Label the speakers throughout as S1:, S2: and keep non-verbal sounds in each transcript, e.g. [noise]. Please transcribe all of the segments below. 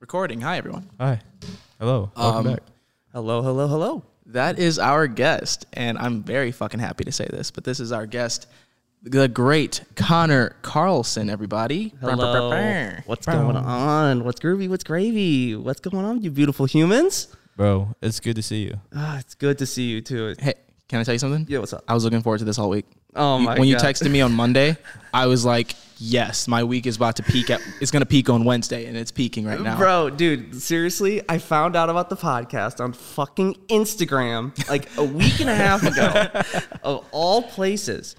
S1: Recording. Hi, everyone.
S2: Hi. Hello. Welcome
S1: Um,
S2: back.
S1: Hello, hello, hello. That is our guest, and I'm very fucking happy to say this, but this is our guest, the great Connor Carlson, everybody.
S3: Hello. What's going on? What's groovy? What's gravy? What's going on, you beautiful humans?
S2: Bro, it's good to see you.
S3: Ah, it's good to see you too.
S1: Hey, can I tell you something?
S3: Yeah, what's up?
S1: I was looking forward to this all week.
S3: Oh my
S1: When you
S3: God.
S1: texted me on Monday, I was like, yes, my week is about to peak at, it's going to peak on Wednesday, and it's peaking right now.
S3: Bro, dude, seriously, I found out about the podcast on fucking Instagram like a week and a
S1: [laughs]
S3: half ago, of all places.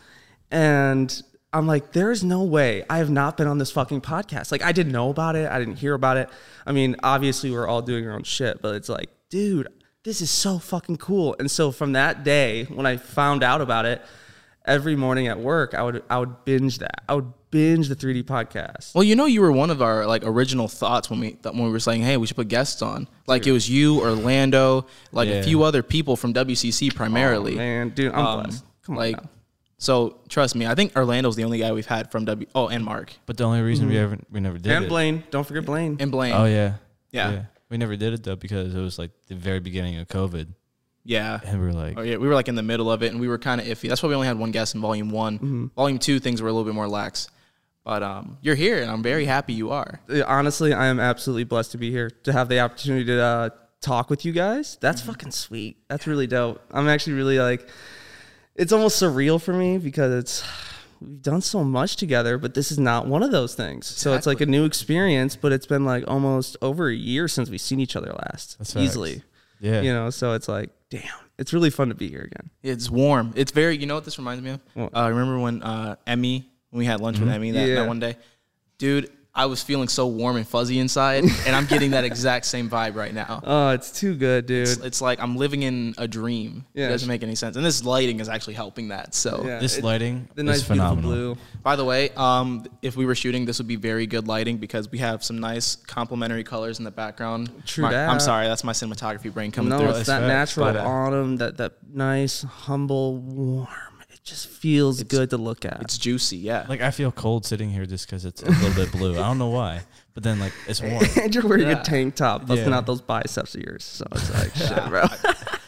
S3: And I'm like, there's no way I have not been on this fucking podcast. Like, I didn't know about it, I didn't hear about it. I mean, obviously, we're all doing our own shit, but it's like, dude, this is so fucking cool. And so, from that day when I found out about it, every morning at work, I would I would binge that. I would binge the 3D podcast.
S1: Well, you know, you were one of our like original thoughts when we th- when we were saying, "Hey, we should put guests on." Like it was you, Orlando, like a
S2: Yeah.
S1: few other people from WCC primarily.
S3: Man, dude, I'm blessed. Come on.
S1: Um, like,
S3: now.
S1: so trust me, I think Orlando's the only guy we've had from W. Oh, and Mark
S2: But the only reason we ever we never did
S3: Mm-hmm. And
S2: it.
S3: Blaine. Don't forget Blaine.
S1: and Blaine.
S2: Oh yeah.
S1: Yeah.
S2: We never did it though because it was like the very beginning of COVID.
S1: yeah.
S2: And we were like
S1: Oh yeah, we were like in the middle of it, and we were kind of iffy. That's why we only had one guest in volume one.
S3: Mm-hmm.
S1: Volume two, things were a little bit more lax. But um, you're here, and I'm very happy you are.
S3: Uh, Honestly, I am absolutely blessed to be here to have the opportunity to uh, talk with you guys. That's
S2: Mm-hmm.
S3: fucking sweet. That's really dope. I'm actually really like, it's almost surreal for me because it's we've done so much together, but this is not one of those things. So it's like a new experience, but it's been like almost over a year since we've seen each other last,
S2: That's facts.
S3: easily.
S2: Yeah.
S3: You know, so it's like, damn, it's really fun to be here again.
S1: It's warm. It's very. You know what this reminds me of?
S3: What? Mm-hmm.
S1: Uh, remember when uh, Emmy when we had lunch with Emmy that,
S3: Yeah.
S1: that one day, dude. I was feeling so warm and fuzzy inside, and I'm getting
S3: [laughs]
S1: that exact same vibe right now.
S3: Oh, it's too good, dude.
S1: It's, it's like I'm living in a dream.
S3: Yeah.
S1: It doesn't make any sense, and this lighting is actually helping that. So,
S3: Yeah,
S2: This
S3: it-
S2: lighting
S3: the
S2: is
S3: nice, beautiful
S2: phenomenal.
S3: blue.
S1: by the way, um, if we were shooting, this would be very good lighting because we have some nice complementary colors in the background.
S3: True
S1: My-
S3: that.
S1: I'm sorry, that's my cinematography brain coming
S3: No,
S1: through.
S3: it's
S2: It's
S3: that
S2: facts,
S3: natural
S2: but, uh,
S3: autumn, that that nice, humble, warm. It just feels good to look at. [laughs]
S1: It's juicy, yeah.
S2: Like I feel cold sitting here just because it's a little bit blue. I don't know why. But then like it's
S3: [laughs]
S2: warm.
S3: and you're wearing
S1: Yeah.
S3: a tank top, busting
S2: Yeah.
S3: out those biceps of yours. So it's [laughs] like, shit, bro.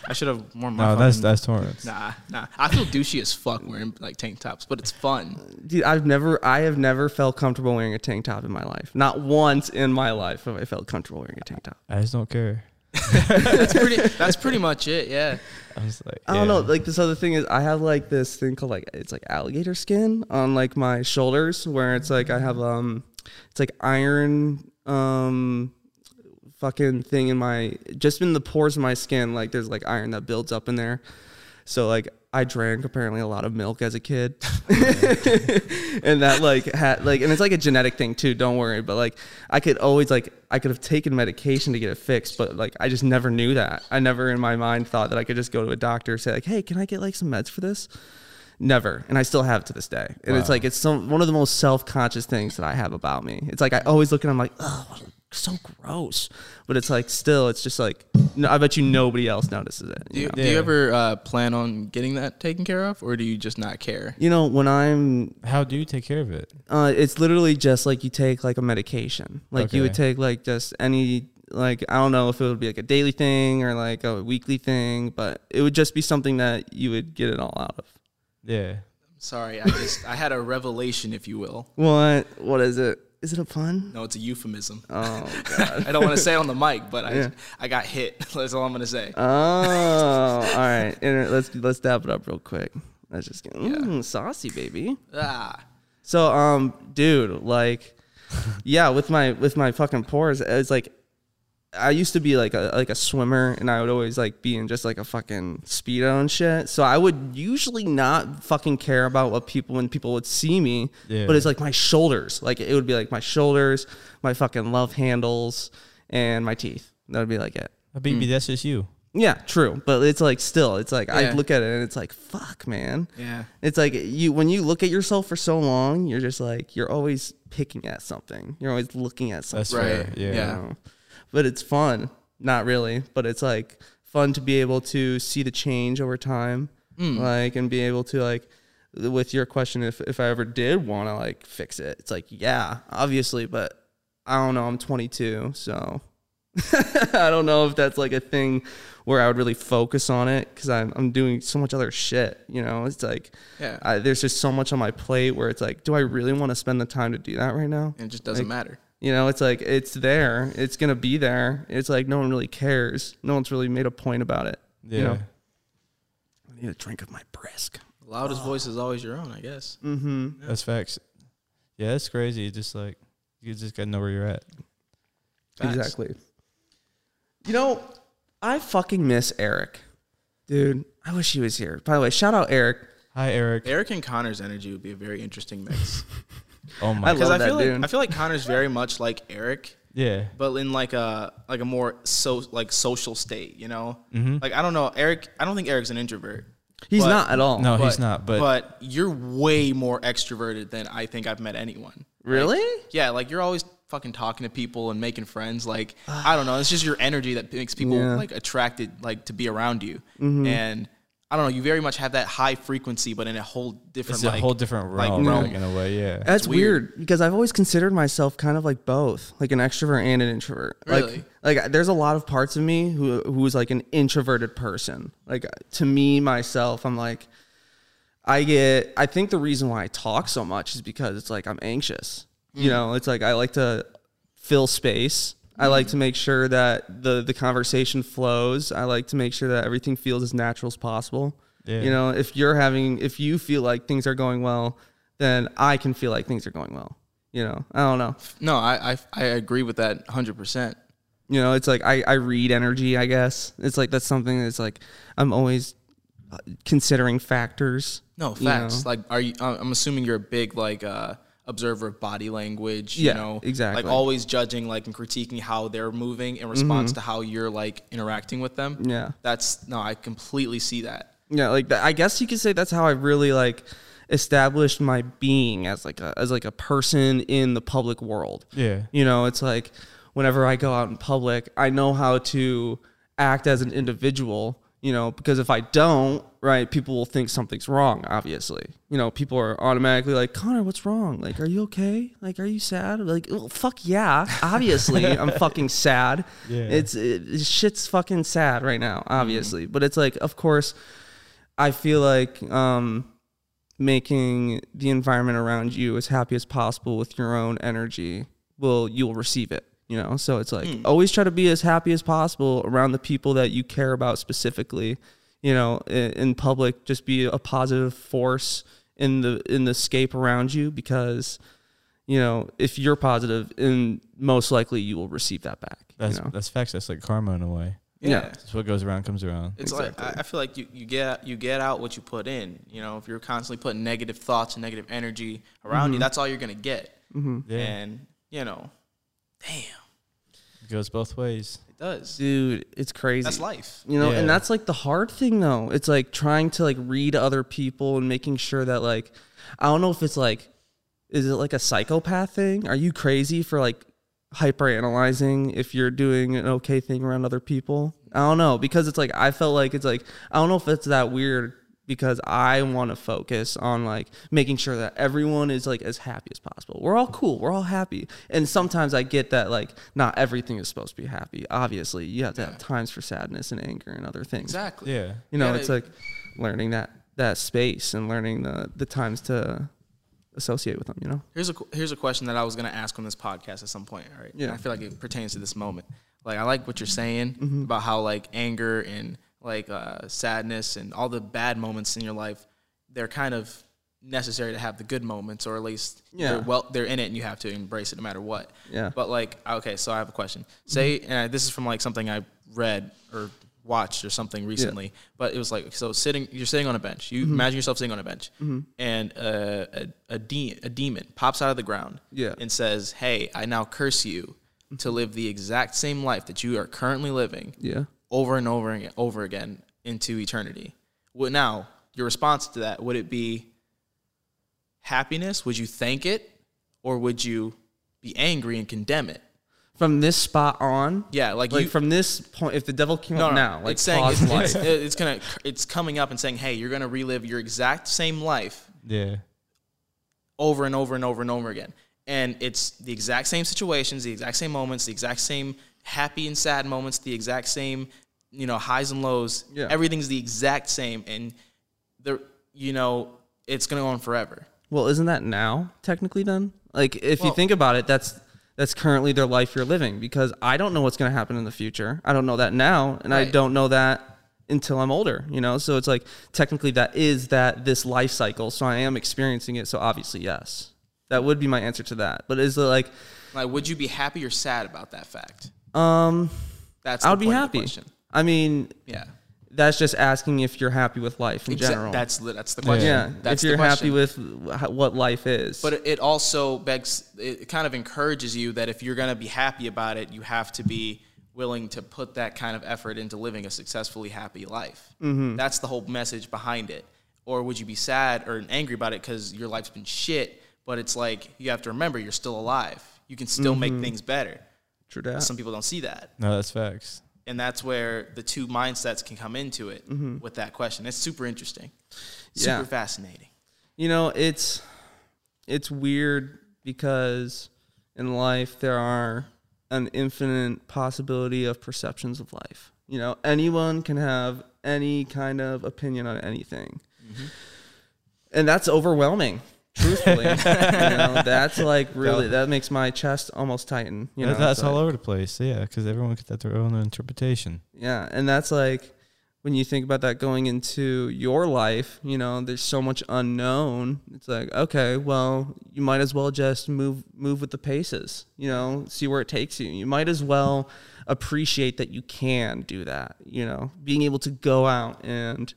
S1: I should have worn my.
S2: no, that's
S1: fucking-
S2: that's Torrance.
S1: Nah, nah. I feel douchey as fuck wearing like tank tops, but it's fun.
S3: Dude, I've never, I have never felt comfortable wearing a tank top in my life. Not once in my life have I felt comfortable wearing a tank top.
S2: I just don't care.
S3: [laughs]
S1: That's pretty. that's pretty much it. Yeah.
S2: I was like
S3: I don't know.
S2: yeah.
S3: Like this other thing is, I have like this thing called like it's like alligator skin on like my shoulders, where it's like I have um, it's like iron um, fucking thing in my just in the pores of my skin. Like there's like iron that builds up in there. So like I drank apparently a lot of milk as a kid, [laughs] and that like had like and it's like a genetic thing too. Don't worry, but like I could always like I could have taken medication to get it fixed, but like I just never knew that. I never in my mind thought that I could just go to a doctor and say like, hey, can I get like some meds for this? Never, and I still have it to this day. And it's like it's some one of the most self conscious things that I have about me. It's like I always look and I'm like, oh, so gross, but it's like still, it's just like no, I bet you nobody else notices it.
S1: Do
S3: you
S1: you,
S3: know?
S1: do you
S2: Yeah.
S1: ever uh, plan on getting that taken care of, or do you just not care?
S3: you know when i'm
S2: How do you take care of it?
S3: uh it's literally just like you take like a medication like you would
S2: Okay.
S3: take like just any like i don't know if it would be like a daily thing or like a weekly thing but it would just be something that you would get it all out of
S2: Yeah.
S1: Sorry, I just I had a revelation, if you will.
S3: what what is it is it a pun
S1: No, it's a euphemism.
S3: oh
S1: [laughs]
S3: god
S1: I don't want to say it on the mic, but I
S3: Yeah. Uh,
S1: I got hit. [laughs] That's all I'm gonna say.
S3: oh all [laughs] right Inter- let's let's dab it up real quick let's just get mm, saucy baby
S1: Ah,
S3: So, um, dude, like, yeah, with my with my fucking pores, it's like, I used to be like a like a swimmer, and I would always like be in just like a fucking speedo and shit. So I would usually not fucking care about what people when people would see me,
S2: Yeah.
S3: but it's like my shoulders, like it would be like my shoulders, my fucking love handles, and my teeth. That would be like it.
S2: Baby, that's just you.
S3: Yeah, true. But it's like still, it's like I
S1: Yeah.
S3: look at it and it's like, fuck, man.
S1: Yeah.
S3: It's like you when you look at yourself for so long, you're just like you're always picking at something. You're always looking at something.
S2: That's
S1: Right,
S2: fair. Yeah.
S3: you
S1: yeah.
S3: know? But it's fun. Not really, but it's like fun to be able to see the change over time. Like and be able to like with your question if if I ever did want to like fix it. It's like, yeah, obviously, but I don't know. I'm 22, so [laughs] I don't know if that's like a thing where I would really focus on it because I'm I'm doing so much other shit. You know, it's like
S1: Yeah.
S3: I, there's just so much on my plate where it's like, do I really want to spend the time to do that right now?
S1: And it just doesn't matter.
S3: You know, it's like it's there, it's gonna be there. It's like no one really cares. No one's really made a point about it.
S2: Yeah.
S3: You know? I need a drink of my brisk.
S1: The loudest voice is always your own, I guess.
S3: Mm-hmm.
S2: That's facts. Yeah, it's crazy. It's just like you just gotta know where you're at.
S1: Facts.
S3: Exactly. You know, I fucking miss Eric, dude. I wish he was here. By the way, shout out Eric.
S2: Hi, Eric.
S1: Eric and Connor's energy would be a very interesting mix.
S2: Oh my.
S3: [laughs] I
S1: Because
S3: love
S1: I,
S3: that
S1: feel
S3: dude.
S1: like I feel like Connor's very much like Eric,
S2: yeah.
S1: but in like a like a more so like social state, you know?
S3: Mm-hmm.
S1: Like I don't know, Eric I don't think Eric's an introvert.
S3: He's
S1: But-
S3: Oh, not at all.
S2: No, he's not. But,
S1: But you're way more extroverted than I think I've met anyone.
S3: really.
S1: Yeah, like you're always fucking talking to people and making friends. Like I don't know, it's just your energy that makes people
S3: Yeah. Mm-hmm.
S1: like attracted, like to be around you. And I don't know, you very much have that high frequency, but in a whole different,
S2: it's
S1: like,
S2: a whole different
S1: like,
S2: realm,
S1: realm.
S2: like, in a way. Yeah.
S3: That's
S1: weird.
S3: weird. because I've always considered myself kind of like both, like an extrovert and an introvert.
S1: Really?
S3: Like, like there's a lot of parts of me who who is like an introverted person. Like to me myself, I'm like, I get. I think the reason why I talk so much is because it's like I'm anxious. You know, it's like I like to fill space. I like to make sure that the the conversation flows. I like to make sure that everything feels as natural as possible.
S2: Yeah.
S3: You know, if you're having, if you feel like things are going well, then I can feel like things are going well. You know, I don't know.
S1: No, I, I I agree with that 100%.
S3: You know, it's like I, I read energy, I guess. It's like that's something that's like I'm always uh, considering factors.
S1: No,
S3: you know?
S1: facts. Like are you uh, I'm I'm assuming you're a big like uh observer of body language,
S3: Yeah,
S1: you know.
S3: exactly.
S1: Like always judging like and critiquing how they're moving in response to how you're like interacting with them.
S3: Mm-hmm. Yeah.
S1: That's no, I completely see that.
S3: Yeah, like that, I guess you could say that's how I really like established my being as like a as like a person in the public world.
S2: Yeah.
S3: You know, it's like whenever I go out in public, I know how to act as an individual, you know, because if I don't, right, people will think something's wrong, obviously. You know, people are automatically like, Connor, what's wrong? Like, are you okay? Like, are you sad? Like, well, fuck yeah.
S2: [laughs]
S3: Obviously, I'm fucking sad.
S2: Yeah.
S3: It's it, shit's fucking sad right now, obviously.
S2: Mm-hmm.
S3: But it's like, of course, I feel like um, making the environment around you as happy as possible with your own energy will you'll receive it you know so it's like always try to be as happy as possible around the people that you care about specifically you know in, in public just be a positive force in the in the scape around you because you know if you're positive and most likely you will receive that back
S2: That's
S3: you know
S2: that's facts. That's like karma in a way.
S3: Yeah.
S2: It's what goes around comes around.
S1: It's like I, I feel like you, you get you get out what you put in. You know, if you're constantly putting negative thoughts and negative energy around you, that's all you're gonna get.
S2: Yeah.
S1: And you know, damn, it
S2: It goes both ways.
S1: does.
S3: dude it's crazy
S1: That's life.
S3: you know
S2: Yeah.
S3: and that's like the hard thing though it's like trying to like read other people and making sure that like i don't know if it's like is it like a psychopath thing are you crazy for like hyper analyzing if you're doing an okay thing around other people i don't know because it's like i felt like it's like i don't know if it's that weird because i want to focus on like making sure that everyone is like as happy as possible we're all cool we're all happy and sometimes i get that like not everything is supposed to be happy obviously you have to have times for sadness and anger and other things
S1: Exactly.
S2: Yeah.
S3: you know
S1: Yeah,
S3: it's
S1: they-
S3: like learning that that space and learning the the times to associate with them you know
S1: Here's a qu- here's a question that I was gonna ask on this podcast at some point. All right. And
S3: Yeah.
S1: I feel like it pertains to this moment. Like I like what you're saying about how like anger and like uh, sadness and all the bad moments in your life, they're kind of necessary to have the good moments, or at least
S3: Yeah.
S1: they're well they're in it and you have to embrace it no matter what.
S3: Yeah. Mm-hmm.
S1: But like okay, so I have a question. Say and I, this is from like something I read or watched or something recently but it was like so sitting you're sitting on a bench you
S3: Mm-hmm.
S1: imagine yourself sitting on a bench and uh, a, a, de- a demon pops out of the ground
S3: Yeah. Mm-hmm.
S1: and says hey i now curse you to live the exact same life that you are currently living
S3: yeah
S1: over and over and over again into eternity what now your response to that would it be happiness would you thank it or would you be angry and condemn it
S3: from this spot on
S1: yeah like,
S3: like
S1: you
S3: from this point if the devil came up now like
S1: it's saying
S3: pause
S1: it's,
S3: life
S1: it's, it's gonna it's coming up and saying, hey, you're gonna relive your exact same life
S2: Yeah.
S1: over and over and over and over again. and it's the exact same situations, the exact same moments, the exact same happy and sad moments, the exact same you know highs and lows.
S3: Yeah.
S1: Everything's the exact same, and there you know it's gonna go on forever.
S3: [laughs] Well, isn't that now technically then? Like if
S1: Well-
S3: you think about it, that's that's currently their life you're living because I don't know what's going to happen in the future. I don't know that now and I
S1: Right.
S3: don't know that until I'm older, you know? So it's like technically that is that this life cycle. So I am experiencing it, so obviously yes. That would be my answer to that. But is it like
S1: Like, would you be happy or sad about that fact?
S3: um
S1: That's
S3: I would
S1: the
S3: be
S1: point of the
S3: happy.
S1: question.
S3: I mean,
S1: Yeah.
S3: that's just asking if you're happy with life in
S1: Exa-
S3: general.
S1: That's li- that's the question.
S3: yeah,
S1: That's
S3: if you're
S1: the
S3: happy
S1: question.
S3: with wh- what life is.
S1: But it- it also begs, it kind of encourages you that if you're going to be happy about it, you have to be willing to put that kind of effort into living a successfully happy life. That's the whole message behind it. Or would you be sad or angry about it because your life's been shit? But it's like you have to remember you're still alive. You can still make things better.
S3: True dat.
S1: Some people don't see that.
S2: No, that's facts.
S1: And that's where the two mindsets can come into it with that question. It's super interesting, super
S3: Yeah.
S1: fascinating.
S3: you know it's it's weird because in life there are an infinite possibility of perceptions of life you know anyone can have any kind of opinion on anything
S1: Mm-hmm.
S3: and that's overwhelming
S1: [laughs]
S3: truthfully you know that's like really that makes my chest almost tighten you know
S2: That- that's
S3: it's like-
S2: all over the place. Yeah, because everyone could have their own interpretation.
S3: yeah, and that's like when you think about that going into your life, you know, there's so much unknown. It's like, okay, well, you might as well just move move with the paces, you know, see where it takes you. You might as well appreciate that you can do that, you know, being able to go out and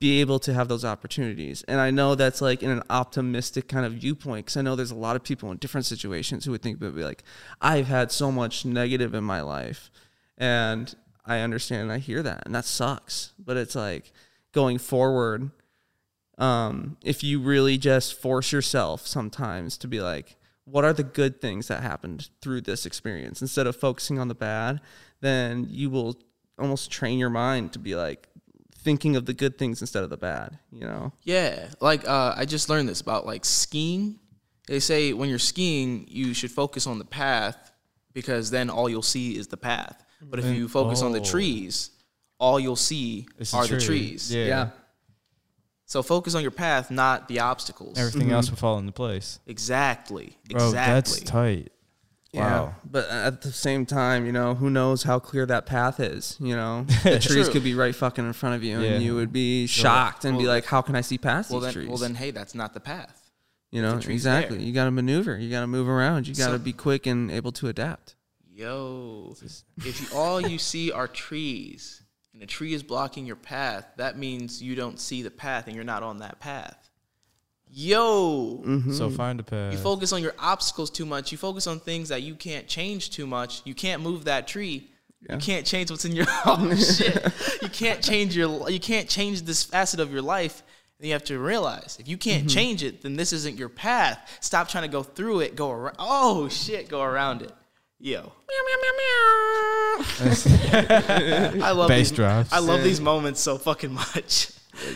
S3: be able to have those opportunities. And I know that's like in an optimistic kind of viewpoint because I know there's a lot of people in different situations who would think, but be like, I've had so much negative in my life. And I understand and I hear that. And that sucks. But it's like going forward, um, if you really just force yourself sometimes to be like, what are the good things that happened through this experience instead of focusing on the bad, then you will almost train your mind to be like thinking of the good things instead of the bad, you know?
S1: Yeah, like uh, I just learned this about like skiing. They say when you're skiing, you should focus on the path because then all you'll see is the path. But if you focus on the
S2: oh.
S1: trees, all you'll see
S2: It's a
S1: are the
S2: tree.
S1: trees.
S2: Yeah.
S1: So focus on your path, not the obstacles.
S2: Everything
S3: Mm-hmm.
S2: else will fall into place.
S1: Exactly.
S2: Bro, that's
S1: exactly.
S2: tight. Wow.
S3: But at the same time, you know, who knows how clear that path is,
S1: [laughs]
S3: you know? The trees
S1: True.
S3: could be right fucking in front of you
S2: Yeah.
S3: and you would be shocked and be
S1: well,
S3: like, how can I see past
S1: well
S3: these
S1: then,
S3: trees?
S1: well then, hey, that's not the path.
S3: you know,
S1: tree's
S3: exactly.
S1: there.
S3: You got to maneuver. You got to move around. You got to
S1: So-
S3: be quick and able to adapt.
S1: Yo, if you, all you see are trees and a tree is blocking your path, that means you don't see the path and you're not on that path. Yo,
S3: Mm-hmm.
S2: So find a path.
S1: you focus on your obstacles too much. You focus on things that you can't change too much. You can't move that tree.
S3: Yeah.
S1: You can't change what's in your [laughs] oh, shit. You can't change your you can't change this facet of your life. And you have to realize if you can't
S2: Mm-hmm.
S1: change it, then this isn't your path. Stop trying to go through it. Go around. Oh shit, go around it. Yo. [laughs] I love
S2: Bass
S1: these,
S2: drops.
S1: I love these moments so fucking much.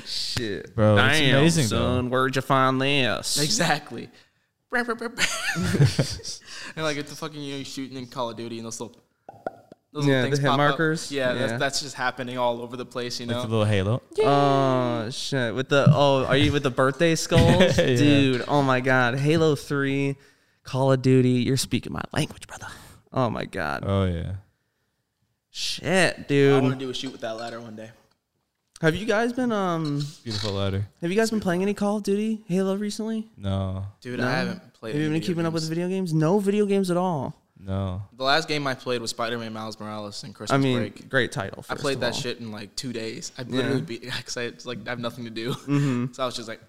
S3: Shit.
S1: Oh,
S2: Bro, it's amazing,
S3: son. Where'd you find [laughs] this?
S1: Exactly. and [laughs] like it's a fucking you know you're shooting in Call of Duty and those little those little
S3: Yeah, the
S1: things
S3: hit
S1: pop up.
S3: markers.
S1: Yeah,
S3: Yeah.
S1: That's, that's just happening all over the place, you
S2: though. It's a
S1: know.
S2: little halo.
S3: Oh shit! With the oh, are you with
S1: [laughs]
S3: the birthday skulls,
S2: Yeah.
S3: dude? Oh my god! Halo Three, Call of Duty. You're speaking my language, brother. Oh my
S1: Uh,
S3: god!
S2: Oh yeah.
S3: Shit,
S1: I want
S3: dude.
S1: to do a shoot with that ladder one day.
S3: Have you guys been um?
S2: Beautiful ladder.
S3: Have you guys been playing any Call of Duty, Halo recently?
S2: No.
S1: Dude,
S3: No?
S1: I haven't played.
S3: Have you
S1: any
S3: been
S1: video
S3: keeping up with
S1: games.
S3: video games? No video games at all.
S2: No.
S1: The last game I played was Spider-Man Miles Morales and Christmas
S3: I mean,
S1: Break.
S3: great title.
S1: I
S3: first
S1: played
S3: of
S1: that
S3: all.
S1: shit in like two days. I literally beat because I it's [laughs] like I have nothing to do,
S3: Mm-hmm.
S1: [laughs] so I was just like,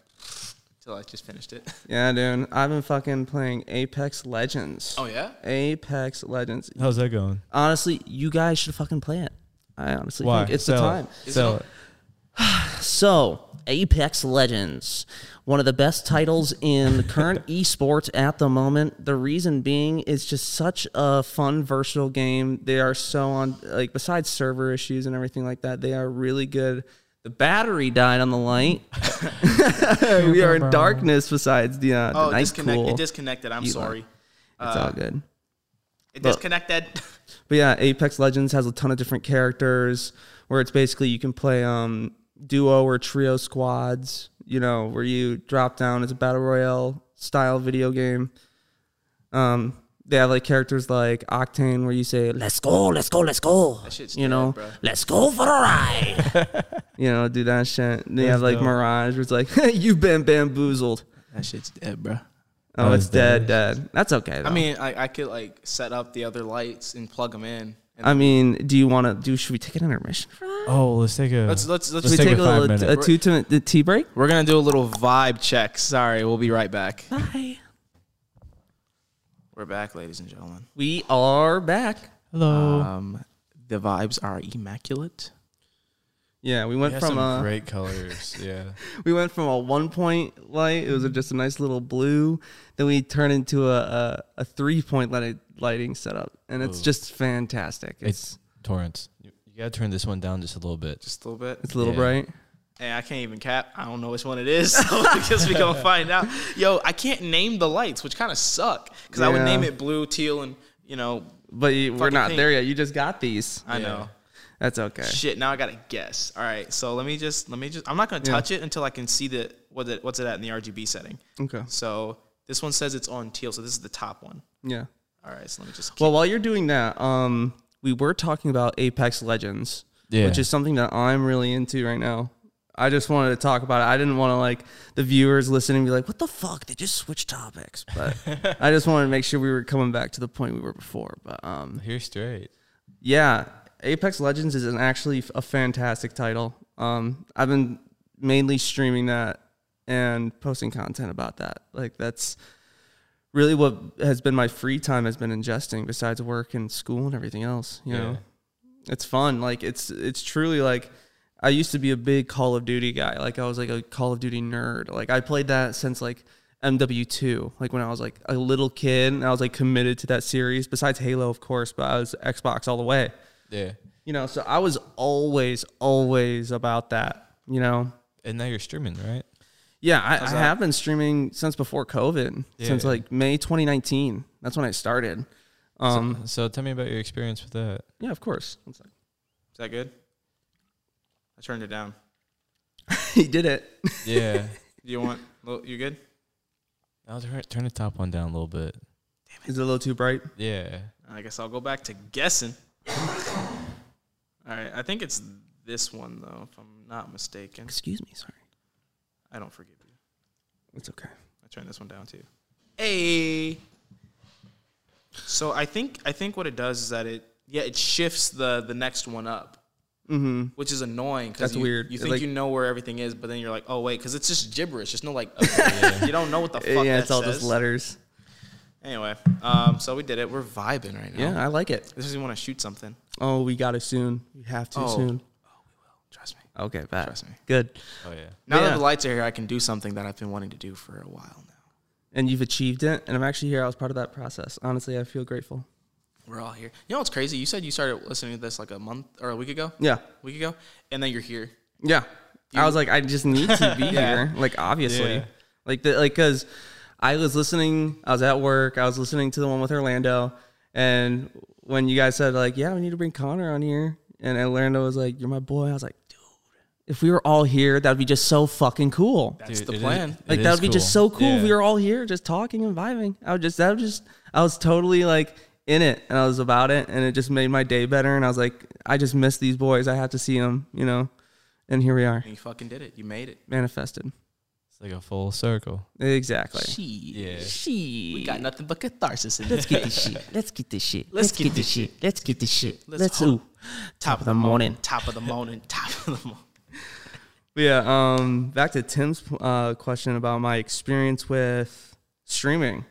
S1: till I just finished it. [laughs]
S3: Yeah, dude. I've been fucking playing Apex Legends.
S1: Oh yeah,
S3: Apex Legends.
S2: How's that going?
S3: Honestly, you guys should fucking play it. I honestly
S2: Why?
S3: think it's
S2: Sell
S3: the
S2: it.
S3: time.
S2: Sell it.
S3: So, Apex Legends, one of the best titles in current esports at the moment. The reason being, it's just such a fun, versatile game. They are so on, like, besides server issues and everything like that, they are really good. The battery died on the light. [laughs] we are in darkness besides the uh, the
S1: Oh, it
S3: night
S1: Oh, disconnect,
S3: cool.
S1: it uh, disconnected. I'm
S3: You
S1: sorry.
S3: like- It's all good.
S1: It disconnected.
S3: But yeah, Apex Legends has a ton of different characters where it's basically you can play um, duo or trio squads, you know, where you drop down. It's a battle royale style video game. Um, they have like characters like Octane where you say, let's go, let's go, let's go.
S1: That shit's
S3: You
S1: dead,
S3: know?
S1: bro.
S3: let's go for a ride.
S2: [laughs]
S3: you know, do that shit. They have like
S2: dope.
S3: Mirage where it's like, [laughs] you've been bamboozled.
S1: That shit's dead, bro.
S3: Oh,
S2: That
S3: it's
S2: is dead.
S3: dead, dead. That's okay.
S1: I
S3: Though.
S1: mean, I, I could like set up the other lights and plug them in. And
S3: I mean, do you want to do? Should we take an intermission? For that?
S2: Oh, let's take a.
S1: let's let's let's.
S2: Let's
S3: Should we
S2: take
S3: take
S2: a
S3: a,
S2: five
S3: little, a
S2: minute-
S3: two to the tea break?
S1: We're gonna do a little vibe check. Sorry, we'll be right back.
S3: Bye.
S1: We're back, ladies and gentlemen.
S3: We are back.
S2: Hello.
S1: Um, the vibes are immaculate.
S3: Yeah, we went
S2: Yeah,
S3: from uh, a
S2: great colors. [laughs]
S3: [laughs]
S2: Yeah.
S3: we went from a one point light. It was just a nice little blue. Then we turned into a a, a three point light, lighting setup, and it's just fantastic. It's
S2: It's Torrance. You, you gotta turn this one down just a little bit.
S1: Just a little bit.
S3: it's a little
S2: yeah.
S3: bright.
S1: Hey, I can't even cap. I don't know which one it is. [laughs] So I guess we gonna find out. Yo, I can't name the lights, which kind of suck because I would
S3: Yeah.
S1: name it blue, teal, and you know,
S3: But you, we're
S1: Fucking
S3: not
S1: pink.
S3: there yet. You just got these.
S1: I know.
S3: That's okay.
S1: Shit, now I gotta guess. All right, so let me just let me just. I'm not gonna touch it until I can see the what it, what's it at in the RGB setting.
S3: Okay.
S1: So this one says it's on teal, so this is the top one.
S3: Yeah.
S1: All right, so let me just.
S3: Well, while you're doing that, um, we were talking about Apex Legends,
S2: Yeah.
S3: which is something that I'm really into right now. I just wanted to talk about it. I didn't want to like the viewers listening be like, "What the fuck? They just switched topics." But I just wanted to make sure we were coming back to the point we were before. But um,
S2: Here straight.
S3: yeah, Apex Legends is an actually a fantastic title. Um, I've been mainly streaming that and posting content about that. Like that's really what has been my free time has been ingesting besides work and school and everything else, you know. It's fun. Like it's it's truly like I used to be a big Call of Duty guy. Like I was like a Call of Duty nerd. Like I played that since like MW2, like when I was like a little kid and I was like committed to that series besides Halo of course, but I was Xbox all the way.
S2: Yeah.
S3: You know, so I was always always about that, you know.
S2: And now you're streaming, right?
S3: Yeah, I, I have been streaming since before COVID, since
S2: Yeah.
S3: like May 2019. That's when I started. Um,
S2: So tell me about your experience with
S3: [laughs]
S2: that.
S3: yeah, of course. One sec. [laughs]
S1: Is that good? I turned it down.
S3: he did it.
S2: Yeah.
S1: Do you want? [laughs] You good?
S2: I'll turn, turn the top one down a little bit.
S3: Is it a little too bright?
S2: Yeah.
S1: I guess I'll go back to guessing. All right, I think it's this one though, if I'm not mistaken.
S3: Excuse me. Sorry.
S1: I don't forgive you.
S3: It's okay.
S1: I turn this one down too. Hey. So I think I think what it does is that it yeah it shifts the the next one up, mm-hmm. which is annoying. 'cause
S3: That's
S1: you,
S3: weird.
S1: You
S3: It,
S1: think
S3: like-
S1: you know where everything is, but then you're like, oh wait, because it's just gibberish. There's no
S3: [laughs]
S1: like, you don't know what the fuck.
S3: yeah,
S1: that
S3: it's all
S1: says.
S3: just letters.
S1: Anyway, um, so we did it. We're vibing right now.
S3: Yeah, I like it.
S1: This is when you want to shoot something.
S3: Oh, we got it soon. We have to
S1: Oh.
S3: soon.
S1: Trust me.
S3: Okay, bad.
S1: Trust me.
S3: Good.
S2: Oh yeah.
S1: Now
S3: Yeah.
S1: that the lights are here, I can do something that I've been wanting to do for a while now.
S3: And you've achieved it. And I'm actually here. I was part of that process. Honestly, I feel grateful.
S1: We're all here. You know what's crazy? You said you started listening to this like a month or a week ago.
S3: Yeah.
S1: week ago, and then you're here.
S3: Yeah. I was like, I just need to be
S1: Yeah.
S3: here. Like, obviously.
S2: Yeah.
S3: Like, the, like, cause I was listening, I was at work, I was listening to the one with Orlando. And when you guys said, like, yeah, we need to bring Connor on here. And Orlando was like, you're my boy. I was like, dude, if we were all here, that'd be just so fucking cool.
S1: That's
S2: Dude,
S1: the
S2: it is-
S1: plan.
S2: it
S3: Like
S2: is
S3: that would be just so cool if
S2: Yeah.
S3: we were all here just talking and vibing. I would just that would just I was totally like in it and I was about it and it just made my day better and I was like I just miss these boys. I have to see them, you know. And here we are,
S1: and you fucking did it. You made it.
S3: manifested.
S2: It's like a full circle.
S3: Exactly.
S2: Yeah.
S4: She.
S1: We got nothing but catharsis in this.
S4: Let's get this shit. Let's get this shit.
S1: Let's
S4: Let's,
S1: get
S4: get,
S1: this
S4: this shit. Let's get this shit.
S1: Let's
S4: Let's, ooh.
S1: hope. top of the morning. Top of the morning. Top of the morning.
S3: But yeah, um back to Tim's uh question about my experience with streaming.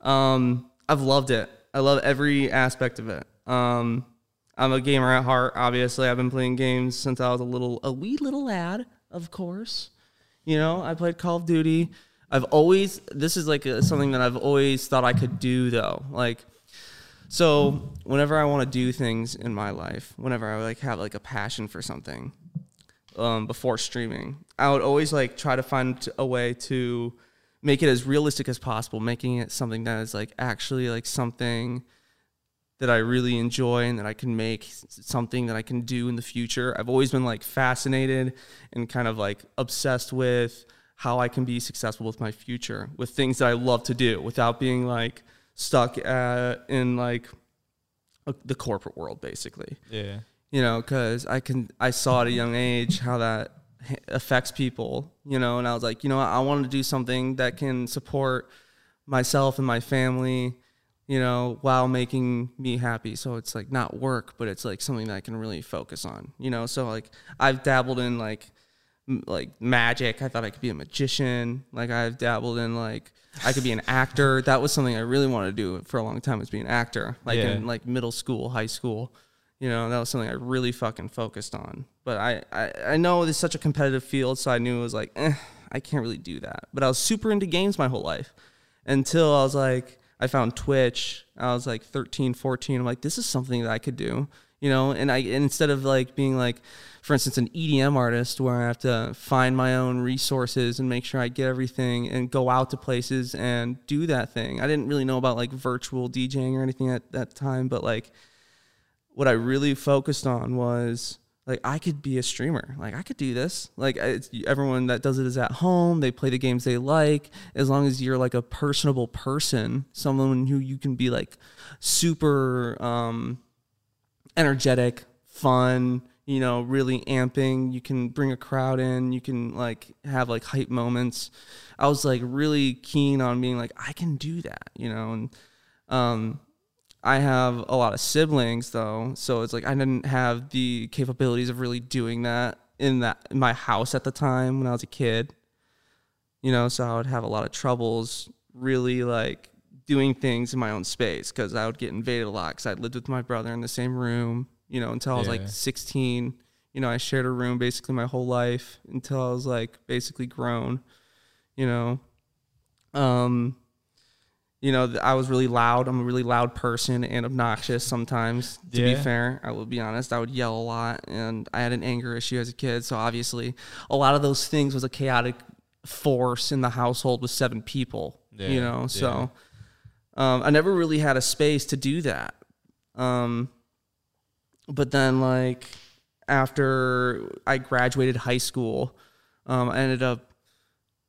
S3: Um I've loved it. I love every aspect of it. Um I'm a gamer at heart, obviously. I've been playing games since I was a little a wee little lad, of course. You know, I played Call of Duty. I've always this is like a, something that I've always thought I could do though. Like so whenever I want to do things in my life, whenever I like have like a passion for something, um, before streaming. I would always like try to find a way to make it as realistic as possible, making it something that is like actually like something that I really enjoy and that I can make s- something that I can do in the future. I've always been like fascinated and kind of like obsessed with how I can be successful with my future, with things that I love to do without being like stuck uh in like a, the corporate world basically
S2: Yeah.
S3: you know, because I can I saw at a young age how that h- affects people, you know, and I was like, you know, what, I want to do something that can support myself and my family, you know, while making me happy. So it's like not work, but it's like something that I can really focus on, you know. So like I've dabbled in like m- like magic. I thought I could be a magician. Like I've dabbled in like I could be an actor. That was something I really wanted to do for a long time was be an actor. Like
S2: Yeah.
S3: in like middle school, high school. You know, that was something I really fucking focused on. But I, I, I know it's such a competitive field, so I knew it was like, eh, I can't really do that. But I was super into games my whole life until I was like, I found Twitch. I was like 13, 14. I'm like, this is something that I could do, you know? And I, and instead of like being like, for instance, an EDM artist where I have to find my own resources and make sure I get everything and go out to places and do that thing. I didn't really know about like virtual DJing or anything at that time, but like, what I really focused on was like I could be a streamer. Like I could do this. Like I- it's, everyone that does it is at home. They play the games they like. As long as you're like a personable person, someone who you can be like super um, energetic, fun. You know, really amping. You can bring a crowd in. You can like have like hype moments. I was like really keen on being like I can do that. You know, and um, I have a lot of siblings though, so it's like I didn't have the capabilities of really doing that in that in my house at the time when I was a kid. You know, so I would have a lot of troubles really like doing things in my own space because I would get invaded a lot because I lived with my brother in the same room. You know, until I was
S2: Yeah.
S3: like 16. You know, I shared a room basically my whole life until I was like basically grown. You know, um, you know, th- I was really loud. I'm a really loud person and obnoxious sometimes. To be
S2: Yeah.
S3: fair, I will be honest. I would yell a lot, and I had an anger issue as a kid. So obviously, a lot of those things was a chaotic force in the household with seven people.
S2: Yeah,
S3: You know, so um, I never really had a space to do that. Um, but then like after I graduated high school, um, I ended up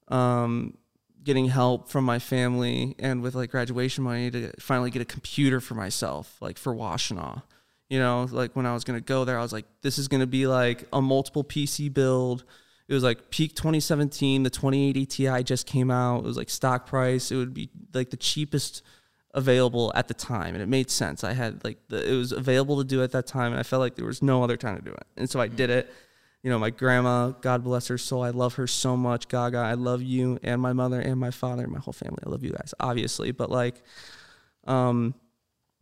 S3: um, getting help from my family and with like graduation money to finally get a computer for myself, like for Washtenaw. You know, like when I was gonna go there, I was like, this is gonna be like a multiple PC build. It was like peak 2017. The 2080 Ti just came out. It was like stock price. It would be like the cheapest available at the time, and it made sense. I had like the, it was available to do at that time, and I felt like there was no other time to do it, and so I did it you know, my grandma, God bless her soul. I love her so much. Gaga, I love you and my mother and my father and my whole family. I love you guys, obviously. But like, um,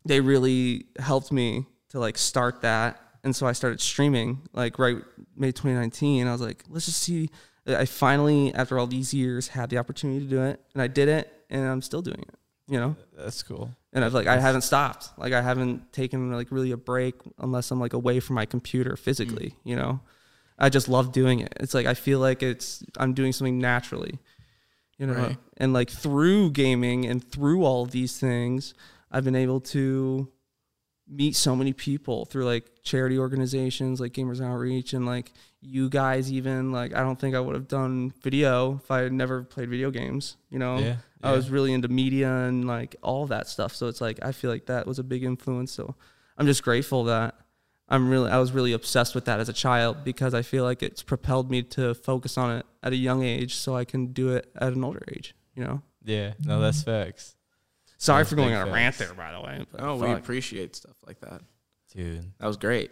S3: they really helped me to like start that. And so I started streaming like right May 2019. I was like, let's just see. I finally, after all these years, had the opportunity to do it and I did it and I'm still doing it, you know?
S2: That's cool.
S3: and I've like I haven't stopped. Like I haven't taken like really a break unless I'm like away from my computer physically, you know. I just love doing it. It's like I feel like it's I'm doing something naturally. You know,
S1: Right.
S3: and like through gaming and through all of these things, I've been able to meet so many people through like charity organizations like Gamers Outreach and like you guys even like I don't think I would have done video if I had never played video games, you know.
S2: Yeah,
S3: Um, I
S2: yeah.
S3: was really into media and like all that stuff. So it's like I feel like that was a big influence. So I'm just grateful that I'm really I was really obsessed with that as a child because I feel like it's propelled me to focus on it at a young age so I can do it at an older age, you know.
S2: Yeah. No, that's facts,
S3: Sorry
S2: That's
S3: for going
S2: big
S3: on a rant
S2: facts.
S3: there by the way.
S1: [laughs]
S3: but
S1: Oh, we
S3: fuck.
S1: appreciate stuff like that.
S2: dude.
S1: That was great.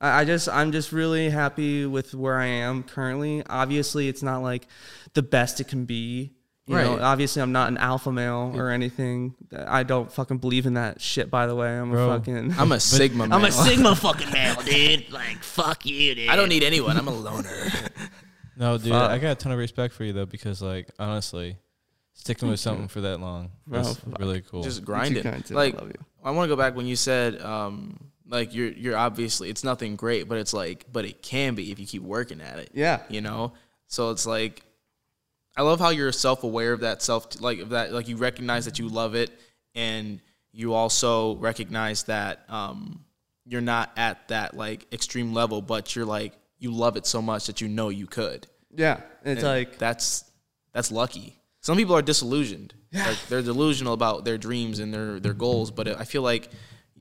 S3: I I just I'm just really happy with where I am currently. Obviously, it's not like the best it can be. You know,
S1: Right.
S3: obviously I'm not an alpha male or anything. I don't fucking believe in that shit by the way. I'm
S2: Bro.
S3: a fucking
S1: I'm a Sigma man.
S3: I'm
S1: [laughs]
S3: a sigma
S4: Fucking male, dude. Like, fuck you, dude.
S1: I don't need anyone. I'm a [laughs] loner.
S2: No, dude,
S3: Fuck.
S2: I got a ton of respect for you though, because like honestly, sticking with something for that long
S3: Bro,
S2: was really cool.
S1: Just grind
S3: Too
S1: it.
S3: kind, Tim. I
S1: Like
S3: love you.
S1: I want to go back when you said um like you're you're obviously it's nothing great, but it's like but it can be if you keep working at it.
S3: Yeah.
S1: You know? So it's like I love how you're self aware of that self like of that like you recognize that you love it and you also recognize that um you're not at that like extreme level but you're like you love it so much that you know you could.
S3: Yeah, it's like
S1: that's that's lucky. Some people are disillusioned. Like they're delusional about their dreams and their their goals, but I feel like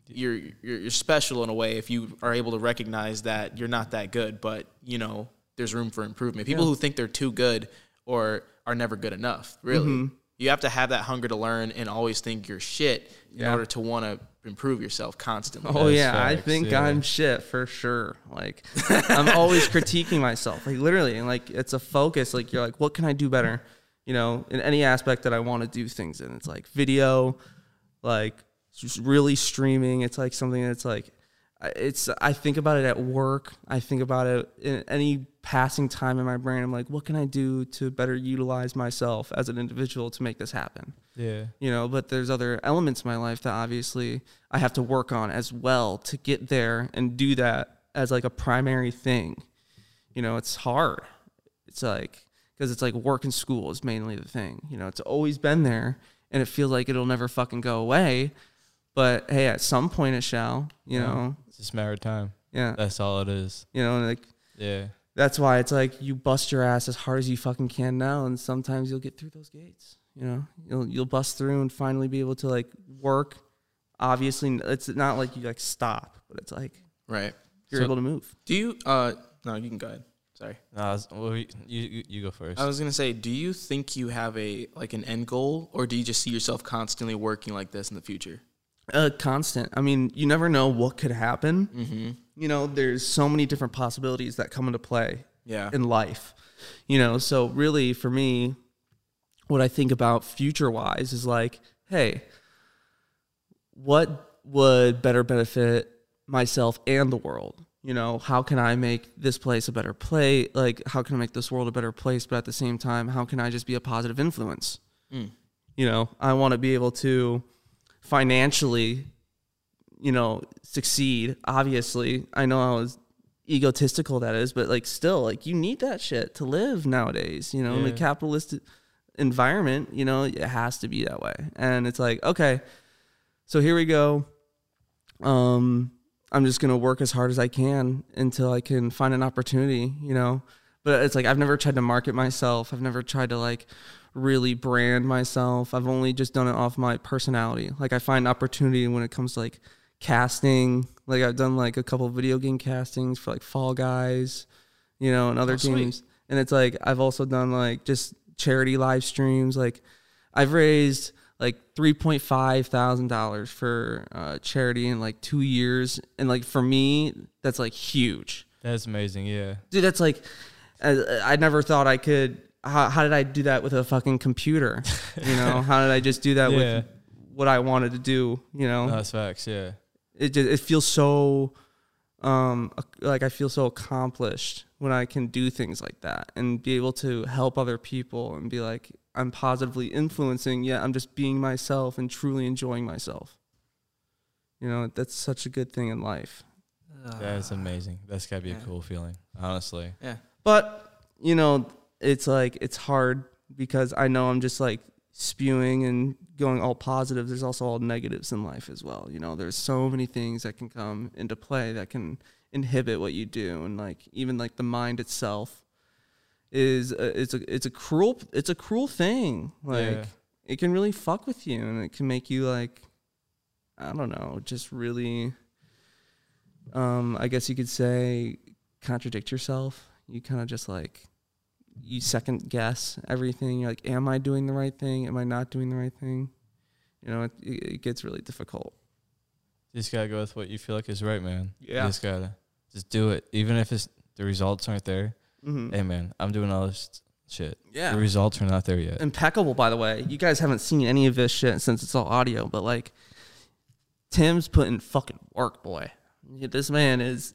S1: you're, you're you're special in a way if you are able to recognize that you're not that good, but you know there's room for improvement. People who think they're too good or are never good enough, really. You have to have that hunger to learn and always think you're shit in order to want to improve yourself constantly.
S3: Oh yeah, I
S2: facts,
S3: think
S2: yeah.
S3: I'm shit for sure. [laughs] Like I'm always critiquing myself, like literally, and like it's a focus. Like you're like, what can I do better? You know, in any aspect that I want to do things in. It's like video, like just really streaming. It's like something that's like, I- it's. I think about it at work. I think about it in any passing time in my brain. I'm like, what can I do to better utilize myself as an individual to make this happen?
S2: Yeah.
S3: you know but there's other elements in my life that obviously i have to work on as well to get there and do that as like a primary thing you know it's hard it's like because it's like work and school is mainly the thing you know it's always been there and it feels like it'll never fucking go away but hey at some point it shall you know
S2: It's just a matter of time.
S3: yeah
S2: That's all it is.
S3: you know and like
S2: Yeah.
S3: that's why it's like you bust your ass as hard as you fucking can now, and sometimes you'll get through those gates. You know, you'll you'll bust through and finally be able to like work. Obviously, it's not like you like stop, but it's like
S1: Right.
S3: you're
S2: So-
S3: able to move.
S1: Do you uh no, you can go ahead. Sorry.
S2: No, I was- well, you, you you go first.
S1: I was gonna say, do you think you have a like an end goal, or do you just see yourself constantly working like this in the future?
S3: Uh, constant. I mean, you never know what could happen. Mm-hmm. You know, there's so many different possibilities that come into play
S1: Yeah,
S3: in life. You know, so really for me, what I think about future wise is like, hey, what would better benefit myself and the world? You know, how can I make this place a better place? Like, how can I make this world a better place? But at the same time, how can I just be a positive influence? You know, I want to be able to financially, you know, succeed. Obviously, I know how egotistical that is, but like, still, like, you need that shit to live nowadays. You know, in the
S2: Yeah.
S3: capitalist environment, you know, it has to be that way. And it's like, okay, so here we go. Um, I'm just gonna work as hard as I can until I can find an opportunity, you know. But it's like I've never tried to market myself. I've never tried to like really brand myself. I've only just done it off my personality. Like I find opportunity when it comes to like casting. Like I've done like a couple video game castings for like Fall Guys, you know, and other
S1: sweet.
S3: games. And it's like I've also done like just charity live streams. Like I've raised like three point five thousand dollars for uh, charity in like two years, and like for me, that's like huge,
S2: That's amazing. Yeah.
S3: dude. That's like I, I never thought I could. How, how did I do that with a fucking computer? You know, how did I just do that
S2: Yeah.
S3: with what I wanted to do? You know,
S2: No, that's facts. Yeah.
S3: it just, it feels so um ac- like I feel so accomplished when I can do things like that and be able to help other people and be like I'm positively influencing yet I'm just being myself and truly enjoying myself. You know, that's such a good thing in life.
S1: Ah.
S2: That's amazing. That's gotta be a cool feeling. Honestly.
S1: yeah.
S3: But, you know, it's like it's hard because I know I'm just like spewing and going all positive. There's also all negatives in life as well. You know, there's so many things that can come into play that can inhibit what you do and like even like the mind itself is a, it's a it's a cruel it's a cruel thing. Like
S2: Yeah.
S3: it can really fuck with you and it can make you like I don't know, just really um I guess you could say contradict yourself. You kind of just like you second guess everything. You're like, am I doing the right thing? Am I not doing the right thing? You know, it, it it gets really difficult.
S2: You just gotta go with what you feel like is right, man.
S1: Yeah.
S2: You just gotta just do it. Even if it's the results aren't there.
S4: Mm-hmm.
S3: Mhm.
S2: Hey man, I'm doing all this shit.
S1: Yeah.
S2: The results are not there yet.
S3: impeccable by the way you guys haven't seen any of this shit since it's all audio but like tim's putting fucking work boy Yeah, this man is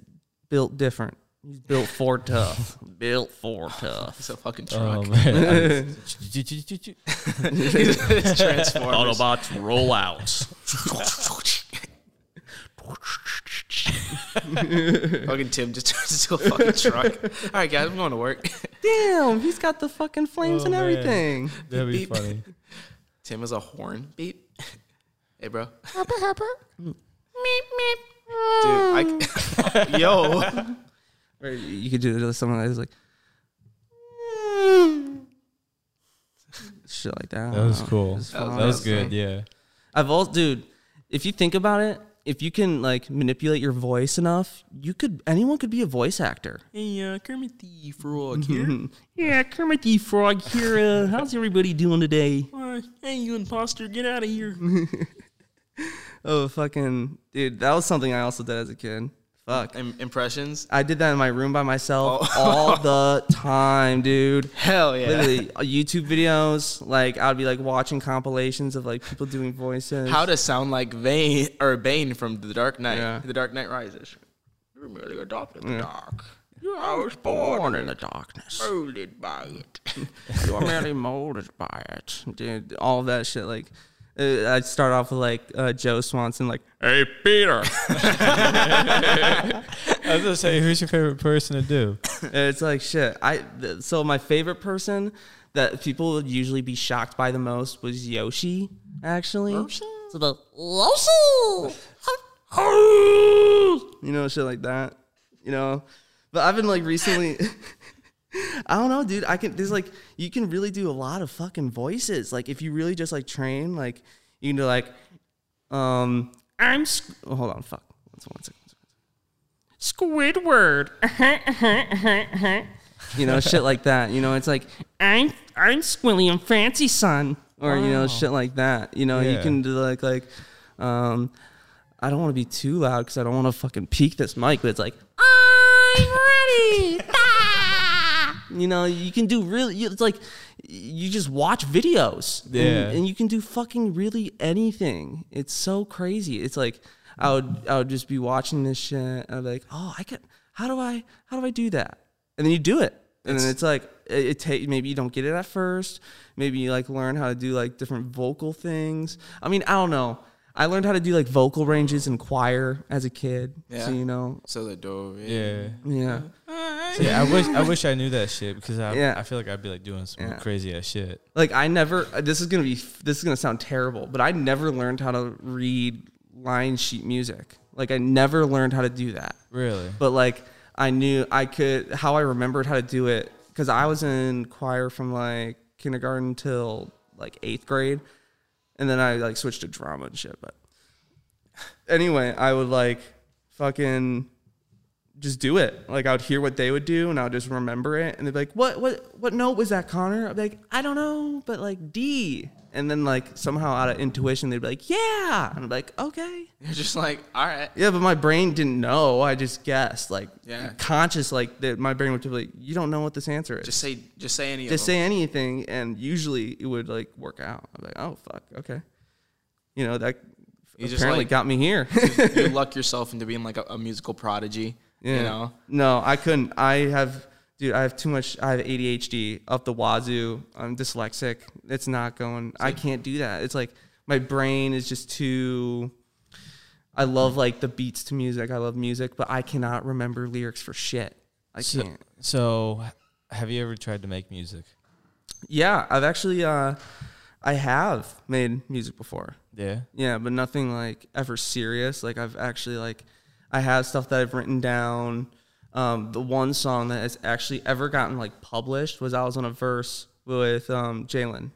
S3: built different he's built
S2: [laughs]
S3: for tough built for tough
S1: It's a fucking
S2: Oh
S1: truck.
S2: man.
S1: [laughs]
S2: [laughs]
S1: it's Transformers. [laughs]
S4: Autobots roll out.
S1: fucking Tim just turns into a fucking truck. All right, guys, I'm going to work.
S3: [laughs] damn, he's got the fucking flames
S2: Oh,
S3: and
S2: man.
S3: everything.
S2: That'd be
S1: Beep.
S2: [laughs] funny.
S1: Tim is a horn beep. hey, bro. Dude, I, c- [laughs] yo,
S3: Or you could do it to someone that's like, shit like that. I
S2: That
S3: don't
S2: was
S3: know.
S2: cool.
S3: It's
S1: That was
S3: fun.
S2: That was
S1: Honestly.
S2: good. Yeah.
S3: I've also, dude, if you think about it, if you can like manipulate your voice enough, you could anyone could be a voice actor.
S1: hey, uh, Kermit the Frog here.
S3: Yeah, Kermit the Frog here. Uh, how's everybody doing today?
S1: Uh, hey, you imposter, get out of here.
S3: Oh, fucking dude, that was something I also did as a kid. Fuck.
S1: Im- impressions?
S3: I did that in my room by myself all [laughs] the time, dude.
S1: Hell yeah.
S3: Literally, uh, YouTube videos. Like, I'd be like watching compilations of like people doing voices.
S1: How to sound like Vane or Bane from The Dark Knight?
S3: Yeah.
S1: The Dark Knight Rises. You were merely adopted in the dark. You I was born in the
S3: darkness.
S1: molded by it. [laughs]
S3: You are merely molded by it, dude. All that shit. Like, uh, I'd start off with like uh, Joe Swanson, like,
S4: Hey, Peter.
S2: I was gonna say, who's your favorite person to do?
S3: [laughs] it's like shit. I th- so my favorite person that people would usually be shocked by the most was Yoshi. Actually, so the Yoshi, you know, shit like that. You know, but I've been like recently. [laughs] I don't know, dude. I can. There's like you can really do a lot of fucking voices. Like if you really just like train, like you can do like, um, I'm. Squ- oh, hold on, fuck. One second, one second,
S5: Squidward.
S3: one second. [laughs] You know, shit like that. You know, it's like
S5: I'm I'm Squilliam Fancy
S3: son, or you know, shit like that. You know, you
S2: Yeah.
S3: can do like like, um, I don't want to be too loud because I don't want to fucking peak this mic. But it's like
S5: I'm ready.
S3: you know, you can do really. you- It's like you just watch videos, and-
S2: Yeah.
S3: and, you can do fucking really anything. It's so crazy. It's like I would I would just be watching this shit, and I'd be like, oh, I can. How do I how do I do that? And then you do it, and then it's like it, it take. Maybe you don't get it at first. Maybe you like learn how to do like different vocal things. I mean, I don't know. I learned how to do like vocal ranges in choir as a kid.
S1: Yeah.
S3: So you know,
S1: so the door.
S2: Yeah.
S3: yeah.
S2: Yeah. I wish. I wish I knew that shit because I.
S3: Yeah.
S2: I feel like I'd be like doing some
S3: Yeah.
S2: crazy ass shit.
S3: Like I never. This is gonna be. This is gonna sound terrible, but I never learned how to read line sheet music. Like I never learned how to do that.
S2: Really.
S3: But like I knew I could. How I remembered how to do it because I was in choir from like kindergarten till like eighth grade, and then I like switched to drama and shit. But anyway, I would like fucking just do it. Like I would hear what they would do and I would just remember it and they'd be like, What what what note was that, Connor? I'd be like, I don't know, but like D and then like somehow out of intuition they'd be like, Yeah and I'm like, Okay.
S1: You're just like, all right.
S3: Yeah, but my brain didn't know. I just guessed. Like
S1: Yeah.
S3: conscious, like that my brain would be like, You don't know what this answer is.
S1: Just say, just say any
S3: Just
S1: of them.
S3: say anything and usually it would like work out. I'm like, Oh fuck, okay. You know, that
S1: You just,
S3: apparently
S1: like-
S3: got
S1: [laughs]
S3: me here. [laughs]
S1: you luck yourself into being like a, a musical prodigy. You know.
S3: No, I couldn't. I have, dude. I have too much. I have ADHD up the wazoo. I'm dyslexic. It's not going. I can't do that. It's like my brain is just too. I love like the beats to music. I love music, but I cannot remember lyrics for shit. I
S2: So,
S3: can't.
S2: so, have you ever tried to make music?
S3: Yeah, I've actually, uh, I have made music before.
S2: Yeah.
S3: Yeah, but nothing like ever serious. Like I've actually like I have stuff that I've written down. Um, the one song that has actually ever gotten like published was I was on a verse with um Jalen.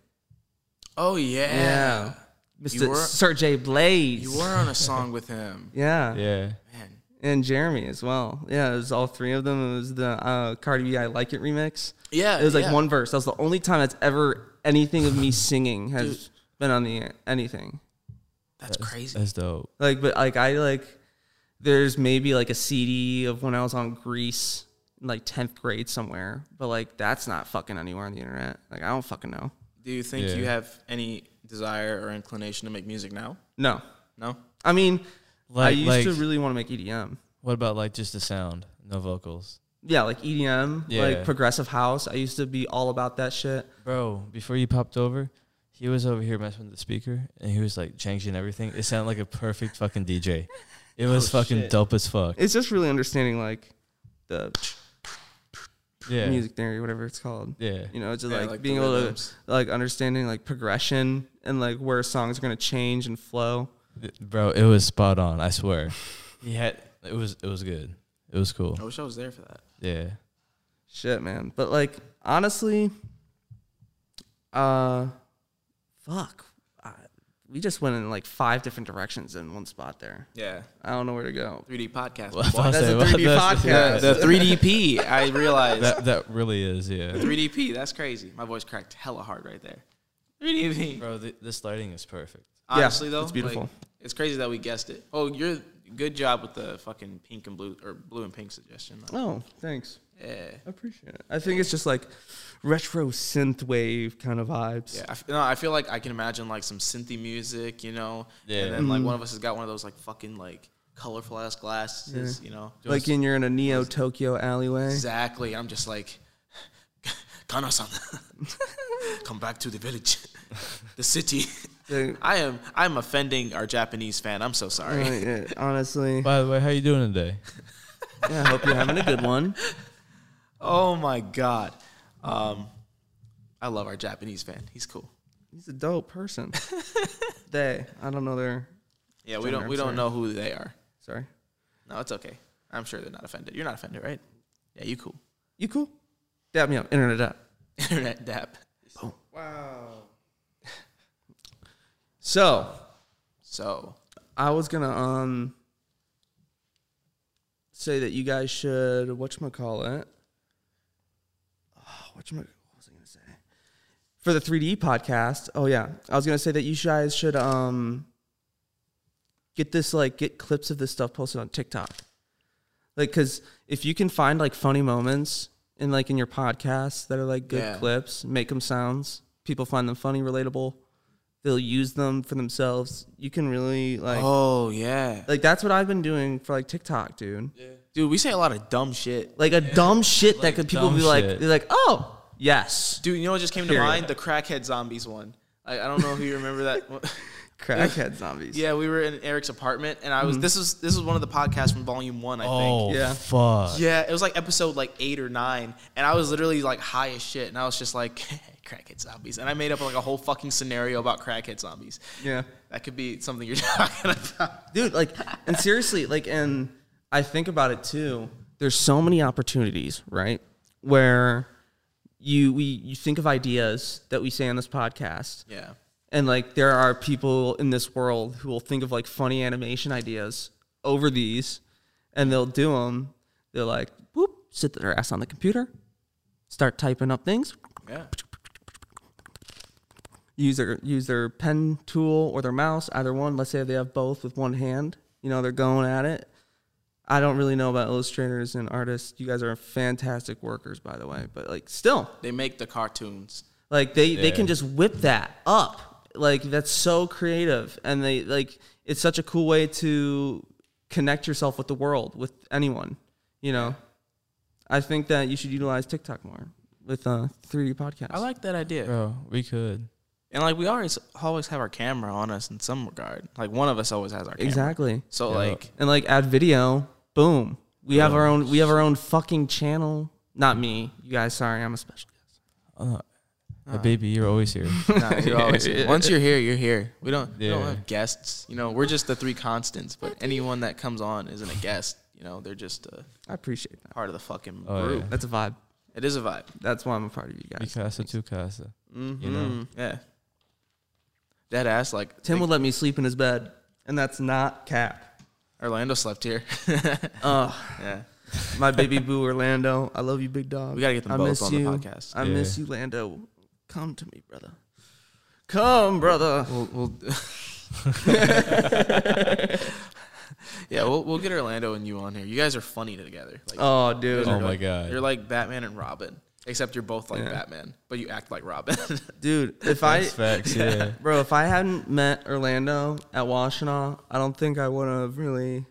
S1: Oh yeah.
S3: Mr.
S1: You were-
S3: Sir J Blaze.
S1: You were on a song with
S3: [laughs]
S1: him,
S3: Yeah.
S2: Yeah.
S1: man.
S3: And Jeremy as well. Yeah, it was all three of them. It was the uh, Cardi B I Like It remix.
S1: Yeah,
S3: It was like
S1: yeah.
S3: one verse. That was the only time that's ever anything of me singing has been on the anything.
S1: That's crazy.
S2: That's dope.
S3: Like, but like I like, there's maybe like a CD of when I was on Greece, in, like tenth grade somewhere. But like that's not fucking anywhere on the internet. Like I don't fucking know.
S1: Do you think
S2: Yeah.
S1: you have any desire or inclination to make music now?
S3: No,
S1: No.
S3: I mean, I
S2: Like-
S3: used to
S2: like-
S3: really want to make E EDM.
S2: What about like just the sound, no vocals?
S3: Yeah, like EDM,
S2: Yeah.
S3: like progressive house. I used to be all about that shit.
S2: Bro, before you popped over, he was over here messing with the speaker and he was like changing everything. It sounded like a perfect fucking DJ. Oh, It was fucking dope as fuck.
S3: It's just really understanding like the
S2: Yeah.
S3: music theory, whatever it's called.
S2: Yeah.
S3: You know, just
S1: Yeah,
S3: like,
S1: like the
S3: being able to
S1: rhythms.
S3: like understanding like progression and like where songs are gonna change and flow.
S2: bro. It was spot on. I swear. He had it was it was good. It was cool.
S1: I wish I was there for that.
S2: Yeah.
S3: Shit, man. But like honestly, uh, fuck. I, we just went in like five different directions in one spot there.
S1: Yeah,
S3: I don't know where to go.
S1: 3D podcast.
S2: Well, I thought
S3: That's
S2: I
S3: a
S2: said, well,
S3: 3D
S2: that's-
S3: podcast.
S1: the 3DP. [laughs] I realized
S2: That that really is yeah.
S1: 3DP. That's crazy. My voice cracked hella hard right there. 3DP.
S2: Bro, th- this lighting is perfect.
S1: Honestly, though,
S3: it's beautiful.
S1: like, it's crazy that we guessed it. Oh, you're good job with the fucking pink and blue or blue and pink suggestion.
S3: Oh, thanks.
S1: Yeah,
S3: I appreciate it. I think it's just like retro synth wave kind of vibes.
S1: yeah. I, f- no, I feel like I can imagine like some synthy music, you know.
S2: Yeah.
S1: And then like one of us has got one of those like fucking like colorful ass glasses, you know.
S3: Like in you're in a neo Tokyo alleyway.
S1: exactly. I'm just like, Kano-san, [laughs] come back to the village, [laughs] the city.
S3: Dude.
S1: I am I am offending our Japanese fan. I'm so sorry.
S3: Uh, yeah,
S1: [laughs]
S3: honestly,
S2: By the way, how you doing today?
S3: yeah, I hope you're having a good one.
S1: Oh my god. Um, I love our Japanese fan. He's cool.
S3: He's a dope
S1: [laughs]
S3: person. they, I don't know their.
S1: Yeah, we don't
S3: I'm
S1: we don't
S3: sorry.
S1: know who they are.
S3: Sorry,
S1: No, it's okay. I'm sure they're not offended. You're not offended, right? Yeah, you cool. [laughs]
S3: you cool? Dab me up, internet up.
S1: Internet dap.
S3: So
S1: So
S3: I was gonna um say that you guys should whatchamacallit. [sighs] Oh, whatchamacallit, what was I gonna say? For the 3D podcast. Oh yeah. I was gonna say that you guys should um get this like get clips of this stuff posted on TikTok. Like cause if you can find like funny moments in like in your podcast that are like good
S1: Yeah.
S3: clips, make them sounds, people find them funny, relatable. They'll use them for themselves. You can really like
S1: Oh yeah.
S3: like that's what I've been doing for like TikTok, dude.
S1: Dude, we say a lot of dumb shit.
S3: Like a dumb shit that
S2: Like,
S3: could people
S2: dumb
S3: be like,
S2: shit.
S3: they're like, oh yes,
S1: Dude, you know what just came to
S3: Period.
S1: mind? The crackhead zombies one. I, I don't know if you remember that. one. [laughs]
S3: crackhead zombies.
S1: yeah, we were in Eric's apartment and I was this was this was one of the podcasts from volume one, I think.
S2: Oh
S3: Yeah.
S2: fuck.
S1: Yeah, it was like episode like eight or nine, and I was literally like high as shit, and I was just like, [laughs] crackhead zombies, and I made up like a whole fucking scenario about crackhead zombies.
S3: yeah,
S1: That could be something you're [laughs] talking about.
S3: dude. Like, and seriously, like, and I think about it too. There's so many opportunities, right? Where you we you think of ideas that we say on this podcast,
S1: Yeah,
S3: and like there are people in this world who will think of like funny animation ideas over these and they'll do them they're like whoop sit their ass on the computer start typing up things
S1: yeah,
S3: use their use their pen tool or their mouse either one let's say they have both with one hand you know they're going at it i don't really know about illustrators and artists you guys are fantastic workers by the way but like still
S1: they make the cartoons.
S3: like they they can
S2: Yeah.
S3: just whip that up. Like that's so creative and they like it's such a cool way to connect yourself with the world with anyone, you know. I think that you should utilize TikTok more with uh 3D podcasts.
S1: I like that idea,
S2: Bro, we could.
S1: and like we always always have our camera on us in some regard. Like one of us always has our camera.
S3: exactly.
S1: So
S2: Yeah.
S1: like,
S3: And like add video, boom. We have our own we have our own fucking channel. Not me. You guys, sorry, I'm a special guest.
S2: Uh, uh, baby, you're always
S1: [laughs]
S2: here.
S1: nah,
S2: [laughs]
S1: you're always here. once you're here, you're here. We don't, we don't
S2: Yeah.
S1: have guests. You know, we're just the three constants. But anyone that comes on isn't a guest. You know, they're just a
S3: I appreciate that.
S1: part of the fucking
S2: Oh, yeah.
S1: group.
S3: That's a vibe.
S1: It is a vibe.
S3: That's why I'm a part of you guys.
S2: Mikasa to casa. You know.
S1: Mm, Yeah. Dead ass, like
S3: Tim
S1: like,
S3: would let me sleep in his bed, and that's not cap.
S2: [laughs]
S1: Orlando slept here. [laughs]
S3: Ugh.
S1: yeah.
S3: my baby boo Orlando. I love you, big dog.
S1: We gotta get them
S3: I
S1: both
S3: miss
S1: on the
S3: you.
S1: podcast.
S3: I
S2: Yeah.
S3: miss you, Lando. Come to me, brother. Come, brother.
S1: We'll,
S3: [laughs]
S1: we'll Yeah, we'll we'll get Orlando and you on here. You guys are funny together. Like,
S3: Oh, dude,
S2: Oh my god.
S1: You're like Batman and Robin. Except you're both like Batman, but you act like Robin. [laughs]
S3: dude. If I,
S2: That's facts, yeah.
S3: bro, if I hadn't met Orlando at Washtenaw, I don't think I would have really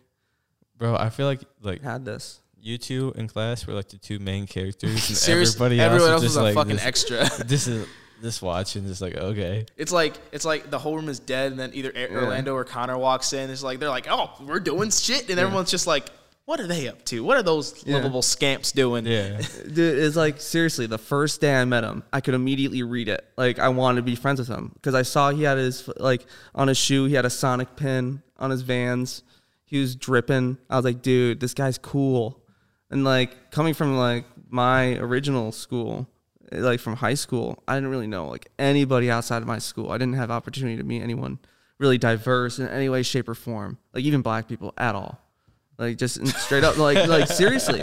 S2: Bro, I feel like like
S3: had this.
S2: you two in class were like the two main characters. And
S1: Seriously,
S2: everybody else
S1: everyone
S2: was
S1: else
S2: just
S1: was a
S2: like
S1: fucking
S2: this,
S1: extra. [laughs]
S2: This is this watch and just like okay.
S1: It's like it's like the whole room is dead, and then either A- Orlando or Connor walks in. It's like they're like, "Oh, we're doing shit," and everyone's just like, what are they up to? What are those
S3: Yeah.
S1: lovable scamps doing?
S2: Yeah.
S3: Dude, it's like seriously, the first day I met him, I could immediately read it. Like I wanted to be friends with him because I saw he had his like on his shoe, he had a Sonic pin on his Vans. He was dripping. I was like, dude, this guy's cool. And like coming from like my original school, like from high school, I didn't really know like anybody outside of my school. I didn't have opportunity to meet anyone really diverse in any way, shape, or form. Like even black people at all. Like just in- straight up, like like seriously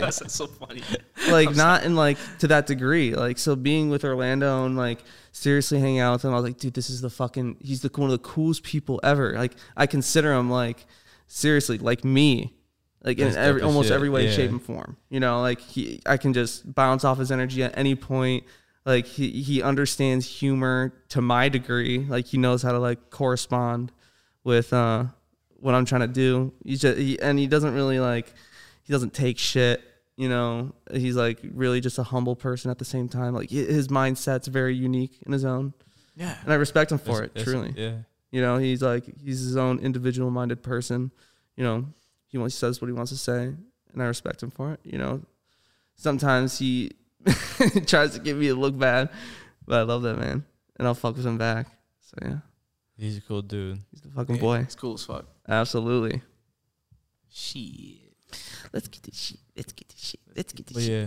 S1: [laughs] That's so funny.
S3: like not in like to that degree. Like so being with Orlando and like seriously hanging out with him, I was like, dude, this is the fucking he's the one of the coolest people ever. Like I consider him like seriously like me. Like in
S2: That's dope
S3: every
S2: as
S3: almost
S2: shit.
S3: every way,
S2: Yeah.
S3: shape, and form. You know, like he I can just bounce off his energy at any point. Like he he understands humor to my degree. Like he knows how to like correspond with uh what I'm trying to do. He just he, and he doesn't really like he doesn't take shit. You know, he's like really just a humble person at the same time. Like hi- his mindset's very unique in his own,
S1: Yeah.
S3: and I respect him for
S2: That's-
S3: it.
S2: that's-
S3: Truly,
S2: Yeah.
S3: you know, he's like he's his own individual-minded person. You know, he wants, says what he wants to say, and I respect him for it. You know, sometimes he [laughs] tries to give me a look bad, but I love that man, and I'll fuck with him back. So yeah,
S2: He's a cool dude.
S3: he's the fucking boy.
S1: It's cool as fuck.
S3: Absolutely.
S1: Shit.
S3: Let's get this shit. Let's get this shit. Let's get
S2: But yeah,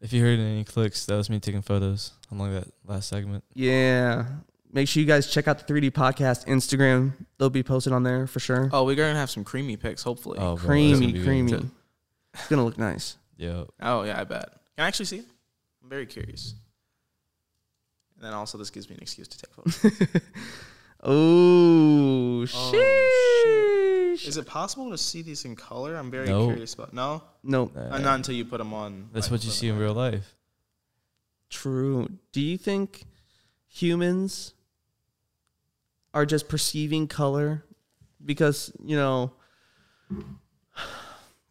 S2: if you heard any clicks, that was me taking photos along that last segment.
S3: Yeah. Make sure you guys check out the 3D podcast Instagram. They'll be posted on there for sure.
S1: Oh, we're gonna have some creamy pics, hopefully. Oh,
S2: Oh, bro, that's gonna
S3: creamy,
S2: be good.
S3: creamy. It's gonna look nice.
S2: Yo,
S1: Oh, yeah, I bet. Can I actually see it? I'm very curious. And then also, this gives me an excuse to take photos.
S3: Oh,
S1: [laughs]
S3: sheesh.
S1: Is it possible to see these in color? I'm very
S2: No.
S1: curious about. No,
S3: No,
S1: Uh, not until you put them on.
S2: that's
S1: like,
S2: what you
S1: put
S2: see
S1: 'em
S2: in real life.
S3: true. Do you think humans are just perceiving color? Because you know,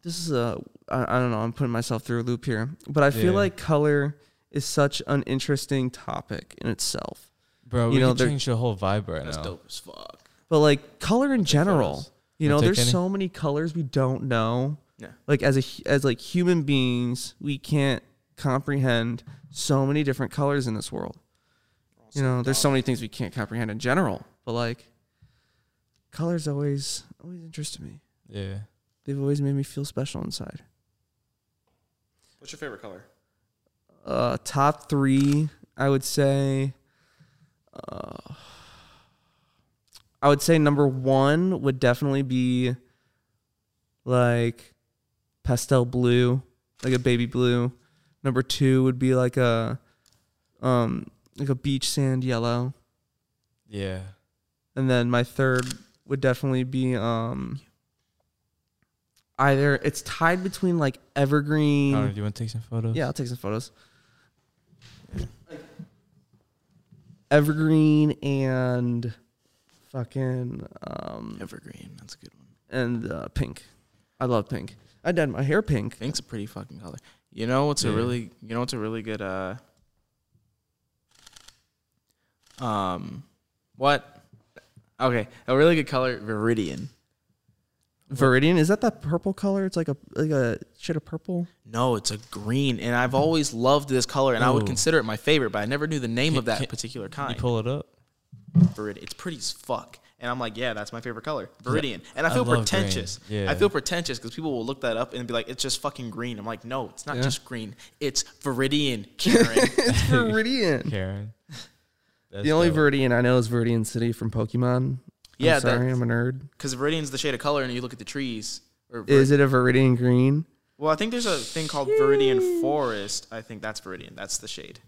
S3: this is a I, I don't know. I'm putting myself through a loop here, but I feel
S2: Yeah.
S3: like color is such an interesting topic in itself.
S2: Bro,
S3: You
S2: we
S3: know,
S2: could
S3: they're-
S2: change the whole vibe right
S1: That's
S2: now.
S1: dope as fuck.
S3: But like color in general,
S2: photos.
S3: you
S2: Wanna
S3: know,
S2: take
S3: there's
S2: any?
S3: so many colors we don't know.
S1: Yeah.
S3: Like as a hu- as like human beings, we can't comprehend so many different colors in this world. You know, there's so many things we can't comprehend in general. But like, colors always always interested me.
S2: Yeah.
S3: They've always made me feel special inside.
S1: What's your favorite color?
S3: Uh, top three, I would say. Uh, I would say number one would definitely be like pastel blue, like a baby blue. Number two would be like a um like a beach sand yellow,
S2: Yeah.
S3: and then my third would definitely be um either it's tied between like evergreen.
S2: Connor, do you want to take some photos?
S3: Yeah, I'll take some photos. Evergreen and fucking um
S1: Evergreen. That's a good one.
S3: and uh, pink. I love pink. I dyed my hair pink.
S1: Pink's a pretty fucking color. You know what's a
S2: Yeah.
S1: really you know what's a really good uh um what okay a really good color viridian.
S3: Viridian is that that purple color? It's like a like a shade of purple.
S1: No, it's a green, and I've always loved this color, and I would
S2: Ooh.
S1: consider it my favorite, but I never knew the name
S2: Can-
S1: of that
S2: can-
S1: particular
S2: You
S1: kind.
S2: pull it [laughs] up.
S1: Virid- It's pretty as fuck. And I'm like, yeah, that's my favorite color, viridian. And I
S2: I
S1: feel
S2: love
S1: pretentious.
S2: green. Yeah.
S1: I feel pretentious because people will look that up and be like, it's just fucking green. I'm like, no, it's not just green. It's viridian,
S3: [laughs]
S1: Karen.
S3: It's [laughs] Viridian.
S2: Karen. That's
S3: the only
S2: dope.
S3: Viridian I know is Viridian City from Pokemon.
S1: Yeah,
S3: I'm
S1: that-
S3: sorry, I'm a nerd.
S1: Because viridian's the shade of color, and you look at the trees. Or vir-
S3: Is it a Viridian green?
S1: well, I think there's a thing called viridian forest. I think that's viridian. That's the shade.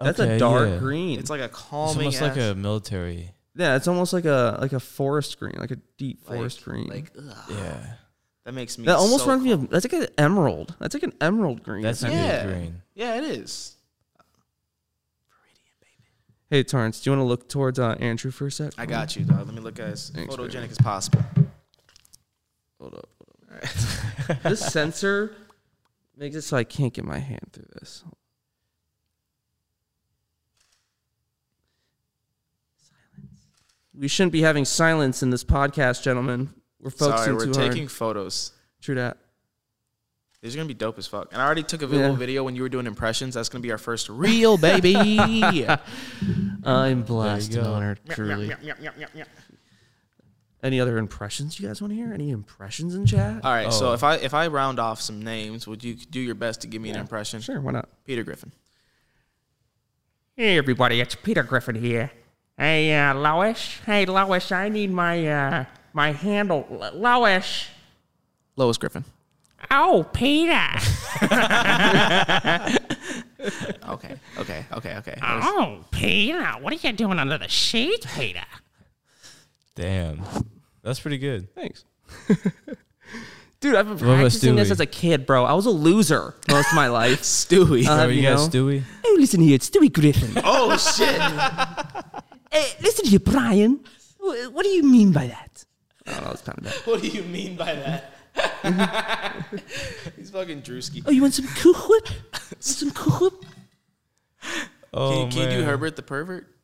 S3: That's
S2: Okay,
S3: a dark
S2: yeah.
S3: green.
S1: It's like a
S2: It's
S1: calming.
S2: almost like a military.
S3: yeah, it's almost like a like a forest green, like a deep forest green.
S1: Like, ugh,
S2: Yeah.
S1: that makes me.
S3: That almost
S1: so
S3: reminds me of that's like an emerald. That's like an emerald green.
S2: That's a
S1: Yeah.
S2: good green.
S1: Yeah, it is.
S3: hey Torrance, do you want to look towards uh, Andrew for a sec?
S1: I got you, dog. Let me look as
S3: Thanks,
S1: photogenic
S3: baby.
S1: as possible.
S3: Hold up.
S1: [laughs]
S3: this sensor makes it so I can't get my hand through this. We shouldn't be having silence in this podcast, gentlemen. We're
S1: Sorry,
S3: focusing
S1: we're
S3: too
S1: taking
S3: hard.
S1: photos.
S3: True that.
S1: These are gonna be dope as fuck. And I already took a little
S3: Yeah.
S1: video when you were doing impressions. That's gonna be our first real baby.
S3: I'm blessed and
S2: go.
S3: honored, truly. Any other impressions you guys want to hear? Any impressions in chat?
S1: All right. So
S2: Oh.
S1: if I if I round off some names, would you do your best to give me an impression?
S3: Sure, why not?
S1: Peter Griffin.
S5: Hey everybody, it's Peter Griffin here. Hey uh, Lois, hey Lois, I need my uh my handle, L- Lois.
S1: Lois Griffin.
S5: Oh, [laughs] Peter.
S1: Okay. Okay. Okay. Okay.
S5: Oh, Peter, what are you doing under the sheet, Peter?
S2: Damn, that's pretty good.
S3: Thanks. [laughs] Dude, I've been
S2: about
S3: practicing this
S2: Stewie?
S3: as a kid, bro. I was a loser most of my life.
S1: Stewie.
S3: Uh,
S2: Are you,
S3: you
S2: guys
S3: know?
S2: Stewie?
S3: [laughs] Hey, listen here, it's Stewie
S1: [laughs]
S3: Griffin. [laughs]
S1: oh shit. [laughs]
S3: Hey, listen here, Brian. Wh- What do you mean by that? I don't know, it's kind of bad.
S1: What do you mean by that? [laughs] He's fucking Drewski.
S3: Oh, you want some cool [laughs] whip? Want some cool whip?
S2: Oh
S1: Can, can you do
S2: man.
S1: Herbert the pervert?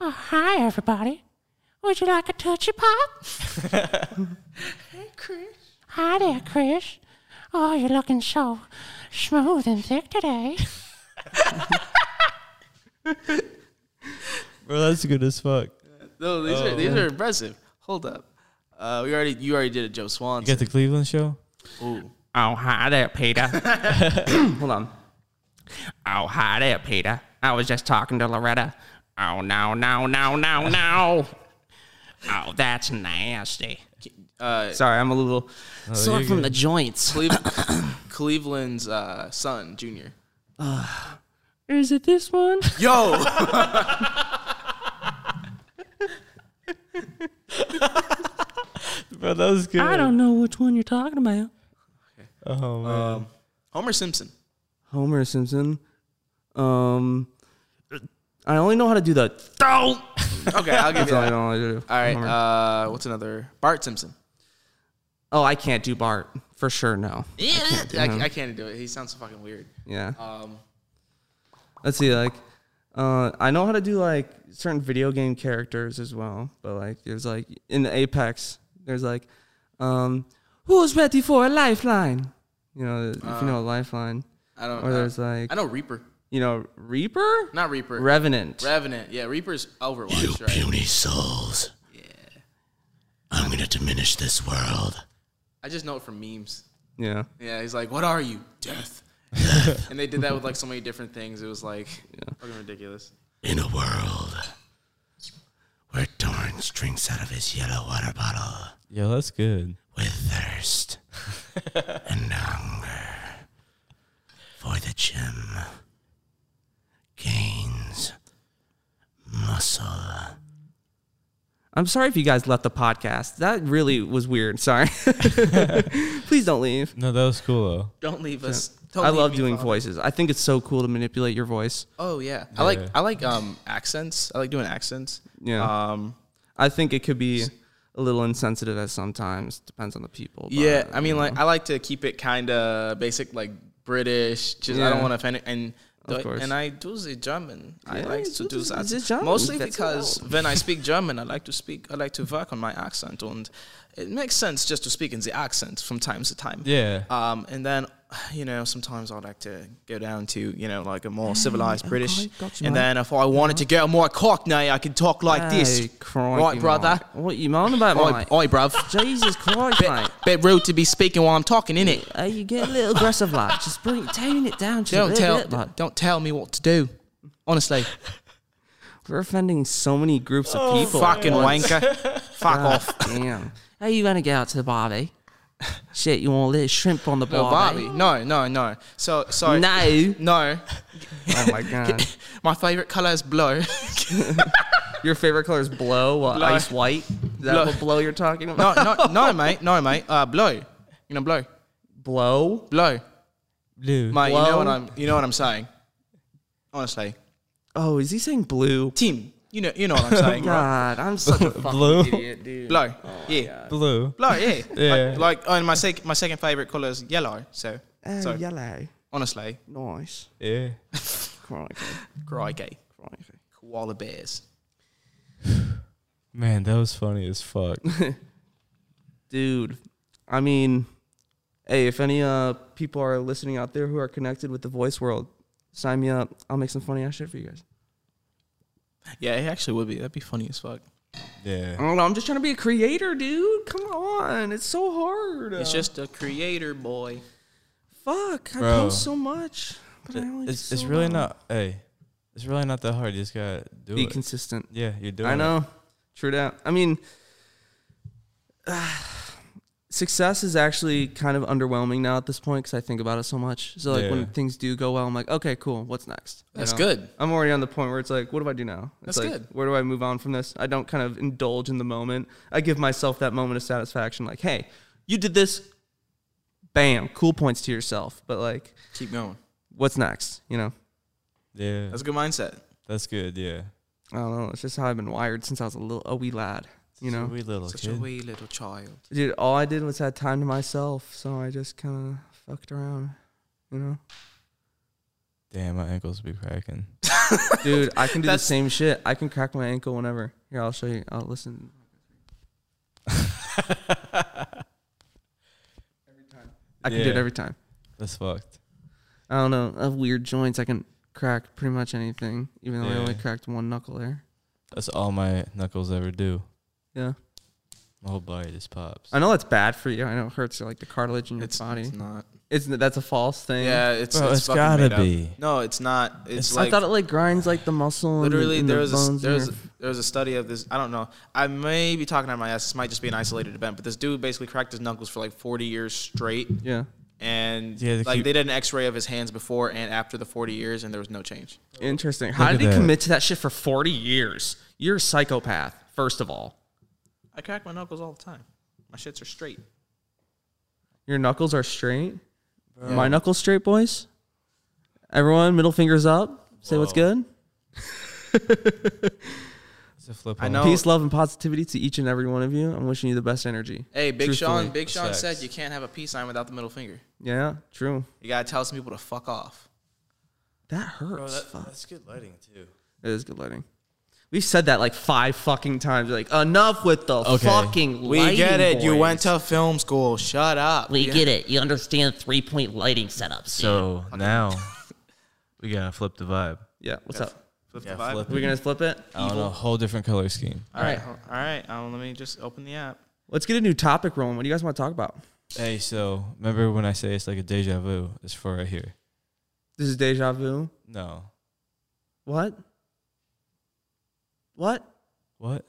S5: Oh, hi everybody. Would you like a touchy [laughs] pop? hey, Chris. Hi there, Chris. Oh, you're looking so smooth and thick today.
S2: Bro, that's good as fuck.
S1: No, these are these are impressive. Hold up. Uh, we already you already did a Joe
S2: You got
S1: Swanson.
S2: the Cleveland show?
S1: Ooh.
S5: Oh, hi there, Peter.
S3: Hold on.
S5: Oh, hi there, Peter. I was just talking to Loretta. Oh, no, no, no, no, [laughs] no. Oh, that's nasty.
S1: Uh,
S3: Sorry, I'm a little
S2: you're
S3: sore from the joints.
S1: Cleve- Cleveland's uh, son, Junior.
S5: Is it this [laughs] one?
S1: Yo.
S2: Bro, that was good.
S5: I don't know which one you're talking about.
S2: Oh man.
S1: Homer Simpson.
S3: Homer Simpson. Um, I only know how to do the. Don't.
S1: Okay, I'll give
S3: [laughs] That's
S1: you
S3: all I
S1: that.
S3: know how to do.
S1: All right. Uh, what's another? Bart Simpson.
S3: Oh, I can't do Bart for sure. No.
S1: I can't, I can't do it. He sounds so fucking weird.
S3: Yeah.
S1: Um,
S3: Let's see. Like, uh, I know how to do like certain video game characters as well. But like, there's like in Apex, there's like, um, who's ready for a lifeline? You know, if you know a lifeline,
S1: Uh, I don't.
S3: or
S1: know.
S3: there's like,
S1: I know Reaper.
S3: you know, Reaper,
S1: Not Reaper.
S3: Revenant.
S1: Revenant. Yeah, Reaper's Overwatch. right?
S6: puny souls. I'm gonna diminish this world.
S1: I just know it from memes.
S3: yeah.
S1: Yeah, he's like, "What are you? Death." and they did that with like so many different things. It was like fucking ridiculous.
S6: In a world where Torrance drinks out of his yellow water bottle
S2: Yo, that's good.
S6: with
S5: [laughs]
S6: thirst and hunger for the gym gains muscle.
S3: I'm sorry if you guys left the podcast. That really was weird. Sorry. [laughs] Please don't leave.
S2: No, that was cool though.
S1: Don't leave us. Don't
S3: I
S1: leave
S3: love
S1: me,
S3: doing
S1: Father.
S3: voices. I think it's so cool to manipulate your voice.
S1: Oh yeah. I like
S2: Yeah.
S1: I like um accents. I like doing accents.
S3: Yeah.
S1: Um
S3: I think it could be a little insensitive at sometimes. Depends on the people. but-
S1: yeah, I mean like I like to keep it kind of basic like British. Just I don't
S3: Yeah.
S1: want to offend it and
S3: Of
S1: do-
S3: course.
S1: and I do the German. I
S3: Yeah,
S1: like
S3: you
S1: to
S3: do
S1: do
S3: the-
S1: that.
S3: the German.
S1: Mostly
S3: That's
S1: because
S3: allowed.
S1: when I
S3: [laughs]
S1: speak German, I like to speak. I like to work on my accent, and it makes sense just to speak in the accent from time to time.
S2: Yeah.
S1: Um, and then, [sighs] you know, sometimes I like to go down to, you know, like a more civilized British.
S3: got you,
S1: and
S3: mate.
S1: then if I wanted to get more cockney, I could talk like this.
S3: Hey, crikey,
S1: right, brother?
S3: Mike. What you moaning about,
S1: Oi,
S3: mate?
S1: oi, bruv.
S3: Jesus Christ, mate.
S1: Bit rude to be speaking while I'm talking, innit?
S3: Hey, you get a little aggressive, like just bring tone it down. Just a
S1: Don't
S3: little
S1: tell,
S3: bit, like.
S1: don't tell me what to do. Honestly,
S3: We're offending so many groups of people.
S1: Oh, fucking
S3: at once.
S1: wanker. Fuck off.
S3: Damn. How you gonna get out to the barbie? Shit, you want a little shrimp on the
S1: No,
S3: barbie?
S1: Oh, Barbie. No, no, no. So, so
S3: No.
S1: no. [laughs]
S3: Oh my god.
S1: My favorite color is blue. [laughs]
S3: Your favorite color is blow, what,
S1: Blow.
S3: ice white? Is that
S1: Blow.
S3: what blow you're talking
S1: no,
S3: about?
S1: no, no, mate. No, mate. Uh, blue. You know, blue.
S3: Blow?
S1: Blue.
S2: Blue.
S1: Mate, you know what
S3: Blow.
S1: I'm you know what I'm saying. Honestly.
S3: Oh, is he saying blue?
S1: Tim, you know you know what I'm saying.
S3: [laughs]
S1: right?
S3: God, I'm
S1: [laughs]
S3: such a fucking
S2: Blue.
S3: idiot, dude.
S1: Blow. yeah.
S2: Blue.
S1: Blow, [laughs] yeah.
S2: Yeah.
S1: Like, like oh, and my sec- my second favorite color is yellow, so
S3: Oh,
S1: so
S3: yellow.
S1: honestly,
S3: Nice.
S2: Yeah.
S3: Crikey.
S1: crikey.
S3: Crikey.
S1: Koala bears.
S2: Man, that was funny as fuck.
S3: Dude, I mean, hey, if any uh of people are listening out there who are connected with the voice world. Sign me up. I'll make some funny ass shit for you guys.
S1: Yeah, it actually would be. That'd be funny as fuck.
S2: Yeah.
S3: I [laughs] don't know. I'm just trying to be a creator, dude. Come on. It's so hard. Uh,
S1: It's just a creator boy.
S3: fuck. I
S2: Bro.
S3: post so much, but I only
S2: It's,
S3: do
S2: it's
S3: so
S2: really
S3: much.
S2: not. Hey, it's really not that hard. You just gotta do
S3: be
S2: it.
S3: consistent.
S2: yeah, you're doing.
S3: I
S2: it.
S3: know. True that. I mean, [sighs] success is actually kind of underwhelming now at this point because I think about it so much. So like
S2: Yeah.
S3: when things do go well, I'm like, okay, cool. What's next? You
S1: That's
S3: know?
S1: good.
S3: I'm already on the point where it's like, what do I do now? It's
S1: That's
S3: like,
S1: good.
S3: Where do I move on from this? I don't kind of indulge in the moment. I give myself that moment of satisfaction. Like, hey, you did this. Bam, cool points to yourself. But like,
S1: Keep going.
S3: what's next? You know,
S2: Yeah,
S1: That's a good mindset.
S2: that's good. Yeah.
S3: I don't know. It's just how I've been wired since I was a little a wee lad. You know,
S2: we little
S1: Such
S2: kid.
S1: a wee little child.
S3: dude all i did was had time to myself so i just kind of fucked around you know
S2: Damn, my ankles be cracking.
S3: dude i can do the
S1: That's-
S3: same shit i can crack my ankle whenever here i'll show you i'll listen i can do it
S2: Yeah.
S3: every time
S2: That's fucked.
S3: i don't know i have weird joints i can crack pretty much anything even though i only
S2: Yeah.
S3: cracked one knuckle there
S2: That's all my knuckles ever do.
S3: yeah
S2: My whole body just pops.
S3: i know that's bad for you i know it hurts like the cartilage in your
S1: It's,
S3: body
S1: it's not.
S3: it's that's a false thing
S1: Yeah, it's,
S2: Bro,
S1: it's,
S2: it's
S1: fucking
S2: gotta
S1: made up.
S2: be.
S1: No, it's not. It's,
S2: It's-
S3: I
S1: like
S3: thought it like grinds like the muscle. and the-
S1: literally
S3: and
S1: there
S3: the
S1: was a,
S3: bones
S1: there
S3: in
S1: was
S3: your-
S1: there was a study of this. I don't know. I may be talking out of my ass. This might just be an isolated event, but this dude basically cracked his knuckles for like 40 years straight,
S3: yeah,
S1: and
S2: Yeah, they
S1: like
S2: keep-
S1: they did an X-ray of his hands before and after the 40 years, and there was no change.
S3: interesting. How
S2: Look
S3: did
S2: at
S3: he
S2: that.
S3: commit
S5: to that shit for 40 years. You're a psychopath, first of all.
S1: I crack my knuckles all the time. My shits are straight.
S3: Your knuckles are straight. My knuckles straight, boys. Everyone, middle fingers up. Say what's
S2: Whoa.
S3: good.
S2: It's a flip.
S1: I
S2: on.
S1: know.
S3: Peace, love, and positivity to each and every one of you. I'm wishing you the best energy.
S1: Hey, Big
S3: Truthfully,
S1: Sean. Big Sean
S2: facts.
S1: said you can't have a peace sign without the middle finger.
S3: Yeah, true.
S1: You gotta tell some people to fuck off.
S3: That hurts. Fuck.
S2: that's good lighting too.
S3: It is good lighting. We've said that like five fucking times. Like enough with the
S2: Okay.
S3: fucking. lighting, boys.
S1: to film school. Shut up.
S7: We get it. You understand three point lighting setups.
S2: So now we gotta flip the vibe.
S3: Yeah. What's up?
S1: Flip
S2: Yeah,
S1: the vibe.
S2: flip
S3: We're gonna flip it.
S2: I don't know. Whole different color scheme.
S1: All right, all right. Um, let me just open the app.
S3: Let's get a new topic rolling. What do you guys want to talk about?
S2: Hey, so remember when I say it's like a deja vu? It's for right here.
S3: This is deja vu.
S2: No.
S3: What? What?
S2: What?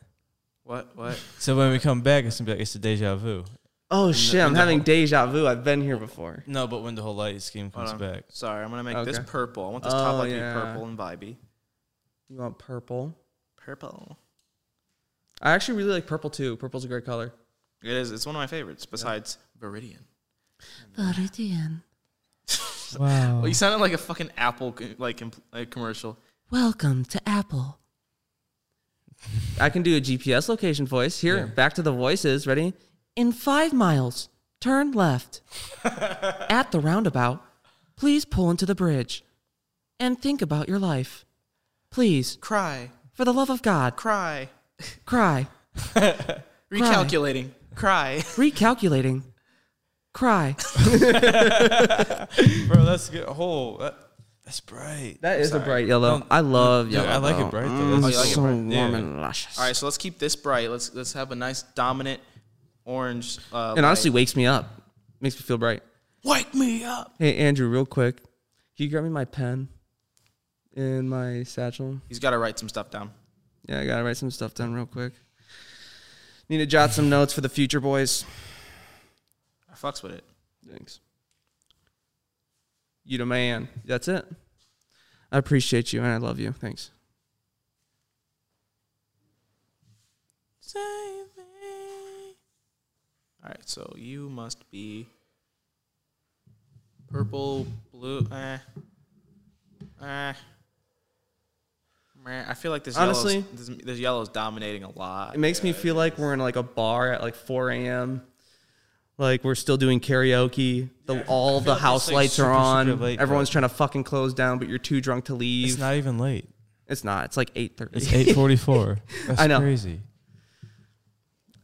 S1: What?
S2: [laughs]
S1: What?
S2: So when we come back, it's gonna be like it's a deja vu.
S3: Oh shit! I'm
S2: no.
S3: having deja vu. I've been here before.
S2: No, but when the whole light scheme
S1: Hold
S2: comes
S1: on.
S2: back,
S1: Sorry, I'm gonna make this
S3: Okay.
S1: purple. I want this
S3: Oh,
S1: top left
S3: yeah.
S1: to be purple and vibey.
S3: You want purple?
S1: Purple.
S3: I actually really like purple too. Purple's a great color.
S1: It is. It's one of my favorites besides Viridian.
S7: Viridian,
S1: Oh. Well, you sounded like a fucking Apple co- like, com- like commercial.
S7: welcome to Apple.
S3: I can do a GPS location voice. Here, back to the voices. Ready? In five miles, turn [laughs] left. At the roundabout, please pull into the bridge.
S7: And think about your life. Please,
S1: Cry,
S7: for the love of God,
S1: cry,
S7: cry.
S1: recalculating, cry.
S7: Recalculating. Cry.
S2: bro, that's good. Whole that, that's bright.
S3: That is a bright yellow. I love
S2: Yeah,
S3: yellow.
S2: I like
S3: bro.
S2: it bright
S3: Mm,
S2: though.
S1: Oh, you like it
S3: so
S1: bright?
S3: warm
S2: Yeah.
S3: and
S1: [laughs]
S3: luscious.
S1: All right, so let's keep this bright. Let's let's have a nice dominant orange. Uh,
S3: And honestly,
S1: light.
S3: wakes me up. Makes me feel bright.
S1: wake me up.
S3: Hey Andrew, real quick, can you grab me my pen and my satchel?
S1: He's got to write some stuff down.
S3: Yeah, I gotta write some stuff down real quick. Need to jot some notes for the future, boys.
S1: I fucks with it.
S3: Thanks. You the man. That's it. I appreciate you and I love you. Thanks.
S1: Save me. All right, so you must be purple, blue. Eh. Eh. Meh. I feel like this
S3: Honestly-
S1: yellow's, this, this yellow's dominating a lot.
S3: It makes me feel like we're in like a bar at like 4 a.m. Like we're still doing karaoke. The, all the
S2: like
S3: house
S2: it's, like,
S3: lights
S2: super,
S3: are on.
S2: super late,
S3: Everyone's trying to fucking close down, but you're too drunk to leave.
S2: It's not even late.
S3: It's not. It's like 8:30.
S2: [laughs] It's eight
S3: [laughs]
S2: forty four. That's
S3: I know.
S2: crazy.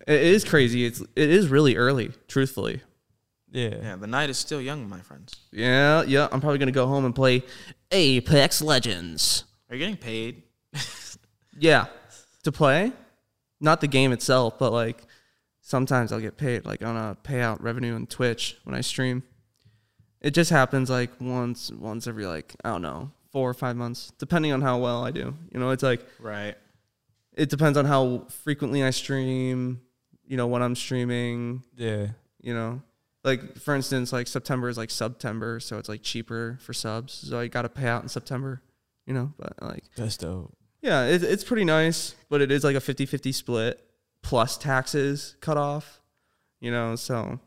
S3: It is crazy. It's it is really early, truthfully.
S2: Yeah.
S1: Yeah, the night is still young, my friends.
S3: Yeah, yeah. I'm probably gonna go home and play Apex Legends.
S1: Are you getting paid?
S3: Yeah, to play, not the game itself, but like sometimes I'll get paid like on a payout revenue on Twitch when I stream. It just happens like once, once every like I don't know four or five months, depending on how well I do. You know, it's like
S1: Right.
S3: it depends on how frequently I stream. You know, when I'm streaming,
S2: Yeah.
S3: you know like for instance like september is like september so it's like cheaper for subs so i gotta pay out in september you know but like
S2: That's dope.
S3: yeah it, it's pretty nice but it is like a 50-50 split plus taxes cut off you know so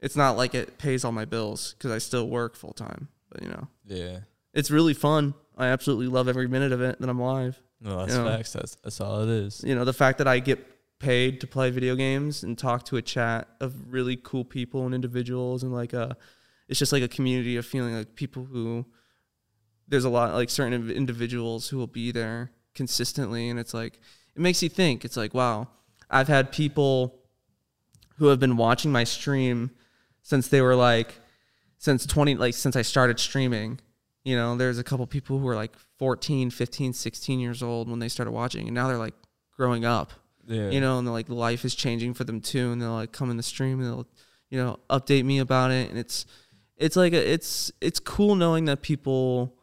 S3: it's not like it pays all my bills because i still work full-time but you know
S2: Yeah.
S3: it's really fun i absolutely love every minute of it that i'm live
S2: No, that's
S3: Yeah.
S2: facts. That's that's all it is.
S3: you know the fact that i get paid to play video games and talk to a chat of really cool people and individuals and like a it's just like a community of feeling like people who there's a lot like certain inv- individuals who will be there consistently and it's like it makes you think it's like wow i've had people who have been watching my stream since they were like since 20 like since i started streaming you know there's a couple people who were like 14 15 16 years old when they started watching and now they're like growing up
S2: Yeah.
S3: you know and they're like life is changing for them too and they'll like come in the stream and they'll you know update me about it and it's it's like a, it's it's cool knowing that people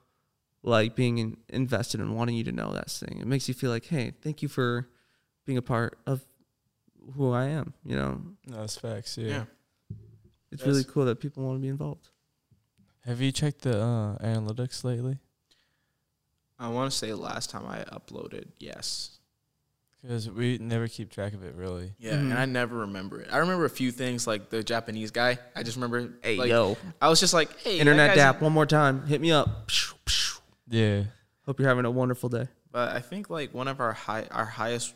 S3: like being in, invested and wanting you to know that thing it makes you feel like hey thank you for being a part of who i am you know
S2: No, that's facts.
S1: Yeah.
S3: it's
S1: Yes.
S3: really cool that people want to be involved
S2: Have you checked the uh, analytics lately?
S1: I want to say last time I uploaded, yes.
S2: Because we never keep track of it, really.
S1: Yeah, and I never remember it. I remember a few things like the Japanese guy. I just remember.
S3: Hey,
S1: like,
S3: yo.
S1: I was just like, hey, that
S3: internet
S1: guy's
S3: dap
S1: in-
S3: one more time hit me up Pshh, pshh.
S2: Yeah.
S3: [laughs] hope you're having a wonderful day
S1: But I think like one of our high, our highest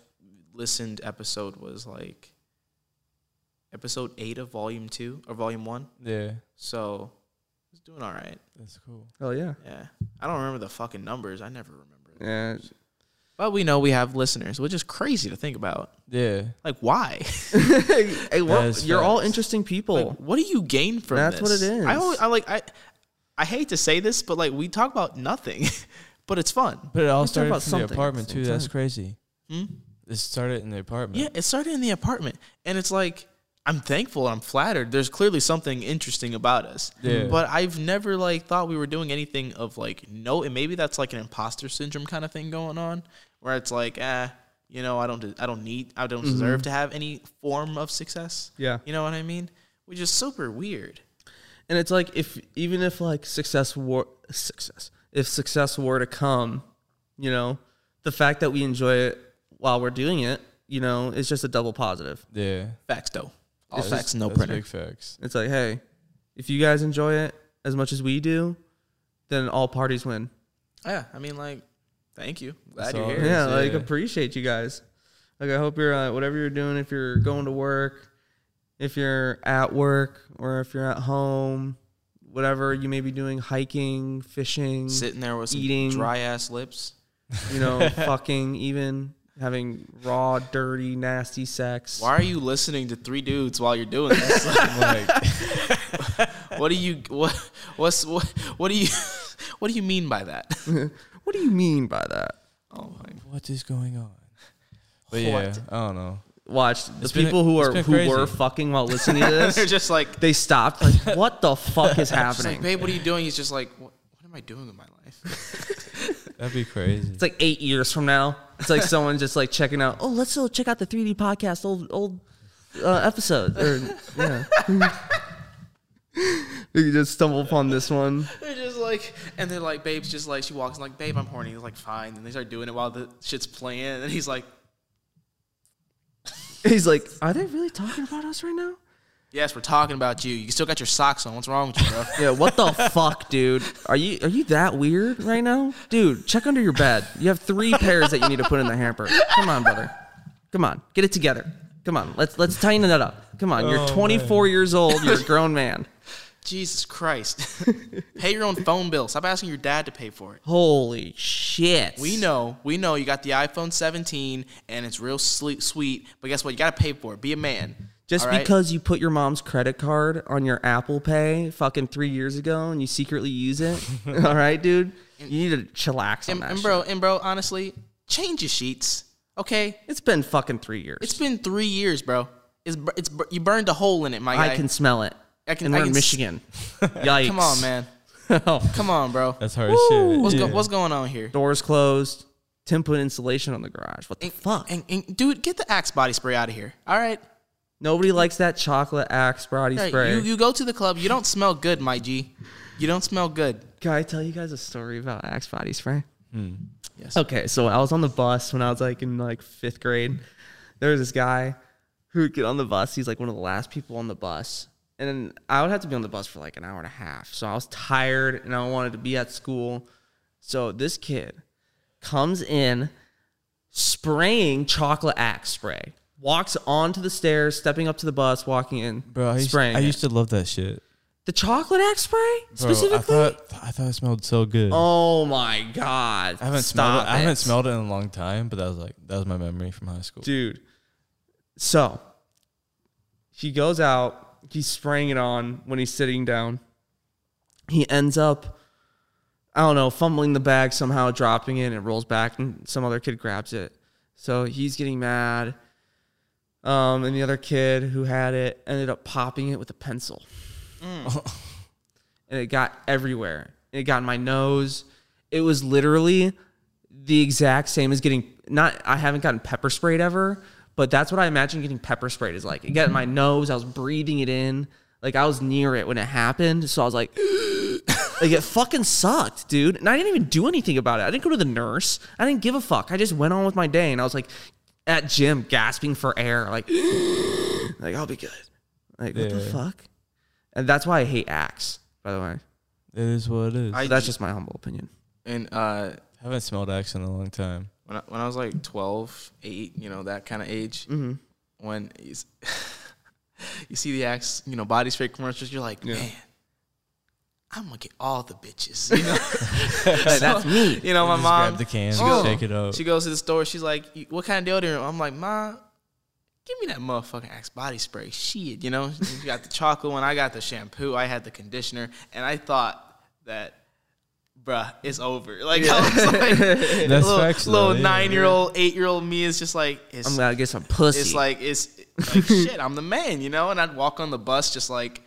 S1: listened episode was like episode eight of volume two or volume one.
S2: Yeah.
S1: So it's doing all right.
S2: That's cool.
S3: oh yeah
S1: Yeah, I don't remember the fucking numbers. I never remember. it.
S3: yeah [laughs]
S1: But we know we have listeners, which is crazy to think about.
S2: Yeah.
S1: Like, why?
S3: hey, we're-
S2: That's
S3: you're all
S2: facts.
S3: interesting people
S1: Like, [laughs] what do you gain from
S3: Oh. That's
S1: this?
S3: what it
S1: I,
S3: is.
S1: always, I like I, I hate to say this, but like we talk about nothing, [laughs] but it's fun.
S2: But it all
S3: talk
S2: started
S3: about
S2: from the
S3: something at the
S2: apartment,
S3: same
S2: too. That's
S3: time.
S2: crazy.
S1: Hmm?
S2: It started in the apartment.
S1: Yeah, it started in the apartment, and it's like I'm thankful, I'm flattered. There's clearly something interesting about us.
S2: Yeah.
S1: But I've never like thought we were doing anything of like no, and maybe that's like an imposter syndrome kind of thing going on, where it's like ah. You know, I don't. de- I don't need. I
S2: Mm-hmm.
S1: don't deserve to have any form of success.
S3: Yeah.
S1: You know what I mean? Which is super weird.
S3: And it's like if even if like success were success, if success were to come, you know, the fact that we enjoy it while we're doing it, you know, is just a double positive.
S2: Yeah.
S1: Facts though. All
S2: That's-
S1: facts, no
S2: Oh, that's
S1: printer.
S2: Big facts.
S3: It's like, hey, if you guys enjoy it as much as we do, then all parties win.
S1: Yeah, I mean, like, thank you. Glad
S2: That's
S1: you're
S2: all.
S1: here.
S3: Yeah, like
S2: yeah.
S3: appreciate you guys. Like I hope you're uh, whatever you're doing, if you're going to work, if you're at work, or if you're at home, whatever you may be doing, hiking, fishing,
S1: Sitting there with some
S3: Eating.
S1: dry ass lips.
S2: [laughs]
S3: you know, fucking, even having raw, dirty, nasty sex.
S1: Why are you listening to three dudes while you're doing this? Like,
S2: I'm like,
S1: [laughs] what do you what what's what what do you [laughs] what do you mean by that? [laughs]
S3: What do you mean by that?
S1: Oh my
S2: what is going on? But yeah, I don't know.
S3: Watch the
S2: It's been-
S3: people who
S2: it's
S3: are
S2: been
S3: who were
S2: crazy.
S3: fucking while
S2: [laughs]
S3: listening to
S1: They're
S3: this.
S1: just like
S3: they stopped. Like, what the fuck is
S1: she's like,
S3: happening?
S1: babe, what are you doing? He's just like, what, what am I doing with my life? [laughs]
S2: That'd be crazy.
S3: It's like eight years from now. It's [laughs] like someone just like checking out. Oh, let's go check out the 3D podcast old old uh, episode. Or [laughs] yeah. You just stumble upon this one.
S1: They're just like, and they're like, babe's just like, she walks in like, babe, I'm horny. He's like, fine. And they start doing it while the shit's playing. And he's like,
S3: He's like, "Are they really talking about us right now?"
S1: yes, we're talking about you. You still got your socks on. What's wrong with you, bro? [laughs]
S3: Yeah, what [laughs] the fuck, dude? Are you are you that weird right now? Dude, check under your bed. You have three pairs that you need to put in the hamper. Come on, brother. Come on. Get it together. Come on. Let's let's tighten it up. Come on. You're 24 years old. [laughs] You're a grown man.
S1: Jesus Christ. [laughs] pay your own phone bill. Stop asking your dad to pay for it.
S3: Holy shit.
S1: We know, we know you got the iPhone 17 and it's real sleek, sweet, but guess what? You got to pay for it. Be a man.
S3: Just
S1: All right.
S3: because you put your mom's credit card on your Apple Pay fucking three years ago and you secretly
S1: [laughs]
S3: use it, all right, dude, you need to chillax on
S1: And,
S3: that.
S1: and
S3: shit.
S1: bro, and bro, honestly, change your sheets. Okay,
S3: it's been fucking three years.
S1: it's been three years, bro. It's bur- it's bur- you burned a hole in it, my guy.
S3: I can smell it.
S1: I can-
S3: and
S1: I
S3: we're
S1: can s-
S3: in Michigan.
S1: [laughs]
S3: Yikes!
S1: Come on, man. Come on, bro.
S2: That's hard as shit.
S1: What's, go-
S2: Yeah.
S1: what's going on here?
S3: [laughs] Doors closed. Tim put insulation on the garage. What the fuck?
S1: And, and dude, get the Axe body spray out of here. All right.
S3: Nobody likes that chocolate axe body
S1: All right,
S3: spray.
S1: You, you go to the club. You don't smell good, my G. You don't smell good.
S3: Can I tell you guys a story about Axe body spray?
S1: Yes.
S3: Okay, so I was on the bus when I was like in like fifth grade. There was this guy who would get on the bus. He's like one of the last people on the bus, and then I would have to be on the bus for like an hour and a half. So I was tired and I wanted to be at school. So this kid comes in spraying chocolate axe spray. Walks onto the stairs, stepping up to the bus, walking in,
S2: Bro, I used,
S3: spraying.
S2: I
S3: it.
S2: used to love that shit.
S3: the chocolate axe spray
S2: Bro,
S3: specifically.
S2: I thought I thought it smelled so good.
S3: Oh my god!
S2: I haven't smelled
S3: Stop
S2: it. I haven't
S3: it.
S2: smelled it in a long time, but that was like that was my memory from high school.
S3: dude. So he goes out. He's spraying it on when he's sitting down. He ends up, I don't know, fumbling the bag somehow, dropping it, and it rolls back, and some other kid grabs it. So he's getting mad. Um, and the other kid who had it ended up popping it with a pencil.
S2: Mm.
S3: [laughs] and it got everywhere. It got in my nose. It was literally the exact same as getting not I haven't gotten pepper sprayed ever, but that's what I imagine getting pepper sprayed is like. It got in my nose, I was breathing it in. Like I was near it when it happened, so I was like [coughs] like it fucking sucked, dude. And I didn't even do anything about it. I didn't go to the nurse. I didn't give a fuck. I just went on with my day and I was like at gym gasping for air like [coughs] like I'll be good. Like what the
S2: Yeah.
S3: fuck? And that's why I hate Axe, by the way.
S2: It is what it is. I
S1: I-
S3: That's just my humble opinion.
S1: And uh,
S2: haven't smelled Axe in a long time.
S1: when I, when I was like 12, 8, you know, that kind of age, when you, s- [laughs] you see the Axe, you know, body spray commercials, you're like, man, I'm going to get all the bitches. You know, that's [laughs] me. You know, my
S2: Just
S1: mom,
S2: grab the can,
S1: goes-
S2: shake it up.
S1: she goes to the store. She's like, "You- "What kind of deodorant?" I'm like, "Ma, give me that motherfucking Axe body spray." Shit, you know. She got the chocolate one. I got the shampoo. I had the conditioner, and I thought that, bruh, it's over. Like I was like,
S2: [laughs] That's
S1: little,
S2: facts, though,
S1: little
S2: yeah.
S1: nine year old, eight year old me is just like, it's,
S3: I'm gonna get some pussy.
S1: it's like it's like shit. I'm the man, you know. And I'd walk on the bus just like,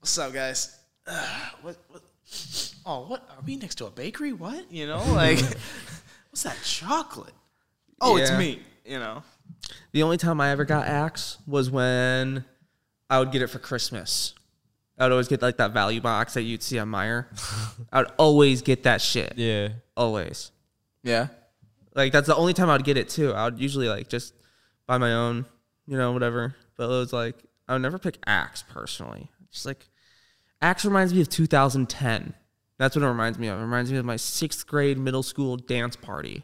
S1: "What's up, guys? [sighs] Ugh, what, what? Oh, what? Are we next to a bakery? What? You know, like, [laughs] what's that chocolate? Oh, it's
S3: Yeah.
S1: me. You know.
S3: The only time I ever got Axe was when I would get it for Christmas. I would always get like that value box that you'd see on Meyer. I would always get that shit.
S2: Yeah.
S3: Always.
S1: Yeah.
S3: Like that's the only time I'd get it too. I would usually like just buy my own, you know, whatever. But it was like I would never pick Axe personally. Just like Axe reminds me of 2010. That's what it reminds me of. It reminds me of my sixth grade middle school dance party.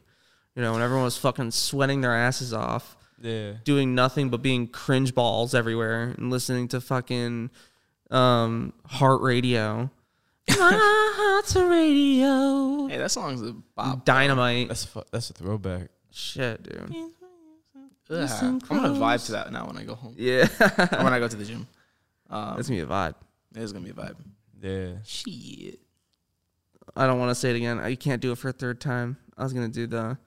S3: You know, when everyone was fucking sweating their asses off
S2: Yeah.
S3: doing nothing but being cringe balls everywhere and listening to fucking um heart [laughs] radio. My heart's a radio.
S1: Hey, that song's a bop.
S3: Dynamite.
S2: That's a, fu- that's a throwback.
S3: Shit, dude.
S1: Ugh. I'm gonna vibe to that now when I go home.
S3: Yeah. Um,
S1: Or [laughs] when I go to the gym,
S3: [laughs] That's gonna be a vibe.
S1: it's gonna be a vibe.
S2: Yeah.
S1: Shit.
S3: I don't want to say it again. I can't do it for a third time. I was gonna do the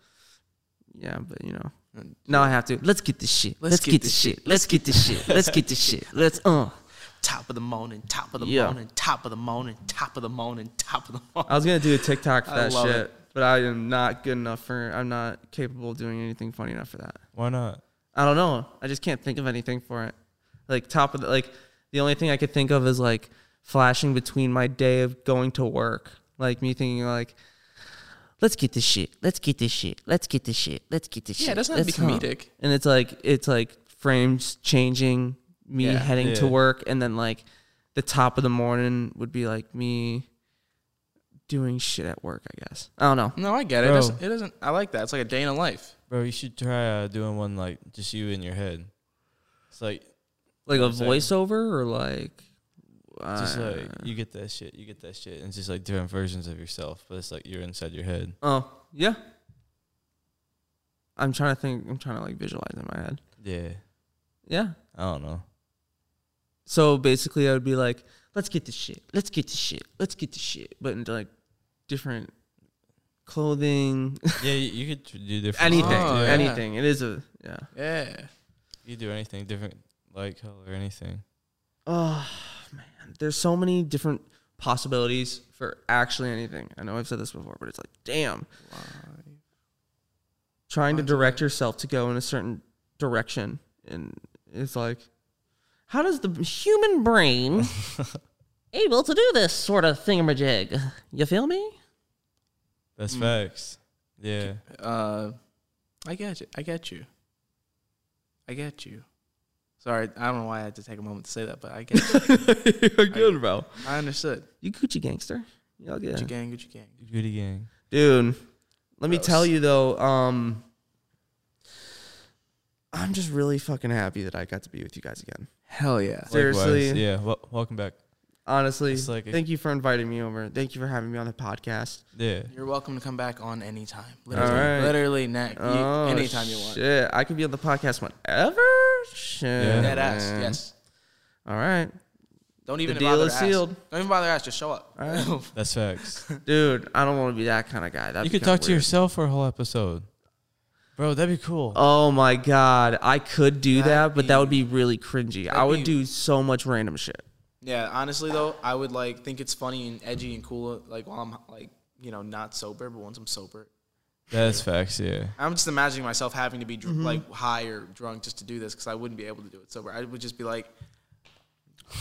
S3: yeah, but you know. Now I have to. Let's get this shit. Let's, get, this shit. Let's get this shit. Let's get this [laughs] shit. Let's uh.
S1: Top of the morning, top of the
S3: Yeah.
S1: morning, top of the morning, top of the morning, top of the morning.
S3: I was gonna do a TikTok for
S1: I
S3: that
S1: love
S3: shit,
S1: it.
S3: but I am not good enough for. I'm not capable of doing anything funny enough for that.
S2: Why not?
S3: I don't know. I just can't think of anything for it. Like top of the like the only thing I could think of is like flashing between my day of going to work. Like me thinking like
S7: Let's get this shit. Let's get this shit. Let's get this shit. Let's get this shit.
S1: Yeah, it doesn't have to be
S7: Let's- huh.
S1: comedic.
S3: and it's like it's like frames changing me
S1: Yeah.
S3: heading to
S2: Yeah.
S3: work and then like the top of the morning would be like me doing shit at work, I guess. I don't know.
S2: Mm.
S1: No, I get it. It
S2: Bro.
S1: doesn't, it doesn't. I like that. It's like a day in a life.
S2: Bro, you should try uh, doing one like just you in your head. It's like
S3: Like a
S2: I'm saying.
S3: voiceover or like
S2: just
S3: uh,
S2: like you get that shit, you get that shit, and it's just like different versions of yourself, but it's like you're inside your head.
S3: Oh, yeah. I'm trying to think I'm trying to like visualize in my head.
S2: Yeah.
S3: Yeah.
S2: I don't know. [laughs]
S3: So basically, I would be like, "Let's get this shit. Let's get this shit. Let's get this shit." But into like different clothing, [laughs]
S2: Yeah, you, you could tr- do different.
S3: anything,
S1: yeah.
S3: anything. It is a yeah.
S1: Yeah.
S2: You could do anything different, light color, or anything.
S3: Oh man, there's so many different possibilities for actually anything. I know I've said this before, but it's like, damn. Trying to direct yourself to go in a certain direction, and it's like,
S7: How does the human brain
S3: [laughs]
S7: able to do this sort of thingamajig? You feel me?
S2: That's facts. Yeah.
S1: Uh, I get you. I get you. I get you. Sorry, I don't know why I had to take a moment to say that, but I get
S3: [laughs]
S1: you.
S3: good bro.
S1: I understood.
S3: You Gucci gangster. Y'all get it.
S1: Gucci gang, Gucci gang.
S2: Goody gang.
S3: dude let me
S1: Gross.
S3: tell you though um i'm just really fucking happy that i got to be with you guys again
S1: Hell yeah.
S3: Seriously.
S2: Likewise, yeah. Wel- welcome back.
S3: honestly
S2: It's like a-
S3: thank you for inviting me over thank you for having me on the podcast
S2: Yeah.
S1: You're welcome to come back on anytime.
S3: All
S1: Literally,
S3: right.
S1: literally next,
S3: Oh,
S1: anytime you want.
S3: shit i could be on the podcast whenever shit
S2: Yeah.
S1: Dead ass.
S3: man.
S1: Yes.
S3: all right
S1: Don't even
S3: deal
S1: bother
S3: is
S1: to ask.
S3: sealed.
S1: Don't even bother to ask. Just show up.
S2: That's facts.
S3: dude i don't want to be that kind of guy that
S2: you could talk to yourself for a whole episode. Bro, that'd be cool.
S3: oh my god i could do
S1: That'd
S3: that but that would be really cringy i would
S1: be-
S3: do so much random shit
S1: Yeah, honestly though, I would like think it's funny and edgy and cool. Like while I'm like you know not sober, but once I'm sober,
S2: That's facts, yeah.
S1: I'm just imagining myself having to be dr- like high or drunk just to do this because I wouldn't be able to do it sober. I would just be like,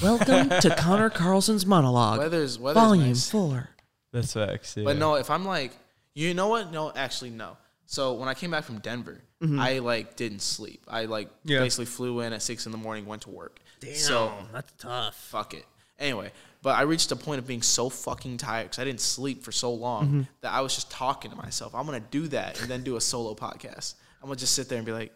S3: welcome
S7: [laughs]
S3: to connor carlson's monologue
S1: weather's weather's
S3: volume
S1: nice.
S3: four
S2: That's facts, yeah.
S1: But no, if I'm like, you know what? No, actually, no. So when I came back from Denver, I like didn't sleep. I like
S3: Yeah.
S1: basically flew in at six in the morning, went to work. Damn, so, that's tough. Fuck it. Anyway, but I reached a point of being so fucking tired because I didn't sleep for so long that I was just talking to myself. I'm gonna do that and then do a solo podcast. I'm gonna just sit there and be like,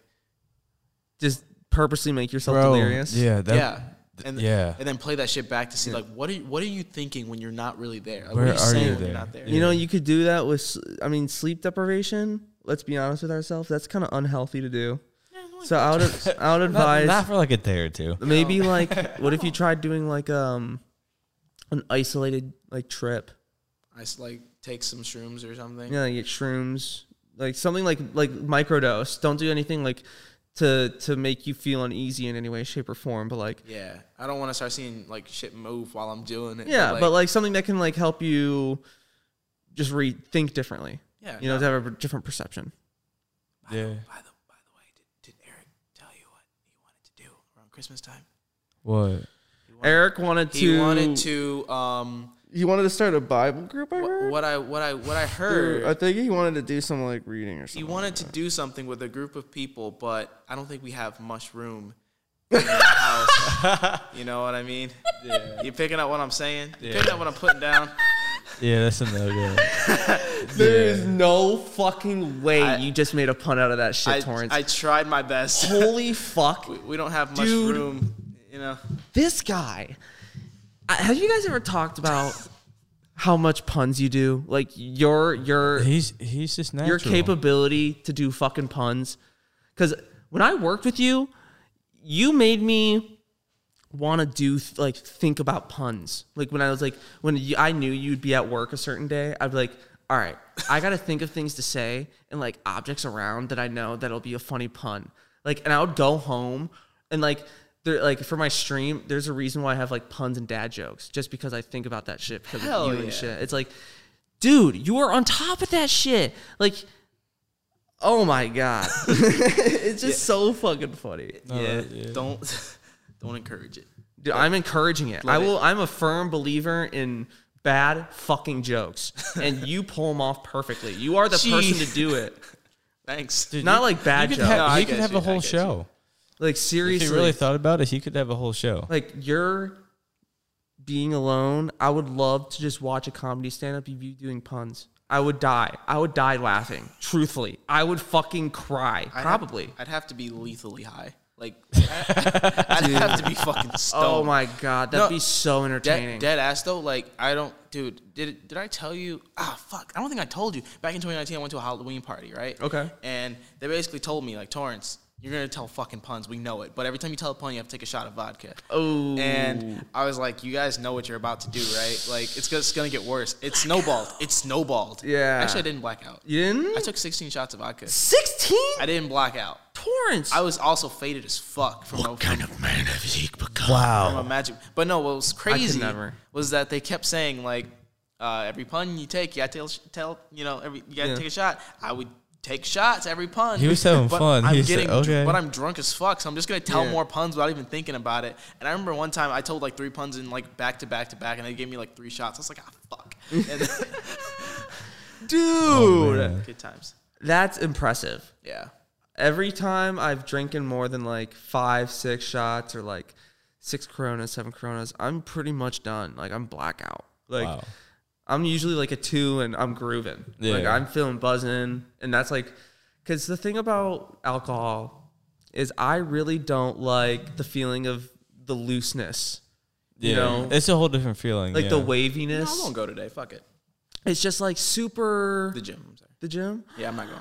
S3: just purposely make yourself delirious.
S2: Yeah, that,
S1: yeah. And, th-
S2: yeah.
S1: and then play that shit back to see like what are you, what are you thinking when you're not really there? Like, what
S2: Where
S1: are you
S2: are
S1: saying
S2: you
S1: when you're
S2: there?
S1: not there?
S3: You know, you could do that with, s- I mean, sleep deprivation. Let's be honest with ourselves. That's kind of unhealthy to do. So I would, I would
S2: not,
S3: advise
S2: not for like a day or two.
S3: maybe like, what if you tried doing like um, an isolated like trip?
S1: I s- like take some shrooms or something.
S3: You know, like get shrooms, like something like like microdose. Don't do anything like to to make you feel uneasy in any way, shape, or form. But like,
S1: Yeah, I don't want to start seeing like shit move while I'm doing it.
S3: yeah, but like something that can like help you just rethink differently.
S1: Yeah,
S3: you know,
S1: no.
S3: to have a different perception.
S2: Yeah.
S1: by the by the way, did, did Eric tell you what he wanted to do around Christmas time?
S2: What?
S3: Eric wanted to.
S1: He wanted to um
S3: He wanted to start a Bible group. I
S1: what,
S3: heard.
S1: what I what I what I
S3: Or I
S1: heard.
S3: think he wanted to do some like reading or
S1: He
S3: something.
S1: wanted to do something with a group of people, but I don't think we have much room.
S3: [laughs]
S1: in the house. You know what I mean? Yeah. You picking up what I'm saying? You picking up what I'm putting down?
S2: Yeah, that's another good.
S3: There is no fucking way
S1: I-
S3: you just made a pun out of that shit,
S1: I,
S3: Torrance.
S1: I tried my best.
S3: Holy
S1: [laughs]
S3: fuck,
S1: We- we don't have much
S3: Dude.
S1: room, you know.
S3: this guy. I, have you guys ever talked about how much puns you do? Like your your
S2: [laughs] He's he's just natural.
S3: your capability to do fucking puns. Because when I worked with you, you made me want to do th- like think about puns. Like when I was like when you, I knew you'd be at work a certain day, I'd be like, all right, I gotta think of things to say and like objects around that I know that'll be a funny pun. Like, and I would go home and like. There, like for my stream, there's a reason why I have like puns and dad jokes, just because I think about that shit because
S1: Hell
S3: of you
S1: yeah.
S3: and shit. It's like, dude, you are on top of that shit. Like, oh my god,
S2: [laughs]
S3: it's just so fucking funny.
S1: yeah, don't [laughs] don't encourage it.
S3: Dude, I'm encouraging it. I will. I'm a firm believer in bad
S2: [laughs]
S3: fucking jokes, and you pull them off perfectly. You are the
S1: Gee.
S3: person to do it.
S1: Thanks.
S3: Not like
S2: He
S3: bad
S2: could
S3: jokes.
S2: have,
S1: No, I
S2: he could
S1: get
S2: have
S1: you,
S2: a
S1: I
S2: whole
S1: get you.
S2: show.
S3: like
S2: If
S3: seriously,
S2: he really thought about it, he could have a whole show.
S3: like you're being alone. I would love to just watch a comedy stand up of you doing puns. I would die. I would die laughing. Truthfully, I would fucking cry.
S1: I'd have-
S3: Probably.
S1: I'd have to be lethally high.
S3: [laughs]
S1: Like, I, I'd have to be fucking stoned.
S3: oh my god, that'd
S1: No,
S3: be so entertaining.
S1: Dead, dead ass though. Like, I don't, dude. Did did I tell you? Ah, fuck. I don't think I told you. Back in 2019, I went to a Halloween party, right?
S3: Okay.
S1: And they basically told me like, Torrance, You're gonna tell fucking puns. We know it. But every time you tell a pun, you have to take a shot of vodka.
S3: Oh.
S1: And I was like, you guys know what you're about to do, right? Like, it's, just gonna get worse. It snowballed. It snowballed.
S3: Yeah.
S1: Actually, I didn't black out.
S3: You didn't?
S1: I took 16 shots of vodka.
S3: 16?
S1: I didn't black out.
S3: Torrance.
S1: I was also faded as fuck from
S6: What
S1: a,
S6: kind of man has he become?
S1: from a
S2: Wow.
S1: magic. But no, what was crazy
S3: never.
S1: was that they kept saying like, uh, every pun you take, you gotta tell, tell you know, every you gotta
S3: Yeah.
S1: take a shot. I would take shots every pun.
S2: He was having
S1: but
S2: fun.
S1: I'm
S2: He said,
S1: getting, dr-
S2: "Okay."
S1: but I'm drunk as fuck, so I'm just gonna tell
S3: Yeah.
S1: more puns without even thinking about it. And I remember one time I told like three puns in like back to back to back, and they gave me like three shots. I was like, ah, fuck. And [laughs]
S3: Dude.
S1: good times.
S3: Oh, That's impressive.
S1: Yeah.
S3: Every time I've drinking more than like five, six shots or like six coronas, seven coronas, I'm pretty much done. Like I'm blackout. Like
S2: Wow.
S3: I'm usually like a two and I'm grooving. Like
S2: Yeah.
S3: I'm feeling buzzing. And that's like, because the thing about alcohol is I really don't like the feeling of the looseness,
S2: Yeah.
S3: know,
S2: it's a whole different feeling.
S3: like
S2: yeah.
S3: the
S1: No,
S3: waviness.
S1: I won't go today. Fuck it.
S3: it's just like super.
S1: The gym. I'm sorry.
S3: the gym?
S1: Yeah, I'm not going.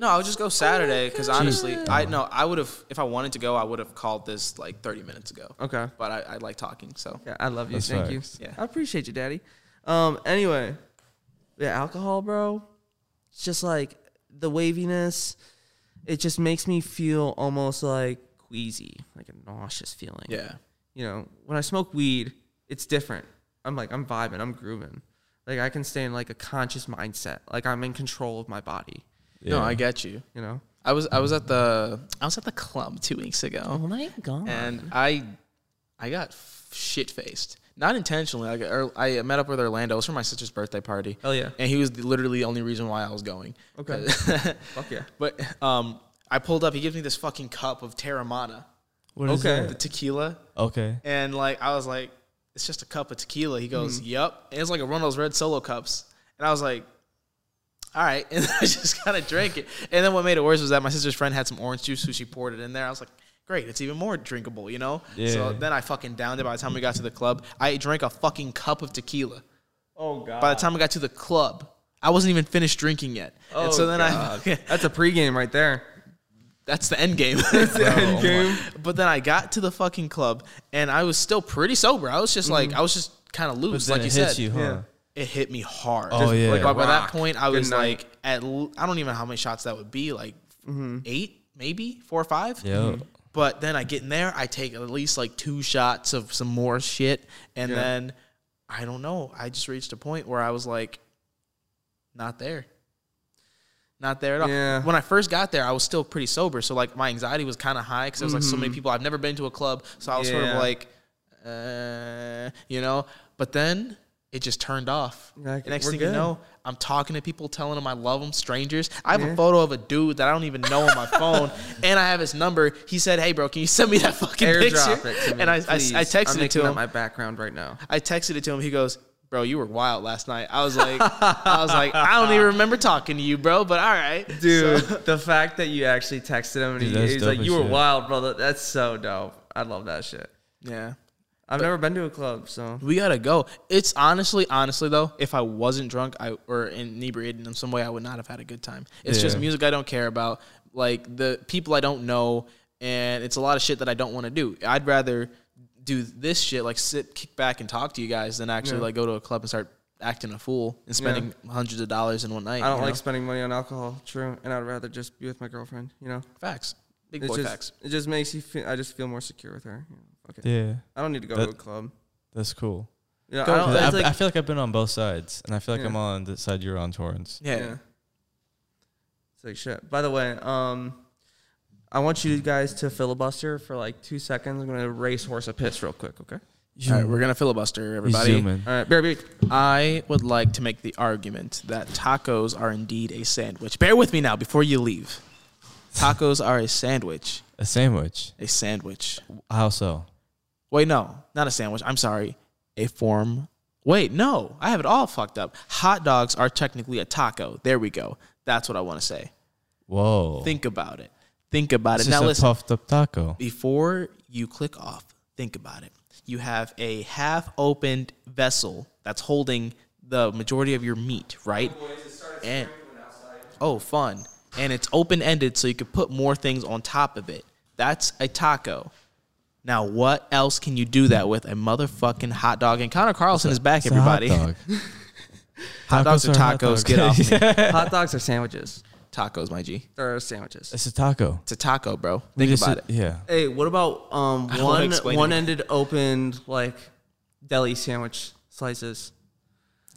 S1: No, I'll just go Saturday because honestly, I no, I would have if I wanted to go, I would have called this like 30 minutes ago.
S3: Okay.
S1: But I, I like talking, so
S3: Yeah, I love you.
S2: That's
S3: Thank
S2: facts.
S3: you.
S1: Yeah.
S3: I appreciate you, Daddy. Um. Anyway, yeah, alcohol, bro. It's just like the waviness. It just makes me feel almost like queasy, like a nauseous feeling.
S1: yeah,
S3: You know, when I smoke weed, it's different. I'm like, I'm vibing, I'm grooving. Like I can stay in like a conscious mindset. Like I'm in control of my body.
S1: No, I get you.
S3: You know.
S1: I was I was at the I was at the club two weeks ago.
S7: Oh my god.
S1: and I, I got shit faced. Not intentionally. I, got, or I met up with Orlando. It was for my sister's birthday party.
S3: Hell yeah.
S1: And he was the, literally the only reason why I was going.
S2: [laughs]
S3: Okay.
S1: Fuck
S3: yeah.
S1: But um, I pulled up. He gives me this fucking cup of Terramana,
S2: What is
S3: Okay.
S1: the tequila,
S2: that? Okay. Mm-hmm.
S1: and like I was like, it's just a cup of tequila. He goes, yup. And it's like a one of those red solo cups. And I was like, all right. [laughs] And I just kind of drank it. And then what made it worse was that my sister's friend had some orange juice, so she poured it in there. I was like, great, it's even more drinkable, you know?
S2: Yeah.
S1: So then I fucking downed it. By the time we got to the club, I drank a fucking cup of tequila.
S3: Oh God.
S1: By the time I got to the club, I wasn't even finished drinking yet. Oh, and so then [laughs] I,
S3: That's a pregame right there.
S1: that's the end
S3: [laughs]
S1: game. Oh
S3: End game.
S1: But then I got to the fucking club and I was still pretty sober. I was just like,
S3: Mm-hmm.
S1: I was just kind of loose,
S2: Then
S1: like you
S2: it hits
S1: said.
S2: you, huh?
S3: Yeah.
S1: It hit me hard.
S2: Oh, yeah. like a
S1: But by that
S3: rock.
S1: point, I
S3: Good
S1: was
S3: night. Mm-hmm.
S1: like, at l- I don't even know how many shots that would be, like eight, maybe four or five.
S2: Yep.
S1: But then I get in there, I take at least like two shots of some more shit, and then I don't know. I just reached a point where I was like, not there. Not there at all.
S3: Yeah.
S1: When I first got there, I was still pretty sober, so like my anxiety was kind of high because there was like so many people. I've never been to a club, so I was sort of
S3: Mm-hmm. Yeah.
S1: like, uh, you know. But then it just turned off.
S3: Like,
S1: The Next
S3: we're
S1: thing you
S3: good.
S1: know, I'm talking to people, telling them I love them, strangers. I have
S3: Yeah.
S1: a photo of a dude that I don't even know on my
S3: [laughs]
S1: phone, and I have his number. He said, "Hey, bro, can you send me that fucking
S3: Airdrop
S1: picture?"
S3: it to me,
S1: and I, I, I
S3: please.
S1: texted
S3: I'm
S1: it to
S3: making
S1: him.
S3: up my background right
S1: [laughs]
S3: now.
S1: I texted it to him. He goes, "Bro, you were wild last night." I was like, "I was like, I don't
S3: [laughs]
S1: even remember talking to you, bro." But all right,
S3: Dude,
S1: So-
S3: the fact that you actually texted him and
S2: Dude,
S3: he,
S2: that's
S3: he's
S2: dope
S3: like,
S2: as
S3: "You were
S2: shit.
S3: wild, brother." That's so dope. I love that shit.
S1: yeah,
S3: I've never been to a club, so
S1: we gotta go. It's honestly, honestly though, if I wasn't drunk, I or inebriated in some way, I would not have had a good time. It's just
S2: Yeah.
S1: music I don't care about, like the people I don't know, and it's a lot of shit that I don't want to do. I'd rather do this shit, like sit, kick back, and talk to you guys, than actually like go to a club and start acting a fool and spending hundreds of dollars in one night.
S3: I don't
S1: you
S3: like
S1: know?
S3: spending money on alcohol. True, and I'd rather just be with my girlfriend. You know,
S1: facts, big
S3: it
S1: boy
S3: just
S1: facts.
S3: it just makes you feel. I just feel more secure with her. You know, fuck it.
S2: Yeah.
S3: I don't need to go
S2: That-
S3: to a club.
S2: That's cool.
S3: You know,
S1: Go-
S3: I don't,
S2: 'Cause I,
S3: it's like,
S2: I feel like I've been on both sides, and I feel like
S3: Yeah.
S2: I'm on the side you're on, Torrance.
S1: Yeah.
S3: yeah. It's like shit. By the way, um, I want you guys to filibuster for like two seconds. I'm gonna racehorse a piss real quick. Okay.
S1: All right, we're gonna filibuster,
S2: He's
S1: everybody.
S2: zooming.
S3: All right,
S1: [laughs]
S3: bear, bear.
S1: I would like to make the argument that tacos are indeed a sandwich. Bear with me now before you leave. Tacos are a sandwich.
S2: A sandwich.
S1: A sandwich.
S2: How so?
S1: Wait, no, not a sandwich. I'm sorry. A form. Wait, no, I have it all fucked up. Hot dogs are technically a taco. There we go. That's what I want to say.
S2: Whoa.
S1: Think about it. Think about
S2: it's
S1: it. Now
S2: just a
S1: listen.
S2: puffed up taco.
S1: before you click off, think about it. You have a half opened vessel that's holding the majority of your meat, right? And oh, fun. and it's open ended, so you could put more things on top of it. That's a taco. Now, what else can you do that with? A motherfucking hot dog. And Connor Carlson is back,
S2: It's a hot
S1: everybody.
S2: dog.
S1: Hot dogs
S2: Tacos
S1: or
S2: are hot
S1: tacos?
S2: dogs.
S1: Get
S2: [laughs]
S1: off me.
S3: Hot dogs are sandwiches.
S1: Tacos, my G.
S3: They're sandwiches.
S2: It's a taco.
S1: It's a taco, bro.
S2: We
S1: Think
S2: just-
S1: about it.
S2: Yeah.
S3: Hey, what about um
S1: I don't wanna
S3: one
S1: explain
S3: one
S1: it.
S3: ended opened like deli sandwich slices?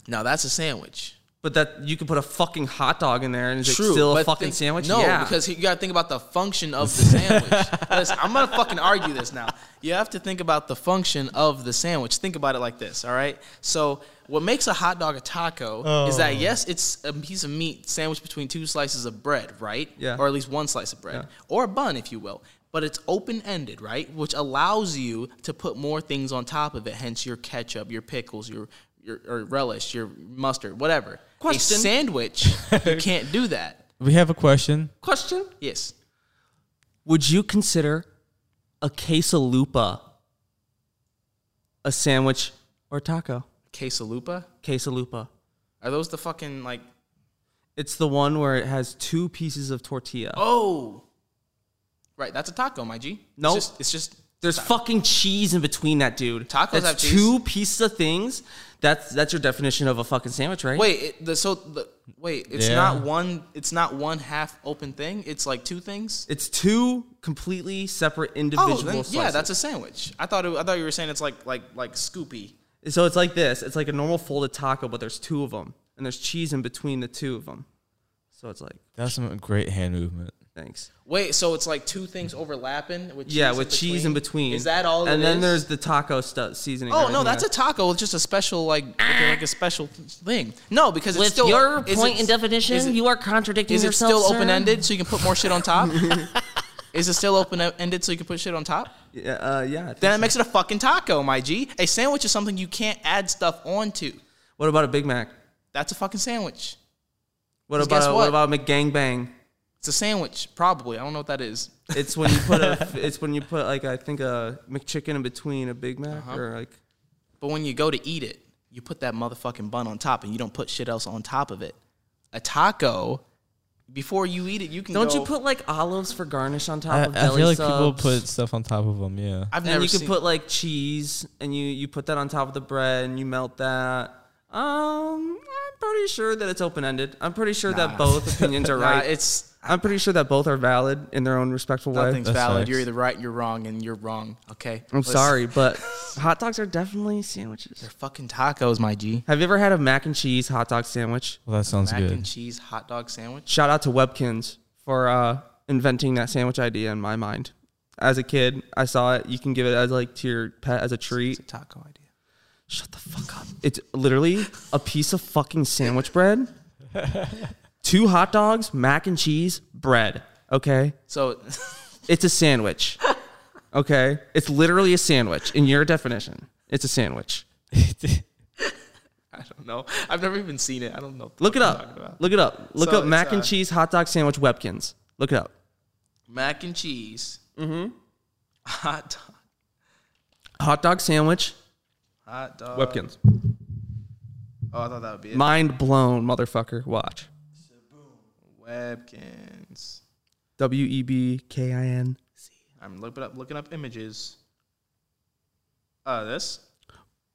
S1: Now, that's a sandwich.
S3: But that you could put a fucking hot dog in there and it's
S1: True,
S3: still a
S1: but
S3: fucking
S1: think-
S3: sandwich.
S1: No,
S3: yeah.
S1: because you got to think about the function of the sandwich.
S3: [laughs]
S1: Listen, I'm gonna fucking argue this now. You have to think about the function of the sandwich. Think about it like this, all right? So, what makes a hot dog a taco is that
S3: Oh.
S1: yes, it's a piece of meat sandwiched between two slices of bread, right?
S3: Yeah.
S1: Or at least one slice of bread, or a bun, if you will. But it's open ended, right? Which allows you to put more things on top of it. Hence, your ketchup, your pickles, your your or relish, your mustard, whatever.
S3: Question.
S1: A sandwich,
S3: [laughs]
S1: you can't do that.
S2: We have a question.
S3: Question:
S1: Yes.
S3: Would you consider a quesalupa a sandwich or taco?
S1: Quesalupa?
S3: Quesalupa.
S1: Are those the fucking like
S3: It's the one where it has two pieces of tortilla.
S1: oh Right, that's a taco, my G.
S3: Nope.
S1: It's just, it's just
S3: There's fucking cheese in between that, dude.
S1: Tacos
S3: That's
S1: have cheese?
S3: two pieces of things. That's that's your definition of a fucking sandwich, right?
S1: wait, it, the so the wait, it's
S2: Yeah.
S1: not one it's not one half open thing, it's like two things.
S3: It's two completely separate individual
S1: Oh, then-
S3: slices.
S1: yeah, that's a sandwich. I thought it, I thought you were saying it's like like like scoopy.
S3: so it's like this. It's like a normal folded taco, but there's two of them, and there's cheese in between the two of them. So it's like,
S2: That's some great hand movement.
S3: thanks.
S1: Wait, so it's like two things overlapping with cheese
S3: yeah,
S1: in
S3: with cheese in between.
S1: Is that all?
S3: And
S1: it
S3: then
S1: is?
S3: there's the taco stu seasoning.
S1: Oh no, that's a taco. It's just a special like like a special thing. No, because
S7: With
S1: it's still
S7: your
S1: is
S7: point
S1: it-
S7: and definition,
S1: is it-
S7: you are contradicting
S1: Is it
S7: yourself.
S1: still
S7: sir.
S1: open ended so you can put more shit on
S3: [laughs]
S1: top? Is it still open ended so you can put shit on top?
S3: a yeah. Uh, yeah I think
S1: Then it
S3: so.
S1: makes it a fucking taco, my G. A sandwich is something you can't add stuff onto.
S3: What about a Big Mac?
S1: That's a fucking sandwich.
S3: What
S1: 'Cause guess
S3: about what?
S1: what?
S3: about a McGangbang?
S1: It's a sandwich, probably. I don't know what that is.
S3: It's when you put [laughs] a. it's when you put like I think a McChicken in between a Big Mac
S1: Uh-huh.
S3: or like.
S1: But when you go to eat it, you put that motherfucking bun on top and you don't put shit else on top of it. A taco, before you eat it, you can
S3: Don't
S1: go-
S3: you put like olives for garnish on top
S2: I,
S3: of
S2: I
S3: deli
S2: feel like
S3: subs?
S2: people put stuff on top of them. Yeah.
S1: I've
S3: and
S1: never
S3: you can
S1: seen-
S3: put like cheese and you you put that on top of the bread and you melt that. Um, I'm pretty sure that it's open ended. I'm pretty sure that both opinions are
S1: [laughs] Nah,
S3: right.
S1: it's
S3: I'm pretty sure that both are valid in their own respectful way.
S1: nothing's
S2: That's
S1: valid.
S2: facts.
S1: You're either right, you're wrong, and you're wrong. Okay.
S3: I'm sorry, but
S1: [laughs]
S3: hot dogs are definitely sandwiches.
S1: They're fucking tacos, my G.
S3: Have you ever had a mac and cheese hot dog sandwich?
S2: Well, that sounds
S1: Mac
S2: good. [laughs]
S1: and cheese hot dog sandwich.
S3: Shout out to Webkins for uh, inventing that sandwich idea in my mind. As a kid, I saw it. You can give it as like to your pet as a treat.
S1: taco idea.
S3: Shut the fuck up. It's literally a piece of fucking sandwich bread, two hot dogs, mac and cheese, bread. Okay?
S1: So, [laughs]
S3: It's a sandwich. Okay? It's literally a sandwich in your definition. It's a sandwich.
S1: I don't know. I've never even seen it. I don't know.
S3: Look it
S1: talking
S3: up.
S1: about?
S3: Look it up. Look
S1: So
S3: up
S1: it's,
S3: mac and
S1: uh,
S3: cheese hot dog sandwich Webkins. Look it up.
S1: Mac and cheese. Mm-hmm. Hot dog.
S3: Hot dog sandwich
S1: Hot dog.
S3: Webkins.
S1: Oh, I thought that would be it.
S3: Mind blown, motherfucker. Watch.
S1: Webkins.
S3: W E B K I N.
S1: I'm looking up looking up images. Uh, this.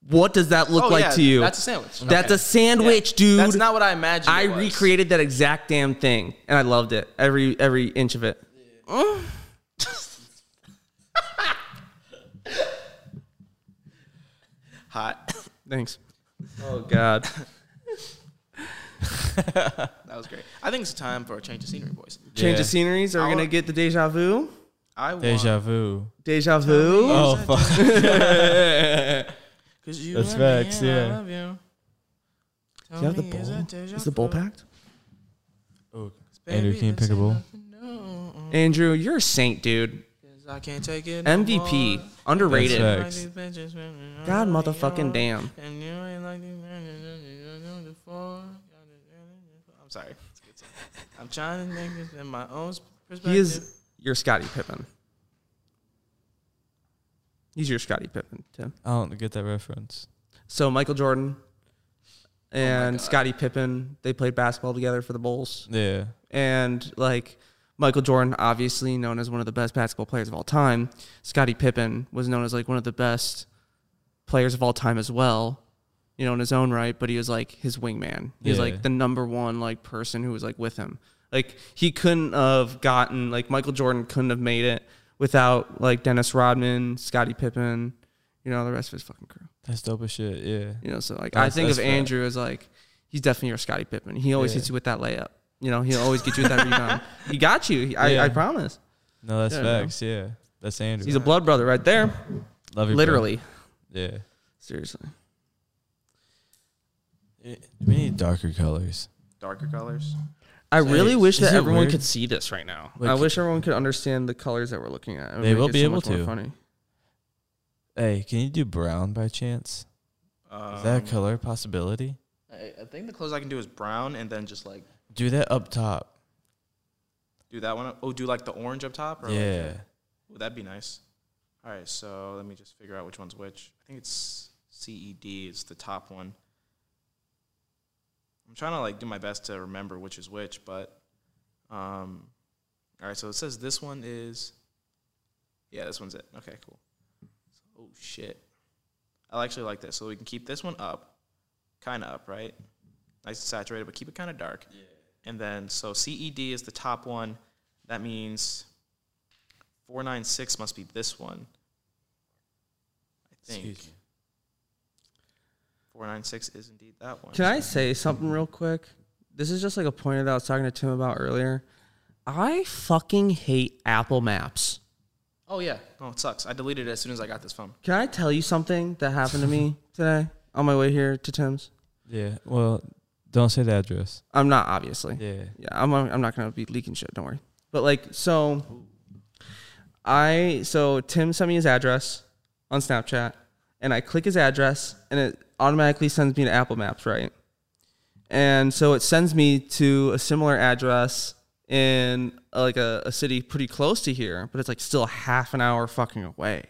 S3: What does that look
S1: oh,
S3: like
S1: yeah,
S3: to you?
S1: That's a sandwich.
S3: That's a sandwich, dude.
S1: That's not what I imagined.
S3: I
S1: it was.
S3: recreated that exact damn thing, and I loved it. Every every inch of it.
S1: hot. [laughs]
S3: Thanks. Oh God.
S1: that was great. I think it's time for a change of scenery, boys.
S3: [laughs] Change
S2: Yeah.
S3: of sceneries. Are we
S1: I'll-
S3: gonna get the deja vu?
S1: I want
S2: Deja vu.
S3: Deja vu.
S2: Oh fuck.
S1: Cause you
S2: That's
S1: and me
S2: facts,
S1: and I
S2: yeah.
S1: love you. Tell
S3: you have the
S1: me, is
S3: bowl?
S1: it deja
S3: Is the bowl
S1: vu?
S3: packed?
S2: Oh. Andrew, can you pick a bowl?
S3: Andrew, you're a saint, dude.
S1: I can't take it. no
S3: MVP.
S1: more.
S3: Underrated.
S2: That's facts.
S3: God motherfucking damn.
S1: And you ain't like these men before. I'm sorry. It's a good song. I'm trying to make this in my own perspective.
S3: He is. You're Scotty Pippen. He's your Scotty Pippen, Tim.
S2: I don't get that reference.
S3: So Michael Jordan and
S1: God.
S3: Scottie Pippen, they played basketball together for the Bulls.
S2: Yeah.
S3: and like Michael Jordan, obviously known as one of the best basketball players of all time. Scottie Pippen was known as like one of the best players of all time as well, you know, in his own right. But he was like his wingman. He was
S2: Yeah.
S3: like the number one like person who was like with him. Like he couldn't have gotten like Michael Jordan couldn't have made it without like Dennis Rodman, Scottie Pippen, you know, the rest of his fucking crew.
S2: That's dope as shit. Yeah.
S3: You know, so like I
S2: That's-
S3: think of
S2: that's fair.
S3: Andrew as like he's definitely your Scottie Pippen. He always
S2: Yeah.
S3: hits you with that layup. You know, he'll always get you with
S2: [laughs]
S3: that rebound. He got you. He- I,
S2: Yeah.
S3: I promise.
S2: No, that's
S3: Yeah, no.
S2: facts. Yeah. That's Andrew.
S3: He's a blood brother right there.
S2: Love you, bro.
S3: Literally.
S2: Yeah.
S3: Seriously.
S2: Eh, We need darker colors.
S1: Darker colors.
S3: I really wish
S2: is
S3: that
S2: it
S3: everyone
S2: weird?
S3: could see this right now.
S2: Like-
S3: I wish everyone could understand the colors that we're looking at. It would
S2: They
S3: make
S2: will
S3: it
S2: be
S3: so
S2: able
S3: much more
S2: to.
S3: Funny.
S2: Hey, can you do brown by chance?
S1: Uh,
S2: Is that
S3: Um,
S2: a color possibility?
S1: I, I think the closest I can do is brown, and then just like
S2: Do that up top.
S1: do that one. up- Oh, do like the orange up top. Or like-
S2: Yeah.
S1: Ooh, that'd be nice. All right, so let me just figure out which one's which. I think it's CED is the top one. I'm trying to like do my best to remember which is which, but um, all right. So it says this one is, yeah, this one's it. Okay, cool. Oh shit, I actually like this. So we can keep this one up, kind of up, right? Nice and saturated, but keep it kind of dark. Yeah. And then so CED is the top one. That means four nine six must be this one. I think
S2: Excuse me.
S1: four nine six is indeed that one.
S3: Can I say something real quick? This is just like a pointer that I was talking to Tim about earlier. I fucking hate Apple Maps.
S1: Oh yeah. Oh, it sucks. I deleted it as soon as I got this phone.
S3: Can I tell you something that happened
S2: [laughs]
S3: to me today on my way here to Tim's?
S2: Yeah. Well, don't say the address.
S3: I'm not obviously.
S2: Yeah.
S3: Yeah, I'm I'm not gonna be leaking shit. Don't worry. But like, so I so Tim sent me his address on Snapchat, and I click his address, and it automatically sends me to Apple Maps, right? And so it sends me to a similar address in uh, like a, a city pretty close to here, but it's like still half an hour fucking away.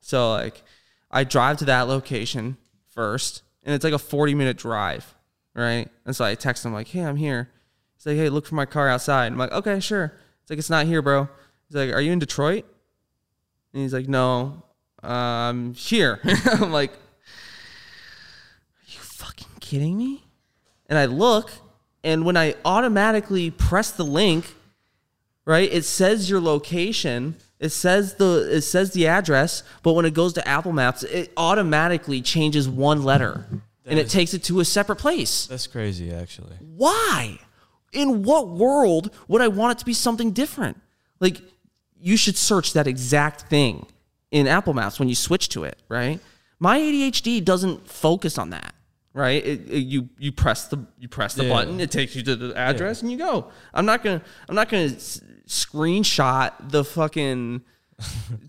S3: So like, I drive to that location first, and it's like a forty minute drive, right? And so I text him like, "Hey, I'm here." He's like, "Hey, look for my car outside." I'm like, "Okay, sure." It's like, "It's not here, bro." He's like, "Are you in Detroit?" And he's like, "No, I'm here." [laughs] I'm like, "Are you fucking kidding me?" And I look, and when I automatically press the link, right? It says your location. It says the it says the address, but when it goes to Apple Maps, it automatically changes one letter and it takes it to a separate place.
S2: That's crazy, actually.
S3: Why? In what world would I want it to be something different? Like you should search that exact thing in Apple Maps when you switch to it, right? My ADHD doesn't focus on that, right? It, it- you you press the you press the
S2: Yeah.
S3: button, it takes you to the address, and you go. I'm not gonna I'm not gonna s- screenshot the fucking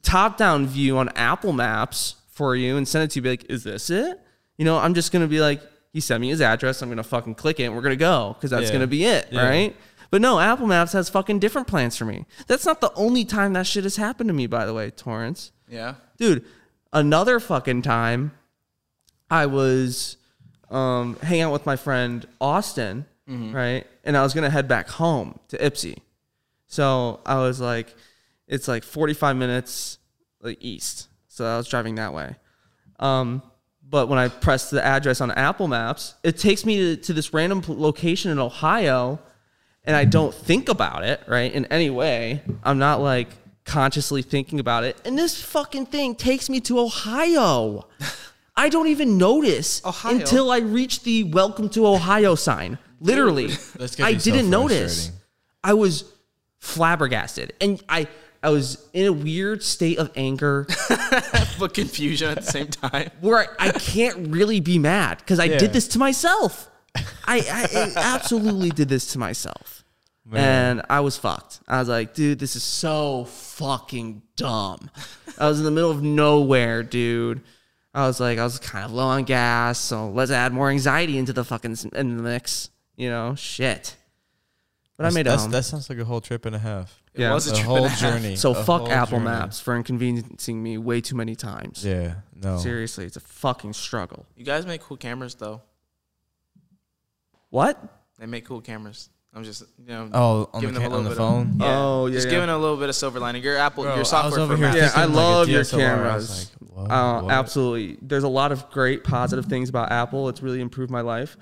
S3: top down view on Apple Maps for you and send it to you. Be like, is this it? You know, I'm just gonna be like, he sent me his address. I'm gonna fucking click it. and We're gonna go because that's
S2: Yeah.
S3: gonna be it,
S2: Yeah.
S3: right? But no, Apple Maps has fucking different plans for me. That's not the only time that shit has happened to me, by the way, Torrance.
S1: Yeah.
S3: Dude, another fucking time, I was um, hanging out with my friend Austin,
S2: Mm-hmm.
S3: right? And I was gonna head back home to Ipsy. So I was like, it's like 45 minutes like east. So I was driving that way. Um, but when I press the address on Apple Maps, it takes me to, to this random pl- location in Ohio, and I don't think about it, right? In any way, I'm not like consciously thinking about it. And this fucking thing takes me to Ohio. I don't even notice
S1: Ohio?
S3: until I reach the welcome to Ohio sign. Literally,
S2: That's gotta
S3: I
S2: be so
S3: didn't notice.
S2: frustrating.
S3: I was flabbergasted, and I I was in a weird state of anger
S1: But confusion at the same time.
S3: where I, I can't really be mad because I
S2: Yeah.
S3: did this to myself. I, I, I absolutely did this to myself.
S2: Man.
S3: And I was fucked. I was like, dude, this is so fucking dumb. I was in the middle of nowhere, dude. I was like, I was kind of low on gas, so let's add more anxiety into the fucking s- in the mix. You know, shit. But I made it
S2: that's,
S3: home.
S2: That sounds like a whole trip and a half.
S1: It
S3: Yeah.
S1: was a
S2: a
S1: trip
S2: whole
S1: and a half.
S2: journey.
S3: so
S2: a
S3: fuck
S2: whole
S3: Apple
S2: journey.
S3: Maps for inconveniencing me way too many times.
S2: Yeah. No.
S3: Seriously, it's a fucking struggle.
S1: You guys make cool cameras though.
S3: What?
S1: They make cool cameras. I'm just you know
S2: Oh, on the,
S1: giving them
S2: ca-
S1: a little
S2: on the
S1: bit
S2: phone.
S1: Of, yeah,
S3: Oh, yeah,
S1: just
S3: yeah.
S1: giving a little bit of silver lining. Your Apple,
S2: Bro,
S1: your software
S2: I was over
S1: for
S2: here
S1: Mac.
S3: Yeah,
S2: thinking,
S3: I
S2: like, a
S3: love your
S2: DSLR. I was
S3: cameras.
S2: like, whoa,
S3: Uh,
S2: what?
S3: absolutely. There's a lot of great positive things about Apple. It's really improved my life.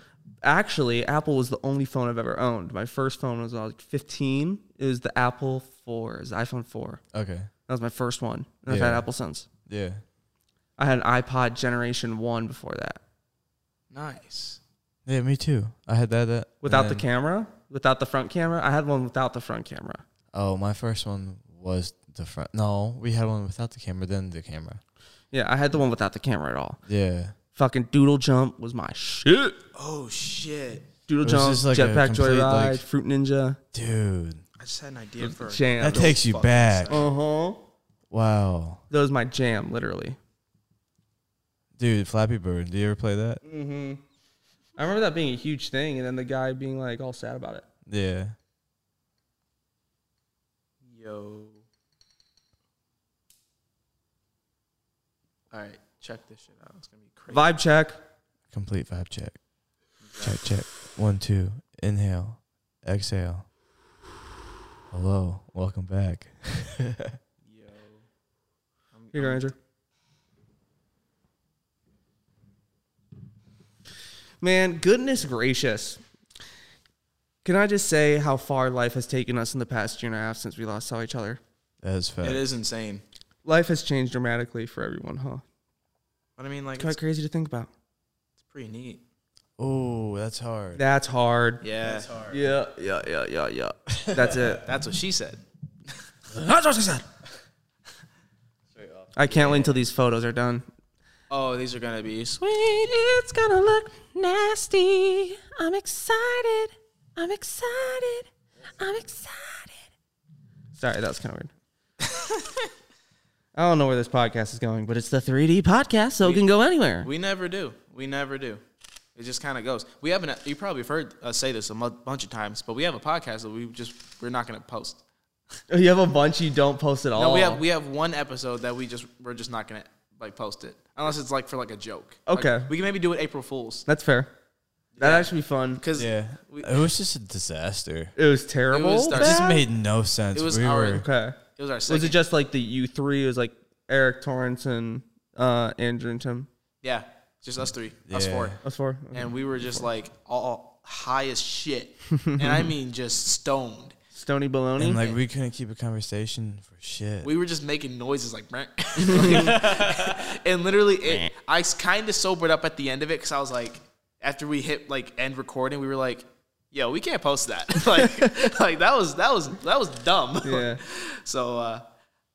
S3: Actually, Apple was the only phone I've ever owned. My first phone was when I was like 15. It was the Apple 4, it was the iPhone 4.
S2: Okay.
S3: That was my first one. And I've had
S2: Yeah.
S3: Apple since.
S2: Yeah.
S3: I had an iPod Generation 1 before that.
S1: Nice.
S2: Yeah, me too. I had that. that
S3: Without the
S2: and-
S3: camera, without the front camera. I had one without the front camera.
S2: Oh, my first one was the front. No, we had one without the camera, then the camera.
S3: Yeah, I had the one without the camera at all.
S2: Yeah.
S3: Fucking Doodle Jump was my shit.
S1: Oh shit!
S3: Doodle
S2: was
S3: Jump,
S2: just like a
S3: Jetpack
S2: complete,
S3: Joyride,
S2: like-
S3: Fruit Ninja,
S2: Dude,
S1: I just had an idea for. a-
S3: Jam.
S2: that takes you
S1: fucking
S2: back.
S3: Uh huh.
S2: Wow.
S3: That was my jam, literally.
S2: Dude, Flappy Bird. Do you ever play that?
S3: I remember that being a huge thing, and then the guy being like all sad about it.
S2: Yeah.
S1: Yo. All right, check this shit out. It's gonna be crazy.
S3: Vibe check.
S2: Complete vibe check. Check, check. One, two. Inhale. Exhale. Hello. Welcome back.
S1: Yo. I'm-
S3: Here you go, Andrew. Man, goodness gracious. Can I just say how far life has taken us in the past year and a half since we last saw each other?
S2: That is
S1: It
S2: fact.
S1: is insane.
S3: Life has changed dramatically for everyone, huh?
S1: But I mean, like,
S3: Kind
S1: it's,
S3: of crazy to think about.
S1: it's pretty neat.
S2: Oh, that's hard.
S3: That's hard.
S1: Yeah, that's,
S3: Yeah, yeah, yeah, yeah, yeah. That's [laughs] it.
S1: what she said.
S3: I can't wait until these photos are done.
S1: Oh, these are gonna be sweet.
S7: Wait, it's gonna look nasty. I'm excited. I'm excited. I'm excited.
S3: Sorry, that was kind of weird. [laughs] I don't know where this podcast is going, but it's the 3D podcast, so it can go anywhere.
S1: We never do. We never do. It just kind of goes. We haven't. You probably have heard us say this a mu- bunch of times, but we have a podcast that we just we're not gonna post.
S3: Oh, You have a bunch you don't post at all.
S1: No, we have we have one episode that we just we're just not gonna like post it unless it's like for like a joke. Like,
S3: Okay.
S1: we can maybe do it April Fools
S3: That's fair. That'd actually be fun.
S1: because
S2: Yeah.
S1: we,
S2: It was just a disaster.
S3: It was terrible.
S1: It was
S2: It
S1: our-
S2: just
S3: Uh,
S1: Yeah.
S2: made no sense.
S1: It was
S2: we
S1: our-
S2: were
S3: okay.
S1: it was our second.
S3: Was it just like the U three? It was like Eric Torrance and uh, Andrew and Tim.
S1: yeah, just us three, us
S2: Yeah.
S1: four,
S3: Us four.
S1: and we were just like all high as shit, and I mean just stoned.
S3: Stony Baloney.
S2: and like we couldn't keep a conversation for shit.
S1: We were just making noises like,
S3: [laughs]
S1: "Meh." [laughs] and literally, it, I kind of sobered up at the end of it because I was like, after we hit like end recording, we were like, "Yo, we can't post that." [laughs] like, like that was that was that was dumb.
S3: yeah.
S1: [laughs] so, uh,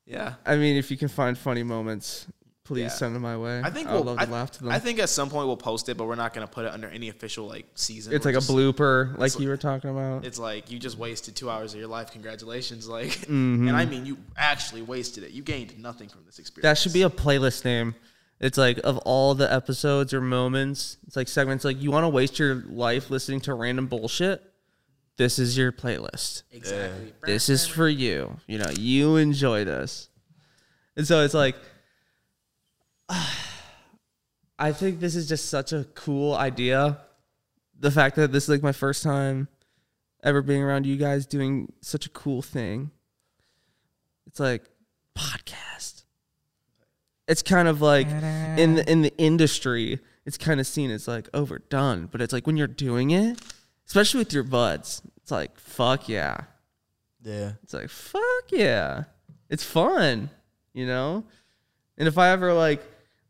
S1: yeah,
S3: I mean, if you can find funny moments, please
S1: Yeah.
S3: send them my way.
S1: I think
S3: I would
S1: we'll
S3: love
S1: I,
S3: to laugh to them.
S1: I think at some point we'll post it, but we're not gonna put it under any official like season.
S3: it's
S1: We're
S3: like a
S1: just-
S3: blooper, like you were talking about.
S1: It's like you just wasted two hours of your life. Congratulations, like, [laughs] and I mean, you actually wasted it. You gained nothing from this experience.
S3: Mm-hmm. That should be a playlist name. It's like of all the episodes or moments, it's like segments like you want to waste your life listening to random bullshit. This is your playlist.
S1: exactly.
S3: This is for you. You know, you enjoy this. And so it's like [sighs] I think this is just such a cool idea. The fact that this is like my first time ever being around you guys doing such a cool thing. It's like podcast. It's kind of like in the, in the industry, it's kind of seen as like overdone, but it's like when you're doing it, especially with your buds, it's like fuck yeah.
S2: yeah.
S3: It's like, fuck yeah. It's fun, you know? And if I ever like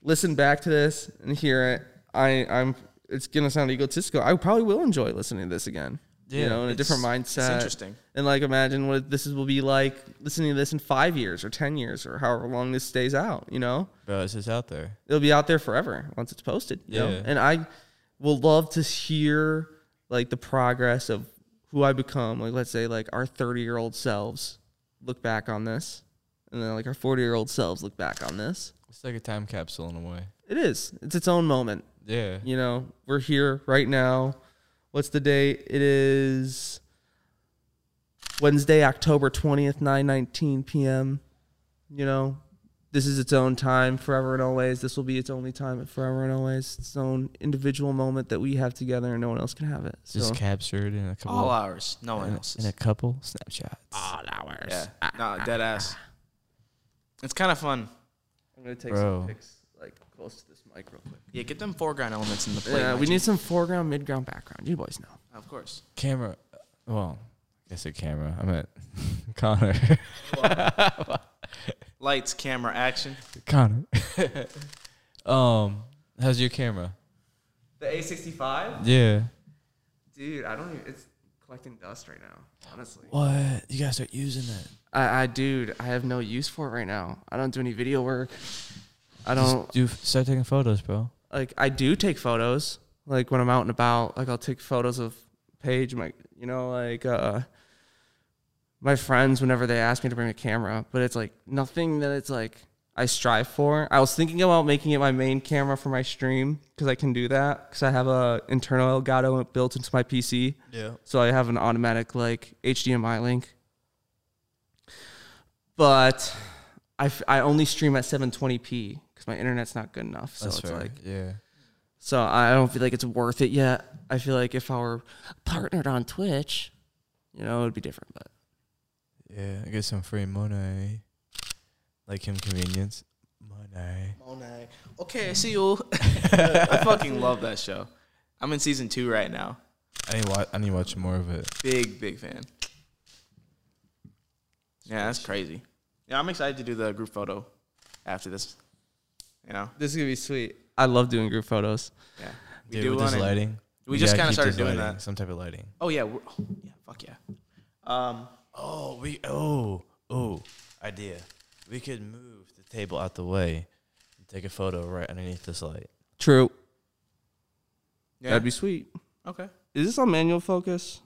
S3: listen back to this and hear it, I, I'm it's gonna sound egotistical. I probably will enjoy listening to this again. you
S2: Yeah,
S3: know, in a different mindset.
S1: interesting.
S3: And like imagine what this will be like listening to this in five years or ten years or however long this stays out, you know?
S2: Bro, it's just out there.
S3: it'll be out there forever once it's posted. You know?
S2: Yeah.
S3: And I will love to hear like the progress of who I become. Like let's say like our 30 year old selves look back on this. And then like our 40 year old selves look back on this.
S2: It's like a time capsule in a way.
S3: It is. It's its own moment.
S2: Yeah.
S3: You know, we're here right now. What's the date? It is Wednesday, October 20th, 9 19 p.m. You know, This is its own time, forever and always. This will be its only time, forever and always. Its own individual moment that we have together, and no one else can have it.
S2: Just
S3: So,
S2: captured in a couple.
S1: All hours, no one
S2: in,
S1: else.
S2: a couple snapshots.
S5: All hours.
S1: Yeah, nah, dead ass. ah, It's kind of fun.
S3: I'm gonna take
S2: Bro.
S3: some pics like close to this mic real quick.
S1: Yeah, get them foreground elements in the play.
S3: Yeah, we need some foreground, midground, background. You boys know.
S1: of course.
S2: Camera. Well, I guess a camera. I meant [laughs] Connor.
S1: Lights, camera, action.
S2: Connor. [laughs] um, how's your camera?
S3: The A65,
S2: Yeah.
S3: dude. I don't. Even, it's collecting dust right now. Honestly,
S2: What? You gotta start using that.
S3: I, I, dude, I have no use for it right now. I don't do any video work. I don't.
S2: Just do start taking photos, bro.
S3: like I do take photos. Like when I'm out and about, like I'll take photos of Paige, my you know, like uh my friends whenever they ask me to bring a camera, but it's like nothing that it's like I strive for. I was thinking about making it my main camera for my stream because I can do that because I have a internal Elgato built into my PC.
S2: Yeah.
S3: So I have an automatic like HDMI link. But I, f- I only stream at 720p because my internet's not good enough. So
S2: That's
S3: it's
S2: fair.
S3: like
S2: yeah.
S3: so I don't feel like it's worth it yet. I feel like if I were partnered on Twitch, you know, it would be different. But
S2: Yeah. I get some free money. Like him convenience. Money.
S1: Okay, I see you. [laughs] I fucking love that show. I'm in season two right now.
S2: I need wa- I need to watch more of it.
S1: Big, big fan. Yeah, that's crazy. Yeah, I'm excited to do the group photo after this. You know,
S3: this is gonna be sweet. I love doing group photos.
S1: yeah, we
S2: Dude, with
S1: wanna-
S2: this lighting.
S1: we just kinda
S2: gotta keep
S1: started
S2: this
S1: doing
S2: lighting,
S1: that.
S2: Some type of lighting.
S1: Oh yeah, we're, oh, yeah, fuck yeah. Um,
S2: Oh, we oh oh idea. We could move the table out the way and take a photo right underneath this light.
S3: True.
S1: yeah,
S3: That'd be sweet.
S1: okay.
S3: Is this on manual focus,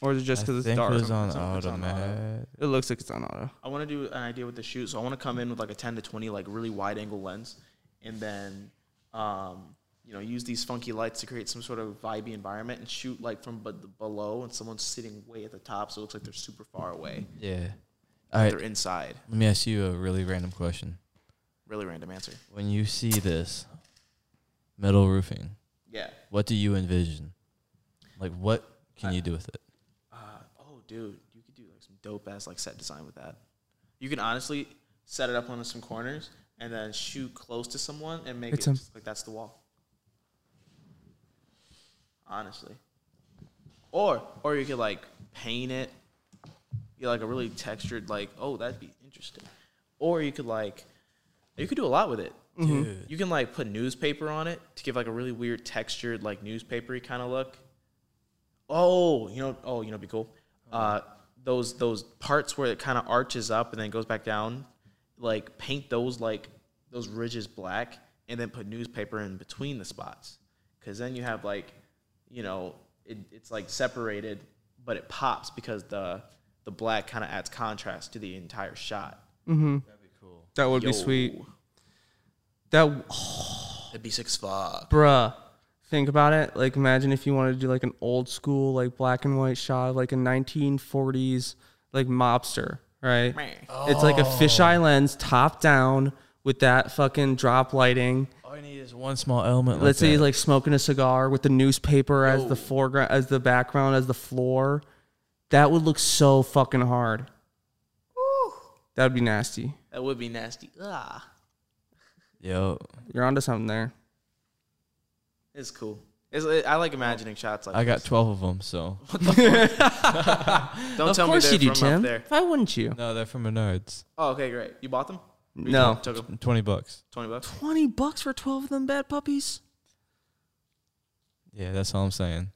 S3: or is it just
S2: I
S3: because it's
S2: think
S3: dark?
S2: it was on
S1: It's on- it's on auto.
S2: automatic.
S3: it looks like it's on auto.
S1: I want to do an idea with the shoot, so I want to come in with like a 10 to 20 like really wide angle lens, and then, um, you know, use these funky lights to create some sort of vibey environment and shoot like from b- below, and someone's sitting way at the top, so it looks like they're super far away.
S2: Yeah. All right.
S1: They're inside.
S2: Let me ask you a really random question.
S1: Really random answer.
S2: When you see this metal roofing,
S1: Yeah.
S2: what do you envision? Like, what can you do with it?
S1: Uh, oh, dude, you could do like some dope ass like set design with that. You can honestly set it up on some corners and then shoot close to someone and make
S3: It's
S1: it
S3: um,
S1: just like that's the wall. Honestly, or or you could like paint it. You like a really textured like oh that'd be interesting, or you could like you could do a lot with it.
S2: Dude.
S1: You can like put newspaper on it to give like a really weird textured, like newspapery kind of look. Oh, you know, oh, you know, it'd be cool.
S3: Uh-huh.
S1: Uh, those those parts where it kind of arches up and then goes back down, like paint those like those ridges black and then put newspaper in between the spots, because then you have like, you know, it, it's like separated, but it pops because the the black kind of adds contrast to the entire shot.
S3: That would
S1: Yo,
S3: be sweet. That
S1: That'd be six fuck.
S3: bruh. Think about it. Like, imagine if you wanted to do like an old school, like black and white shot, of, like a 1940s, like mobster, right? It's like a fisheye lens, top down, with that fucking drop lighting.
S2: All I need is one small element.
S3: Let's
S2: like
S3: say he's
S2: that.
S3: like smoking a cigar with the newspaper as the foreground, as the background, as the floor. That would look so fucking hard. That would be nasty.
S1: That would be nasty. Ah,
S2: yo,
S3: You're onto something there.
S1: it's cool. It's, it, I like
S3: Oh.
S1: imagining shots like
S2: I got twelve of them. So
S1: that. Don't tell
S3: course
S1: me
S3: you
S1: they're
S3: do,
S1: from up
S3: Tim.
S1: there.
S3: Why wouldn't you?
S2: [laughs] no, they're from Menards.
S1: Oh, okay, great. You bought them?
S3: No.
S1: Took them.
S2: Twenty bucks.
S1: Twenty bucks.
S3: 20 bucks for 12 of them bad puppies?
S2: Yeah, that's all I'm [laughs] saying.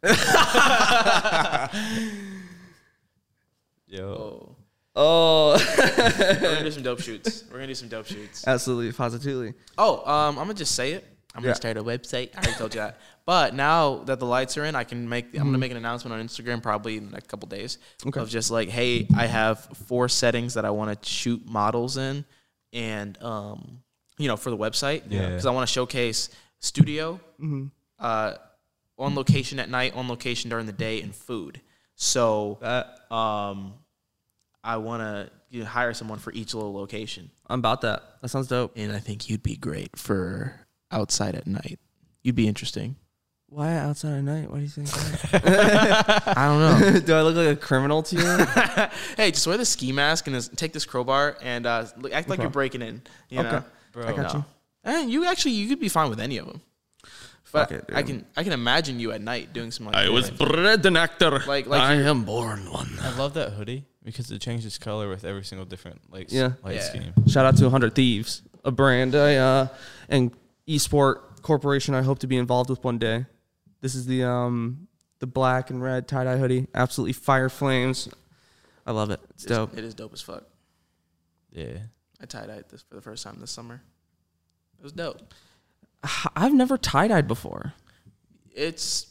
S1: Oh,
S2: yo,
S3: Oh,
S1: we're gonna do some dope shoots. We're gonna do some dope shoots.
S3: [laughs] absolutely, positively.
S1: Oh, um, I'm gonna just say it. I'm gonna start a website. I already told you that. [laughs] But now that the lights are in, I can make. I'm gonna make an announcement on Instagram probably in the next couple days
S3: Okay.
S1: of just like, hey, I have four settings that I want to shoot models in, and um, you know, for the website,
S2: Yeah.
S1: because I want to showcase studio, uh, on location at night, on location during the day, and food. So, um, I want to you know, hire someone for each little location.
S3: I'm about that. That sounds dope.
S1: And I think you'd be great for outside at night. You'd be interesting.
S3: Why outside at night? Why do you think? that?
S1: I don't know.
S3: [laughs] do I look like a criminal to you?
S1: [laughs] hey, just wear the ski mask and this, take this crowbar and uh, look- act like you're breaking in. You
S3: Okay.
S1: know?
S2: Bro,
S3: I got you.
S1: And you actually you could be fine with any of them. But
S3: Fuck it, dude.
S1: I can I can imagine you at night doing some
S4: [laughs]
S1: like
S4: I was bred an actor.
S1: like like
S6: I am born one.
S2: I love that hoodie because it changes color with every single different like s-
S3: Yeah.
S2: light
S1: Yeah.
S2: scheme.
S3: Shout out to 100 Thieves, a brand I uh, and esport corporation I hope to be involved with one day. This is the um the black and red tie dye hoodie, absolutely fire flames. I love it. It's dope.
S1: it is dope as fuck.
S2: Yeah.
S1: I tie dyed this for the first time this summer. It was dope.
S3: I've never tie dyed before.
S1: It's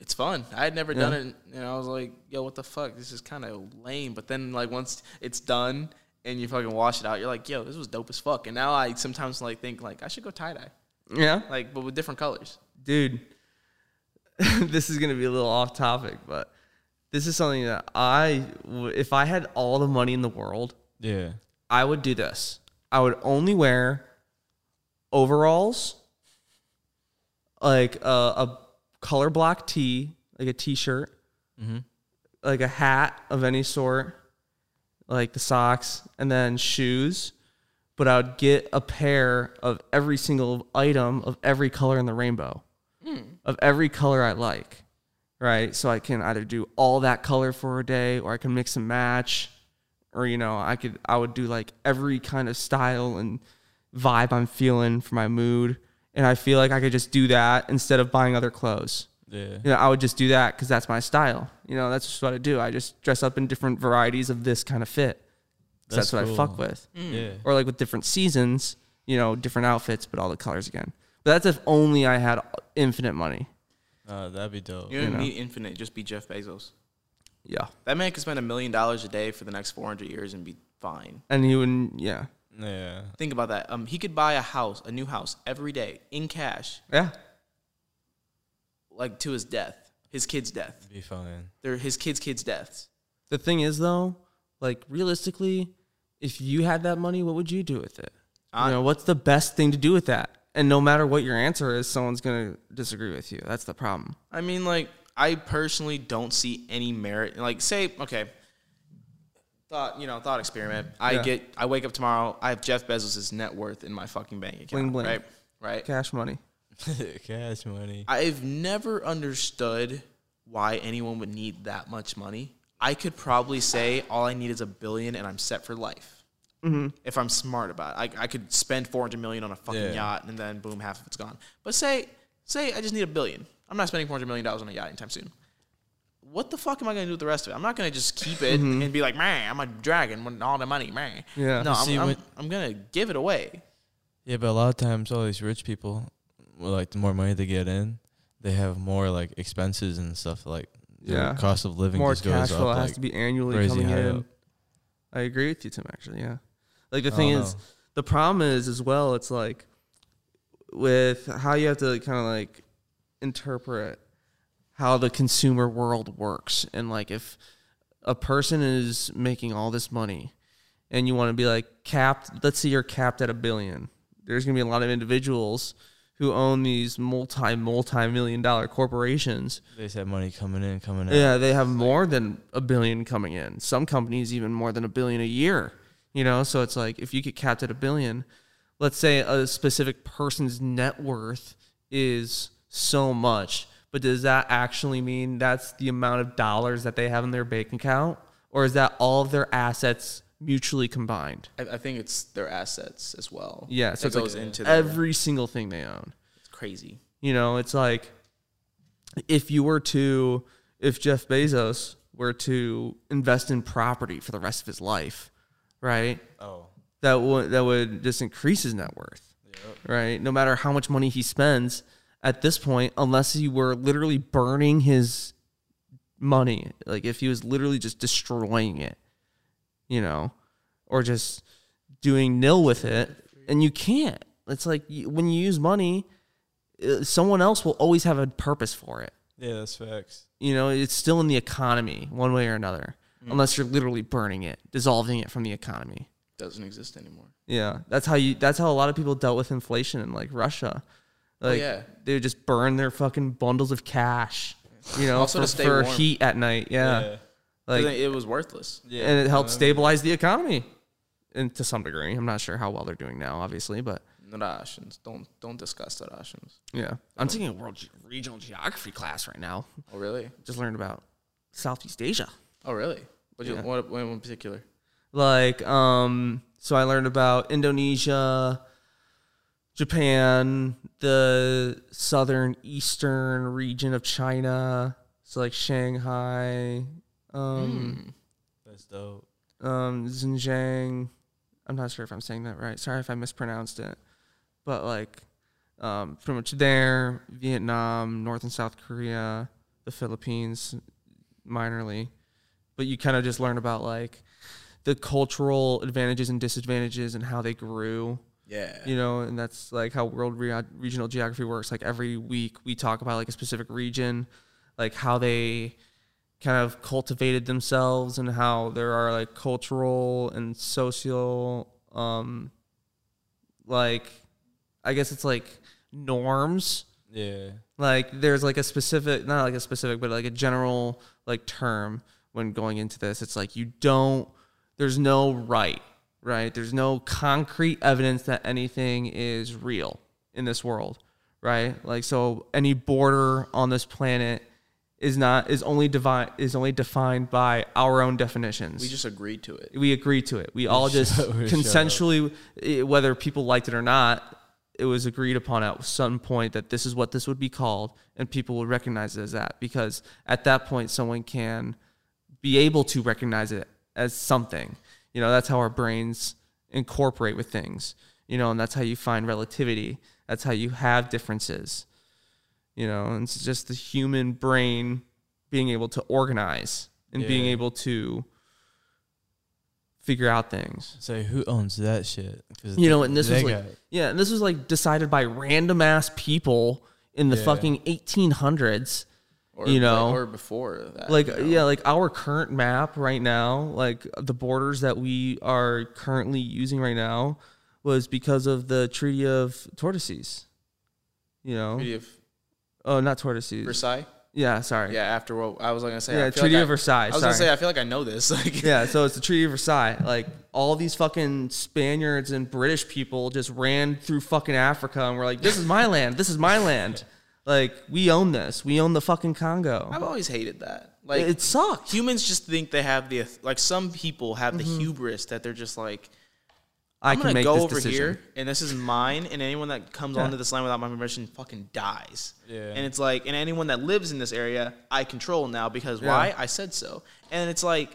S1: it's fun. I had never done it, and I was like, "Yo, what the fuck? This is kind of lame." But then, like, once it's done and you fucking wash it out, you're like, "Yo, this was dope as fuck." And now I sometimes like think like I should go tie dye,
S3: Yeah,
S1: like, but with different colors.
S3: dude. [laughs] this is gonna be a little off topic, but this is something that I, w- if I had all the money in the world,
S2: Yeah.
S3: I would do this. I would only wear overalls, like a, a color block tee, like a t-shirt, like a hat of any sort, like the socks, and then shoes. But I would get a pair of every single item of every color in the rainbow, of every color I like, right? So I can either do all that color for a day, or I can mix and match or you know i could i would do like every kind of style and vibe i'm feeling for my mood and i feel like i could just do that instead of buying other clothes
S2: Yeah.
S3: you know i would just do that because that's my style you know that's just what i do i just dress up in different varieties of this kind of fit 'Cause that's,
S2: That's
S3: what
S2: cool.
S3: i fuck with
S2: Yeah.
S3: or like with different seasons you know different outfits but all the colors again but that's if only i had infinite money
S2: Nah, that'd be dope.
S1: You don't
S3: know.
S1: need infinite. Just be Jeff Bezos.
S3: yeah
S1: That man could spend a million dollars a day for the next 400 years and be fine.
S3: and he wouldn't yeah
S2: Yeah.
S1: Think about that. Um, he could buy a house, a new house, every day in cash,
S3: yeah
S1: like to his death, his kid's death,
S2: Be fine.
S1: They're his kids' kids' deaths.
S3: The thing is, though, like realistically, if you had that money, what would you do with it?
S1: I-
S3: you know, what's the best thing to do with that? And no matter what your answer is, someone's gonna disagree with you. That's the problem.
S1: I mean, like, I personally don't see any merit. Like, say, okay, thought, you know, thought experiment. I
S3: Yeah.
S1: get, I wake up tomorrow, I have Jeff Bezos' net worth in my fucking bank account.
S3: Bling, bling.
S1: Right? Right?
S3: Cash money.
S2: [laughs] Cash money.
S1: I've never understood why anyone would need that much money. I could probably say all I need is a billion and I'm set for life.
S3: Mm-hmm.
S1: If I'm smart about it, I, I could spend 400 million on a fucking
S2: Yeah.
S1: yacht and then boom, half of it's gone. But say, say I just need a billion. I'm not spending 400 million dollars on a yacht anytime soon. What the fuck am I gonna do with the rest of it? I'm not gonna just keep it and be like, man, I'm a dragon with all the money, man.
S3: Mm-hmm. Yeah.
S1: No, I'm,
S2: See,
S1: I'm,
S2: when-
S1: I'm gonna give it away.
S2: Yeah, but a lot of times, all these rich people, well, like the more money they get in, they have more like expenses and stuff. Like their
S3: Yeah.
S2: cost of living
S3: More
S2: just goes
S3: cash flow
S2: up.
S3: has
S2: like,
S3: to be annually
S2: crazy
S3: coming
S2: high
S3: in.
S2: up.
S3: I agree with you, Tim. Actually, yeah. Like the thing
S2: don't
S3: is,
S2: know.
S3: the problem is as well. It's like with how you have to kind of like interpret how the consumer world works, and like if a person is making all this money, and you want to be like capped. Let's say you're capped at a billion. There's gonna be a lot of individuals who own these multi multi million dollar corporations
S2: they just have money coming in, coming out.
S3: yeah, they have more than a billion coming in. Some companies even more than a billion a year. You know, so it's like if you get capped at a billion, let's say a specific person's net worth is so much, but does that actually mean that's the amount of dollars that they have in their bank account, or is that all of their assets mutually combined?
S1: I, I think it's their assets as well.
S3: Yeah, so
S1: it
S3: it's like
S1: goes into the,
S3: every single thing they own.
S1: it's crazy.
S3: You know, it's like if you were to, if Jeff Bezos were to invest in property for the rest of his life, right?
S2: Oh,
S3: That would that would just increase his net worth, right? No matter how much money he spends at this point, unless he were literally burning his money, like if he was literally just destroying it, you know, or just doing nil with it, and you can't. It's like you- when you use money, uh, someone else will always have a purpose for it.
S2: yeah, that's facts.
S3: You know, it's still in the economy one way or another.
S7: unless you're literally burning it, dissolving it from the economy.
S1: Doesn't exist anymore.
S3: Yeah, that's how you. That's how a lot of people dealt with inflation in like Russia. Like
S1: Oh, yeah.
S3: they would just burn their fucking bundles of cash, you know,
S1: Also
S3: for,
S1: to stay
S3: for
S1: warm.
S3: heat at night. Yeah, like
S1: Like, it was worthless.
S3: and it helped stabilize the economy, and to some degree, I'm not sure how well they're doing now, obviously, but
S1: The Russians. Don't don't discuss the Russians.
S3: yeah,
S7: I'm taking a world ge- regional geography class right now.
S1: Oh really?
S7: Just learned about Southeast Asia.
S1: Oh really? What you what, what in particular?
S3: like um so i learned about indonesia japan the southern eastern region of china so like shanghai um
S2: That's dope.
S3: um xinjiang i'm not sure if i'm saying that right sorry if i mispronounced it but like um pretty much there vietnam north and south korea the philippines minorly but you kind of just learn about like the cultural advantages and disadvantages and how they grew
S1: Yeah.
S3: you know and that's like how world re- regional geography works like every week we talk about like a specific region like how they kind of cultivated themselves and how there are like cultural and social um like i guess it's like norms
S2: Yeah.
S3: like there's like a specific not like a specific but like a general like term when going into this it's like you don't there's no right right there's no concrete evidence that anything is real in this world right like so any border on this planet is not is only divine is only defined by our own definitions
S1: We just agreed to it.
S3: we agreed to it. We all just consensually, eh, whether people liked it or not, it was agreed upon at some point that this is what this would be called, and people would recognize it as that because at that point, someone can be able to recognize it as something. You know, that's how our brains incorporate with things. You know, and that's how you find relativity. That's how you have differences. You know, and it's just the human brain being able to organize and being
S2: Yeah.
S3: able to figure out things.
S2: So who owns that shit? 'Cause
S7: You know, and this
S2: they
S7: was like,
S2: got-
S3: Yeah, and this was like decided by random ass people in the
S2: Yeah.
S3: fucking 1800s.
S1: Or,
S3: You
S1: like-
S3: know.
S1: or before that.
S3: Like
S1: you know.
S3: yeah, like our current map right now, like the borders that we are currently using right now was because of the Treaty of Tortoises. You know?
S1: Treaty of
S3: Oh, not Tortoises.
S1: Versailles.
S3: yeah, sorry.
S1: Yeah, after what I was gonna say.
S3: Yeah,
S1: I feel
S3: Treaty
S1: like
S3: of
S1: I-
S3: Versailles,
S1: I was
S3: sorry.
S1: gonna say I feel like I know this. [laughs] Like
S3: Yeah, so it's the Treaty of Versailles. Like all these fucking Spaniards and British people just ran through fucking Africa and were like, "This is my land. This is my land. Like we own this. We own the fucking Congo."
S1: I've always hated that. Like
S3: it sucked.
S1: humans just think they have the like some people have
S3: Mm-hmm.
S1: the hubris that they're just like
S3: I
S1: I'm
S3: can
S1: gonna
S3: make
S1: go
S3: this
S1: over
S3: decision.
S1: here, and this is mine. And anyone that comes onto this land without my permission fucking dies.
S2: Yeah.
S1: And it's like, and anyone that lives in this area, I control now because why? I said so. And it's like,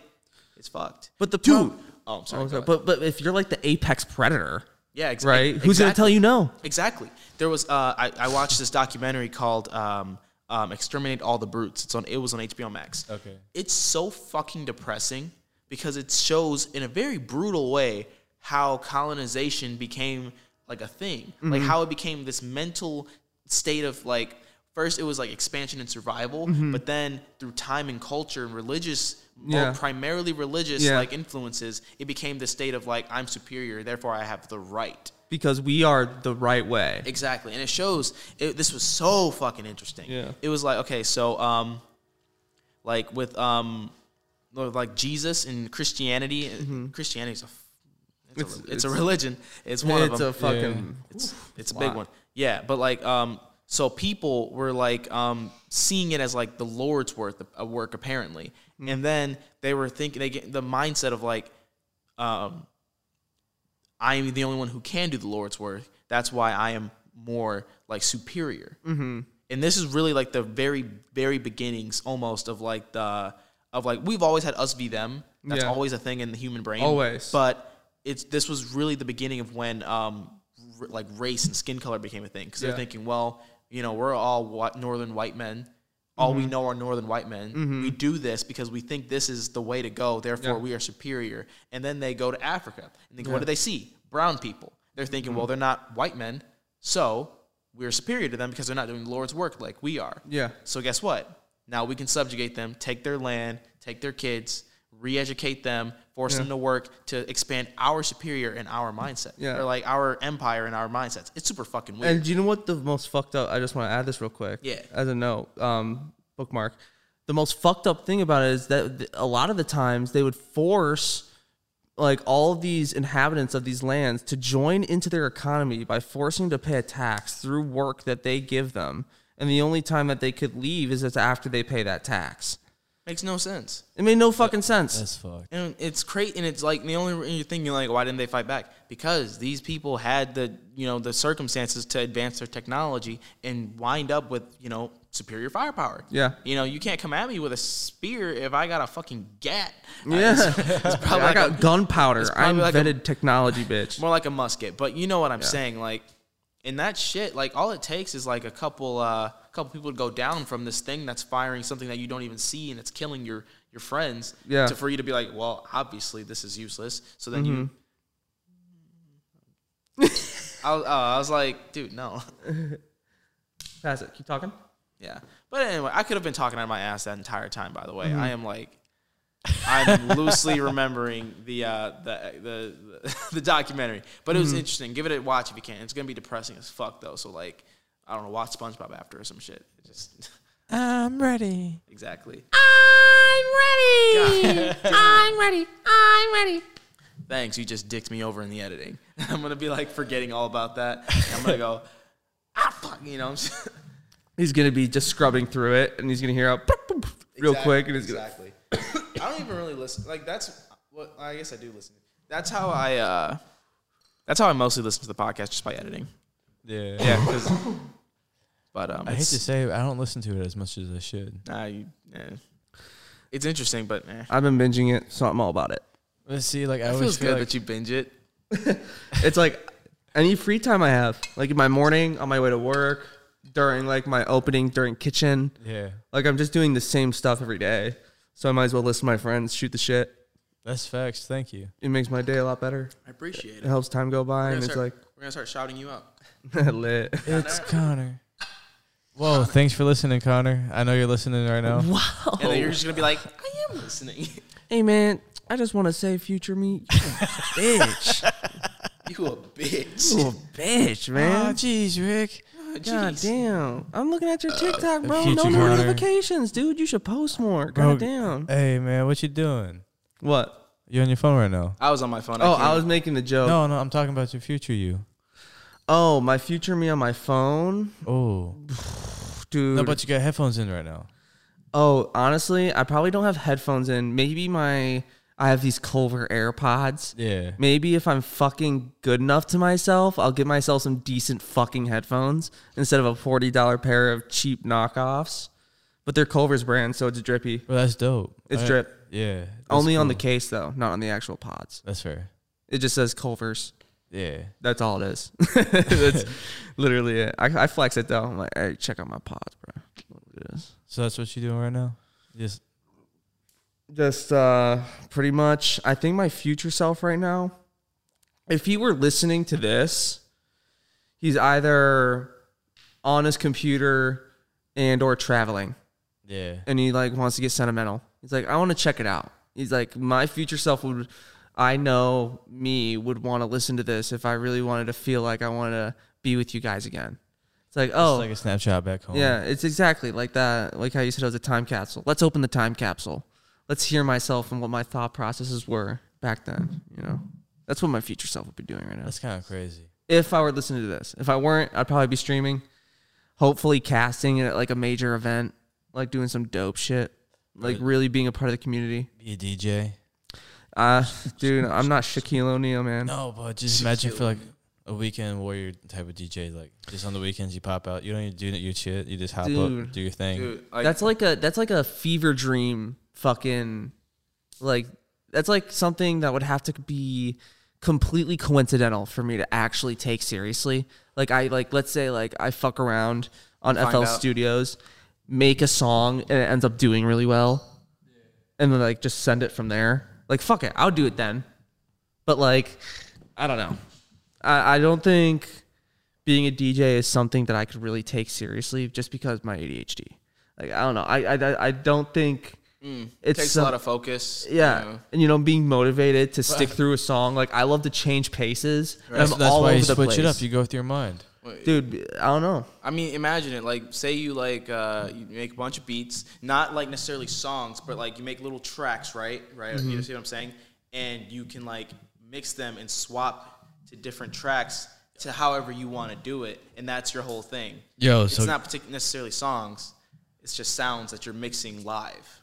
S1: it's fucked.
S3: But the
S1: dude,
S3: prob-
S1: oh, I'm sorry.
S3: Oh,
S1: go
S3: sorry.
S1: ahead.
S3: But but if you're like the apex predator,
S1: yeah, ex-
S3: right? Who's gonna tell you no?
S1: Exactly. There was uh, I, I watched this documentary called um, um, "Exterminate All the Brutes." It's on it was on HBO Max.
S2: Okay.
S1: It's so fucking depressing because it shows in a very brutal way how colonization became like a thing, like
S3: Mm-hmm.
S1: how it became this mental state of like first it was like expansion and survival,
S3: Mm-hmm.
S1: but then through time and culture and religious. more
S3: Yeah.
S1: primarily religious
S3: Yeah.
S1: like influences it became this state of like i'm superior therefore i have the right
S3: Because we are the right way.
S1: Exactly, and it shows. It, this was so fucking interesting.
S3: Yeah.
S1: it was like okay, so um, like with um, like Jesus and Christianity. Christianity is a f- it's, a, re- it's a religion. It's one of
S3: It's
S1: them.
S3: a fucking
S1: It's it's a big one. Yeah, but like um so people were like um seeing it as like the Lord's worth a work apparently. And then they were thinking they get the mindset of like um I am the only one who can do the Lord's work. That's why I am more like superior. Mm-hmm. And this is really like the very very beginnings almost of like the of like we've always had us v them. That's
S3: Yeah.
S1: always a thing in the human brain.
S3: Always.
S1: But it's this was really the beginning of when um r- like race and skin color became a thing because
S3: Yeah.
S1: they're thinking, well, you know, we're all what northern white men. All
S3: Mm-hmm.
S1: we know are northern white men. We do this because we think this is the way to go. Therefore, we are superior. And then they go to Africa and think, what do they see? Brown people. They're thinking,
S3: Mm-hmm.
S1: well, they're not white men, so we're superior to them because they're not doing the Lord's work like we are.
S3: Yeah.
S1: So guess what? Now we can subjugate them, take their land, take their kids, re-educate them, force them to work to expand our superior and our mindset,
S3: Yeah.
S1: or like our empire and our mindsets. It's super fucking weird.
S3: And do you know what the most fucked up? I just want to add this real quick.
S1: Yeah.
S3: As a note, um, bookmark. The most fucked up thing about it is that th- a lot of the times they would force like all of these inhabitants of these lands to join into their economy by forcing to pay a tax through work that they give them. And the only time that they could leave is it's after they pay that tax.
S1: Makes no sense.
S3: It made no fucking sense.
S2: [laughs] That's fucked.
S1: And it's crazy, and it's like the only re- you're thinking like, why didn't they fight back? Because these people had the you know the circumstances to advance their technology and wind up with you know superior firepower.
S3: Yeah.
S1: you know you can't come at me with a spear if I got a fucking gat.
S3: [laughs] Yeah.
S1: it's probably
S3: I
S1: like
S3: got
S1: a-
S3: gunpowder. I
S1: probably like a-
S3: invented technology, bitch.
S1: more like a musket, but you know what I'm saying. Like, in that shit, like all it takes is like a couple, uh, couple people to go down from this thing that's firing something that you don't even see and it's killing your your friends.
S3: Yeah.
S1: To, for you to be like, well, obviously this is useless. So then you. [laughs] I, was- uh, I was like, dude, no.
S3: Pass it. Keep talking.
S1: Yeah. But anyway, I could have been talking out of my ass that entire time. By the way,
S2: Mm-hmm.
S1: I am like, I'm loosely remembering the uh, the, the [laughs] the documentary, but it was
S2: Mm-hmm.
S1: interesting. Give it a watch if you can. It's gonna be depressing as fuck though. So like, I don't know, watch SpongeBob after or some shit. It Just [laughs]
S2: I'm ready.
S1: exactly.
S7: I'm
S3: [laughs]
S7: ready. I'm ready. I'm ready.
S1: Thanks, you just dicked me over in the editing. [laughs] I'm gonna be like forgetting all about that. I'm gonna go. Ah, fuck, you know.
S3: He's gonna be just scrubbing through it, and he's gonna hear out real quick, and he's gonna.
S1: exactly. I don't even really listen. Like that's what I guess I do listen. That's how I. uh That's how I mostly listen to the podcast, just by editing.
S2: Yeah.
S1: Yeah, because. [laughs] But um,
S2: I hate to say it, I don't listen to it as much as I should.
S1: Nah, you, eh. It's interesting, but eh.
S3: I've been binging it, so I'm all about it.
S2: Let's see, like I
S1: it
S2: always
S1: feels
S2: feel
S1: good
S2: like
S1: that you binge it.
S3: It's like any free time I have, like in my morning, on my way to work, during like my opening, during kitchen.
S2: yeah,
S3: Like I'm just doing the same stuff every day, so I might as well listen to my friends, shoot the shit.
S2: that's facts. Thank you.
S3: It makes my day a lot better.
S1: I appreciate
S3: It
S1: it.
S3: helps time go by, and it's like
S1: we're gonna start shouting you out.
S3: [laughs] lit.
S2: It's Connor. Whoa, thanks for listening, Connor. I know you're listening right now.
S1: And then you're just gonna be like, I am listening. [laughs]
S3: Hey man, I just want to say, future me, you a [laughs] bitch,
S1: you a bitch.
S3: you a bitch, man.
S2: Oh, jeez, Rick.
S1: [laughs]
S3: God
S1: Jeez.
S3: damn. I'm looking at your TikTok, bro.
S2: Uh, future
S3: No new
S2: Connor.
S3: notifications, dude. You should post more. God damn.
S2: Oh, Hey, man, what you doing?
S3: What?
S2: You on your phone right now?
S1: I was on my phone.
S3: Oh,
S1: can't-
S3: I was making the joke.
S2: No, no, I'm talking about your future you.
S3: Oh, my future me on my phone.
S2: Oh,
S3: Dude.
S2: no, but you got headphones in right now.
S3: oh, honestly, I probably don't have headphones in. Maybe my I have these Culver AirPods.
S2: Yeah.
S3: Maybe if I'm fucking good enough to myself, I'll get myself some decent fucking headphones instead of a $40 pair of cheap knockoffs. But they're Culver's brand, so it's drippy.
S2: Well, that's dope.
S3: It's
S2: I-
S3: drip.
S2: Yeah. that's
S3: Only on the
S2: cool.
S3: case though, not on the actual pods.
S2: That's fair.
S3: It just says Culver's.
S2: Yeah.
S3: That's all it is. [laughs] That's literally it. I, I flex it though. I'm like, hey, check out my pods, bro. Look at this.
S2: So that's what you doing right now? Just
S3: Just uh, pretty much, I think my future self right now, if he were listening to this, he's either on his computer and or traveling,
S2: yeah.
S3: and he like wants to get sentimental. He's like, I want to check it out. He's like, my future self would, I know me would want to listen to this if I really wanted to feel like I want to be with you guys again. It's like, oh,
S2: It's like a snapshot back home.
S3: Yeah, it's exactly like that. Like how you said it was a time capsule. Let's open the time capsule. Let's hear myself and what my thought processes were back then. You know, that's what my future self would be doing right now.
S2: That's kind of crazy.
S3: If I were listening to this, if I weren't, I'd probably be streaming, hopefully casting at like a major event, like doing some dope shit, like really being a part of the community.
S2: Be a DJ.
S3: Uh, dude, I'm not Shaquille O'Neal, man.
S2: No, but just imagine for like a weekend warrior type of DJ. Like just on the weekends you pop out. You don't even do your shit. You just hop
S3: Dude.
S2: up, do your thing.
S1: Dude, like,
S3: that's like a that's like a fever dream fucking like that's like something that would have to be completely coincidental for me to actually take seriously like i like let's say like i fuck around on fl
S1: out.
S3: studios make a song and it ends up doing really well and then like just send it from there like fuck it i'll do it then but like i don't know i, I don't think being a DJ is something that I could really take seriously just because my ADHD. Like I don't know. I I I don't think It's
S1: takes
S3: so-
S1: a lot of focus. you
S3: yeah,
S1: know.
S3: and you know, being motivated to [laughs] stick through a song. Like I love to change paces. and
S1: That's-
S3: I'm
S2: That's
S3: all
S2: why
S3: over
S2: you
S3: the
S2: switch
S3: place.
S2: it up. You go with your mind.
S3: dude. I don't know.
S1: I mean, imagine it. Like, say you like uh, you make a bunch of beats, not like necessarily songs, but like you make little tracks, right? Right?
S3: Mm-hmm.
S1: You see what I'm saying? And you can like mix them and swap to different tracks to however you want to do it, and that's your whole thing.
S2: Yo,
S1: it's
S2: so-
S1: not partic- necessarily songs; it's just sounds that you're mixing live.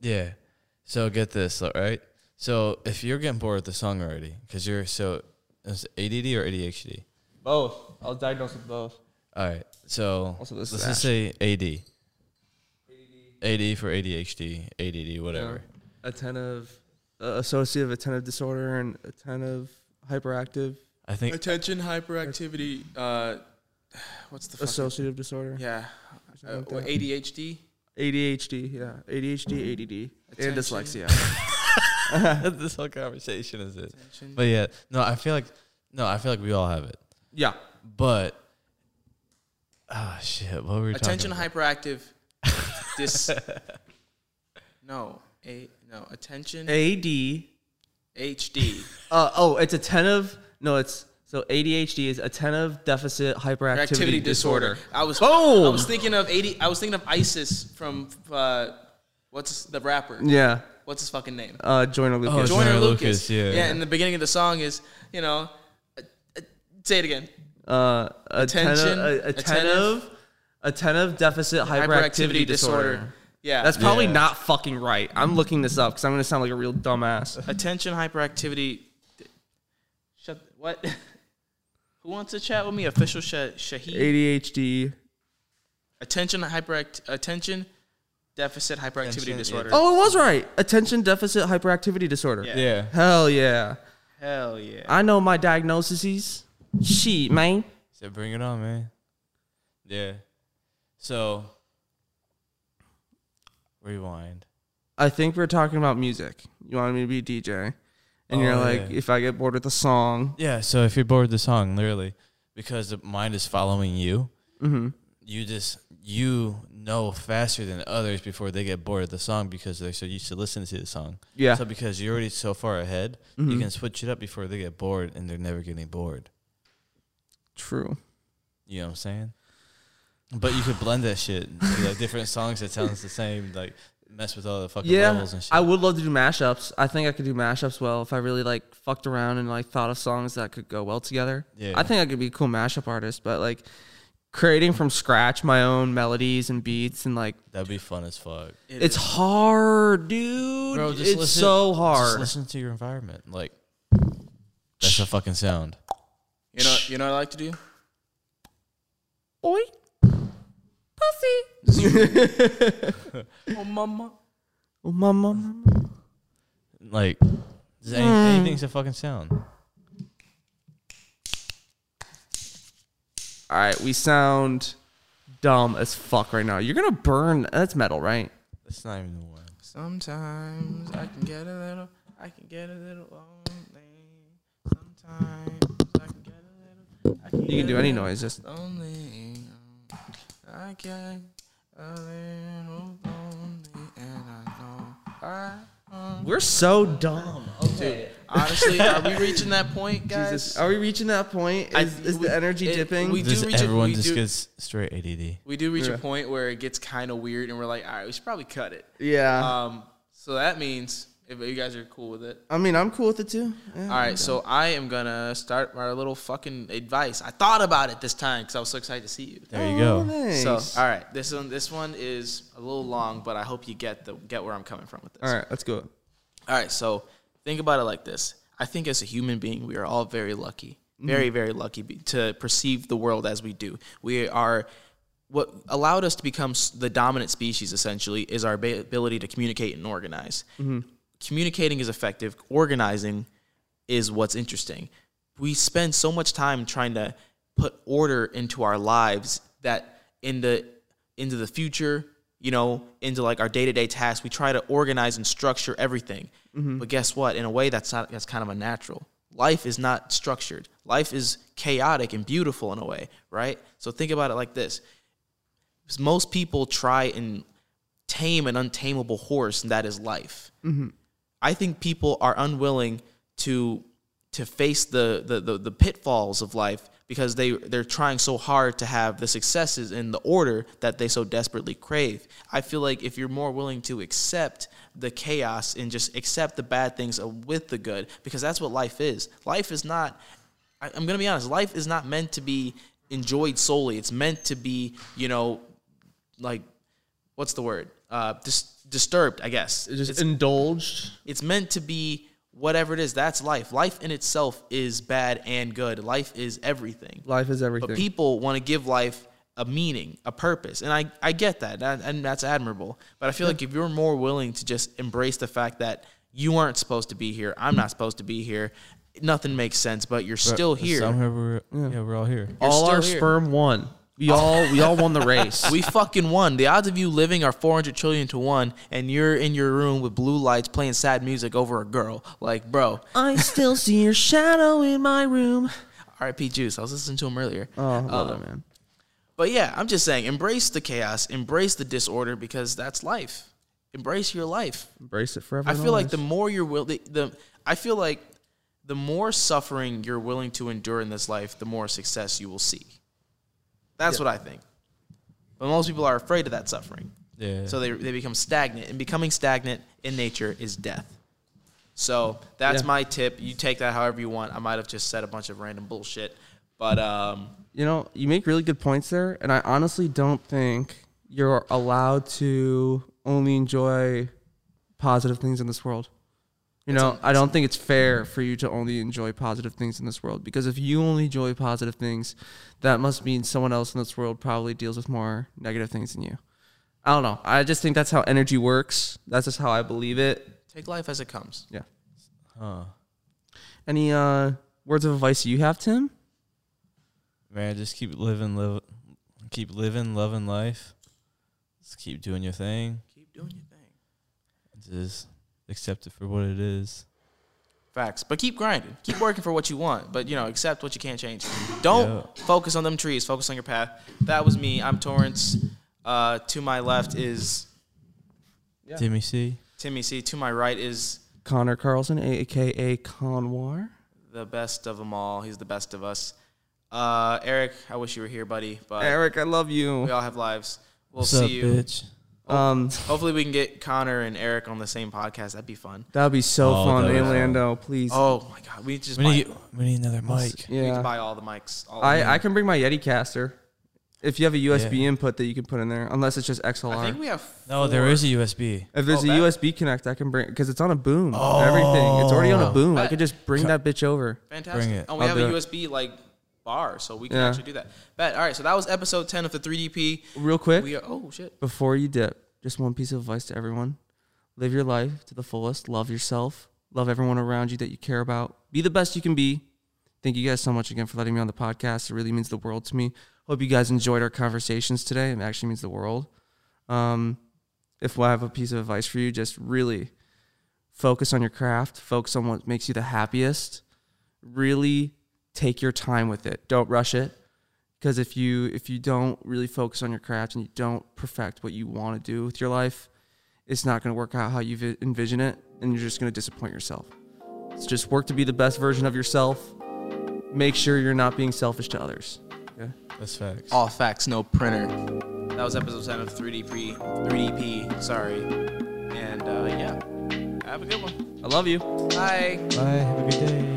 S2: Yeah. So get this, all right? So if you're getting bored with the song already, because you're so is it ADD or ADHD?
S3: Both. I was diagnosed with both.
S2: All right. So
S3: Also, this
S2: let's
S3: is
S2: just say AD. AD for ADHD, ADD, whatever.
S3: Attentive, uh, associative attentive disorder, and attentive hyperactive
S2: I think
S1: Attention hyperactivity. Uh, [sighs] what's the fucking,
S3: associative disorder.
S1: yeah? Uh,
S3: like that.
S1: ADHD.
S3: ADHD. Yeah. ADHD. ADD. And
S1: Attention.
S3: dyslexia.
S2: [laughs] this whole conversation is it. But yeah, no, I feel like no, I feel like we all have it.
S3: yeah.
S2: But ah shit, what were we
S1: Attention
S2: talking about?
S3: [laughs]
S1: hyperactive. dis. No, a no attention
S3: AD.
S1: HD.
S3: [laughs] Uh, oh, it's attentive. No, it's so ADHD is attentive deficit hyperactivity
S1: Activity disorder.
S3: disorder.
S1: I was I
S3: Boom!
S1: was thinking of eighty. I was thinking of ISIS from uh, what's his- the rapper?
S3: Yeah.
S1: What's his fucking name?
S3: Uh, Joyner Lucas.
S2: Joyner
S1: Joyner
S2: Lucas,
S1: Lucas.
S2: yeah.
S1: Yeah. And the beginning of the song is you know, uh, uh, say it again.
S3: uh, attentive,
S1: Attention,
S3: uh, attentive,
S1: attentive-
S3: attentive deficit hyperactivity,
S1: Hyperactivity
S3: disorder.
S1: disorder. Yeah.
S3: That's probably
S2: Yeah.
S3: not fucking right. I'm looking this up because I'm gonna sound like a real dumbass.
S1: attention hyperactivity. d- Shut what? [laughs] Who wants to chat with me? Official Sha- Shaheed.
S3: ADHD.
S1: Attention hyperact attention deficit hyperactivity
S2: Attention, yeah.
S1: disorder.
S3: Oh, it was right. Attention deficit hyperactivity disorder.
S1: Yeah.
S2: Yeah.
S3: Hell yeah.
S1: hell yeah!
S3: I know my diagnoses. Shit, man.
S2: So bring it on, man. Yeah. So rewind.
S3: I think we're talking about music. You wanted me to be a DJ. And you're
S2: Oh,
S3: like,
S2: yeah.
S3: if I get bored with a song,
S2: Yeah, so if you're bored with the song, literally, because the mind is following you, Mm-hmm. you just you know faster than others before they get bored of the song because they're so used to listening to the song.
S3: Yeah.
S2: So because you're already so far ahead, you can switch it up before they get bored, and they're never getting bored.
S3: true.
S2: You know what I'm saying? But you could blend that shit, into, [laughs] like different songs that sounds the same, like mess with all the fucking
S3: Yeah,
S2: levels and shit.
S3: I would love to do mashups. I think I could do mashups well if I really like fucked around and like thought of songs that could go well together.
S2: Yeah.
S3: I think I could be a cool mashup artist, but like creating from scratch my own melodies and beats and like
S2: That'd be fun as fuck.
S3: it's hard, dude.
S2: Bro, just
S3: it's
S2: listen,
S3: so
S2: Just
S3: hard.
S2: listen to your environment. Like that's a fucking sound.
S1: You know, you know what I like to do?
S3: Oi.
S1: Oh, mama.
S3: Oh, my, my, my.
S2: Like just any, anything's a fucking sound.
S3: All right, we sound dumb as fuck right now. You're gonna burn. That's metal, right?
S2: That's not even the one.
S1: Sometimes I can get a little, I can get a little lonely. Sometimes I can get a little. I can
S3: You can
S1: get
S3: do
S1: a
S3: any
S1: little
S3: noise. Just
S1: Lonely. I can a little lonely, and I know I.
S3: we're so dumb.
S1: Dude, honestly, are [laughs] we reaching that point, guys?
S3: Jesus, are we reaching that point?
S1: I-
S3: Is, is
S1: we-
S3: the energy
S1: it-
S3: dipping?
S1: we- do
S2: Just
S1: reach a-
S2: everyone
S1: we
S2: just
S1: do-
S2: gets straight ADD.
S1: We do reach
S3: Yeah.
S1: a point where it gets kind of weird, and we're like, all right, we should probably cut it.
S3: yeah.
S1: Um, so that means if you guys are cool with it,
S3: I mean, I'm cool with it too. Yeah.
S1: all right. So I am gonna start my little fucking advice. I thought about it this time because I was so excited to see you.
S2: There you go.
S3: Thanks.
S1: So all right, this one this one is a little long, but I hope you get the get where I'm coming from with this.
S3: all right, let's go.
S1: All right, so think about it like this. I think as a human being, we are all very lucky, very, very lucky be- to perceive the world as we do. We are what allowed us to become s- the dominant species essentially is our ba- ability to communicate and organize. Communicating is effective, organizing is what's interesting. We spend so much time trying to put order into our lives that in the into the future, you know, into like our day-to-day tasks, we try to organize and structure everything. But guess what? In a way that's not that's kind of unnatural. Life is not structured. Life is chaotic and beautiful in a way, right? So think about it like this. Most people try and tame an untamable horse, and that is life. I think people are unwilling to to face the the, the the pitfalls of life because they they're trying so hard to have the successes in the order that they so desperately crave. I feel like if you're more willing to accept the chaos and just accept the bad things with the good, because that's what life is. Life is not. I, I'm gonna be honest. Life is not meant to be enjoyed solely. It's meant to be, you know, like what's the word? Uh, dis- disturbed, I guess.
S3: Just
S1: It's-
S3: indulged.
S1: it's meant to be whatever it is. That's life. Life in itself is bad and good. Life is everything.
S3: Life is everything.
S1: But people want to give life a meaning, a purpose, and I I get that, that- and that's admirable. But I feel like if you're more willing to just embrace the fact that you aren't supposed to be here, I'm not supposed to be here, nothing makes sense, but you're still here.
S2: Somehow we're, yeah. we're all here.
S3: all
S1: still
S3: our
S1: here. Oh.
S3: sperm won. We all we all won
S1: [laughs]
S3: the race.
S1: we fucking won. The odds of you living are 400 trillion to one, and you're in your room with blue lights playing sad music over a girl. Like, bro,
S7: I still see your shadow in my room.
S1: RIP Juice. I was listening to him earlier.
S3: oh, I
S1: Uh,
S3: love that man.
S1: But yeah, I'm just saying, embrace the chaos, embrace the disorder because that's life. Embrace your life.
S3: Embrace it forever.
S1: I
S3: and
S1: feel like the
S3: always.
S1: more you're will the, the I feel like the more suffering you're willing to endure in this life, the more success you will see. That's what I think. But most people are afraid of that suffering.
S2: Yeah.
S1: So they, they become stagnant, and becoming stagnant in nature is death. So that's
S3: Yeah.
S1: my tip. You take that however you want. I might have just said a bunch of random bullshit, but um,
S3: you know you make really good points there, and I honestly don't think you're allowed to only enjoy positive things in this world. You know, I don't think it's fair for you to only enjoy positive things in this world because if you only enjoy positive things, that must mean someone else in this world probably deals with more negative things than you. I don't know. I just think that's how energy works. That's just how I believe it.
S1: take life as it comes.
S3: Yeah.
S2: Huh.
S3: Any uh, words of advice you have, Tim?
S2: Man, just keep living, live, keep living, loving life. Just keep doing your thing.
S1: Keep doing your thing.
S2: Just accept it for what it is.
S1: Facts. But keep grinding. Keep working for what you want. But you know, accept what you can't change. Don't focus on them trees. Focus on your path. That was me. I'm Torrance. Uh, to my left is
S2: Timmy C.
S1: Timmy C. To my right is
S3: Connor Carlson, aka Conwar.
S1: the best of them all. He's the best of us. Uh, Eric, I wish you were here, buddy. But
S3: Eric, I love
S1: we
S3: you.
S1: all have lives. We'll
S2: What's
S1: see
S2: up,
S1: you.
S2: bitch?
S3: Um,
S1: Hopefully, we can get Connor and Eric on the same podcast. That'd be fun.
S3: that'd be so
S2: Oh,
S3: fun,
S2: that would be
S3: hey
S2: fun.
S3: Lando. Please,
S1: Oh my God, we just
S2: We
S1: buy,
S2: need, we need another mic.
S1: we need to
S3: yeah.
S1: buy all the mics. All of them.
S3: I, I can bring my Yeti caster if you have a USB input that you can put in there, unless it's just XLR.
S1: I think we have.
S2: No, there
S1: four.
S2: is a USB.
S3: if there's
S1: Oh, that-
S3: a USB connect, I can bring because it's on a boom.
S2: Oh.
S3: Everything, it's already on a boom. I could just bring that bitch over.
S1: Fantastic.
S2: Bring it.
S1: And we
S2: I'll
S1: have
S2: do
S1: a
S2: it.
S1: USB like bar, so we can
S3: Yeah.
S1: actually do that. Bet. All right. So that was episode ten of the 3DP.
S3: Real quick,
S1: We are. Oh shit.
S3: before you dip, just one piece of advice to everyone: live your life to the fullest. Love yourself. Love everyone around you that you care about. Be the best you can be. Thank you guys so much again for letting me on the podcast. It really means the world to me. Hope you guys enjoyed our conversations today. It actually means the world. Um, if I have a piece of advice for you, just really focus on your craft. Focus on what makes you the happiest. Really take your time with it. Don't rush it because if you if you don't really focus on your craft and you don't perfect what you want to do with your life it's not going to work out how you vi- envision it and you're just going to disappoint yourself so just work to be the best version of yourself make sure you're not being selfish to others
S2: That's facts.
S1: All facts, no printer. That was episode ten of 3DP. 3DP. Sorry. And uh, yeah. Have a good one.
S3: i love you
S1: Bye.
S2: Bye. Have a good day.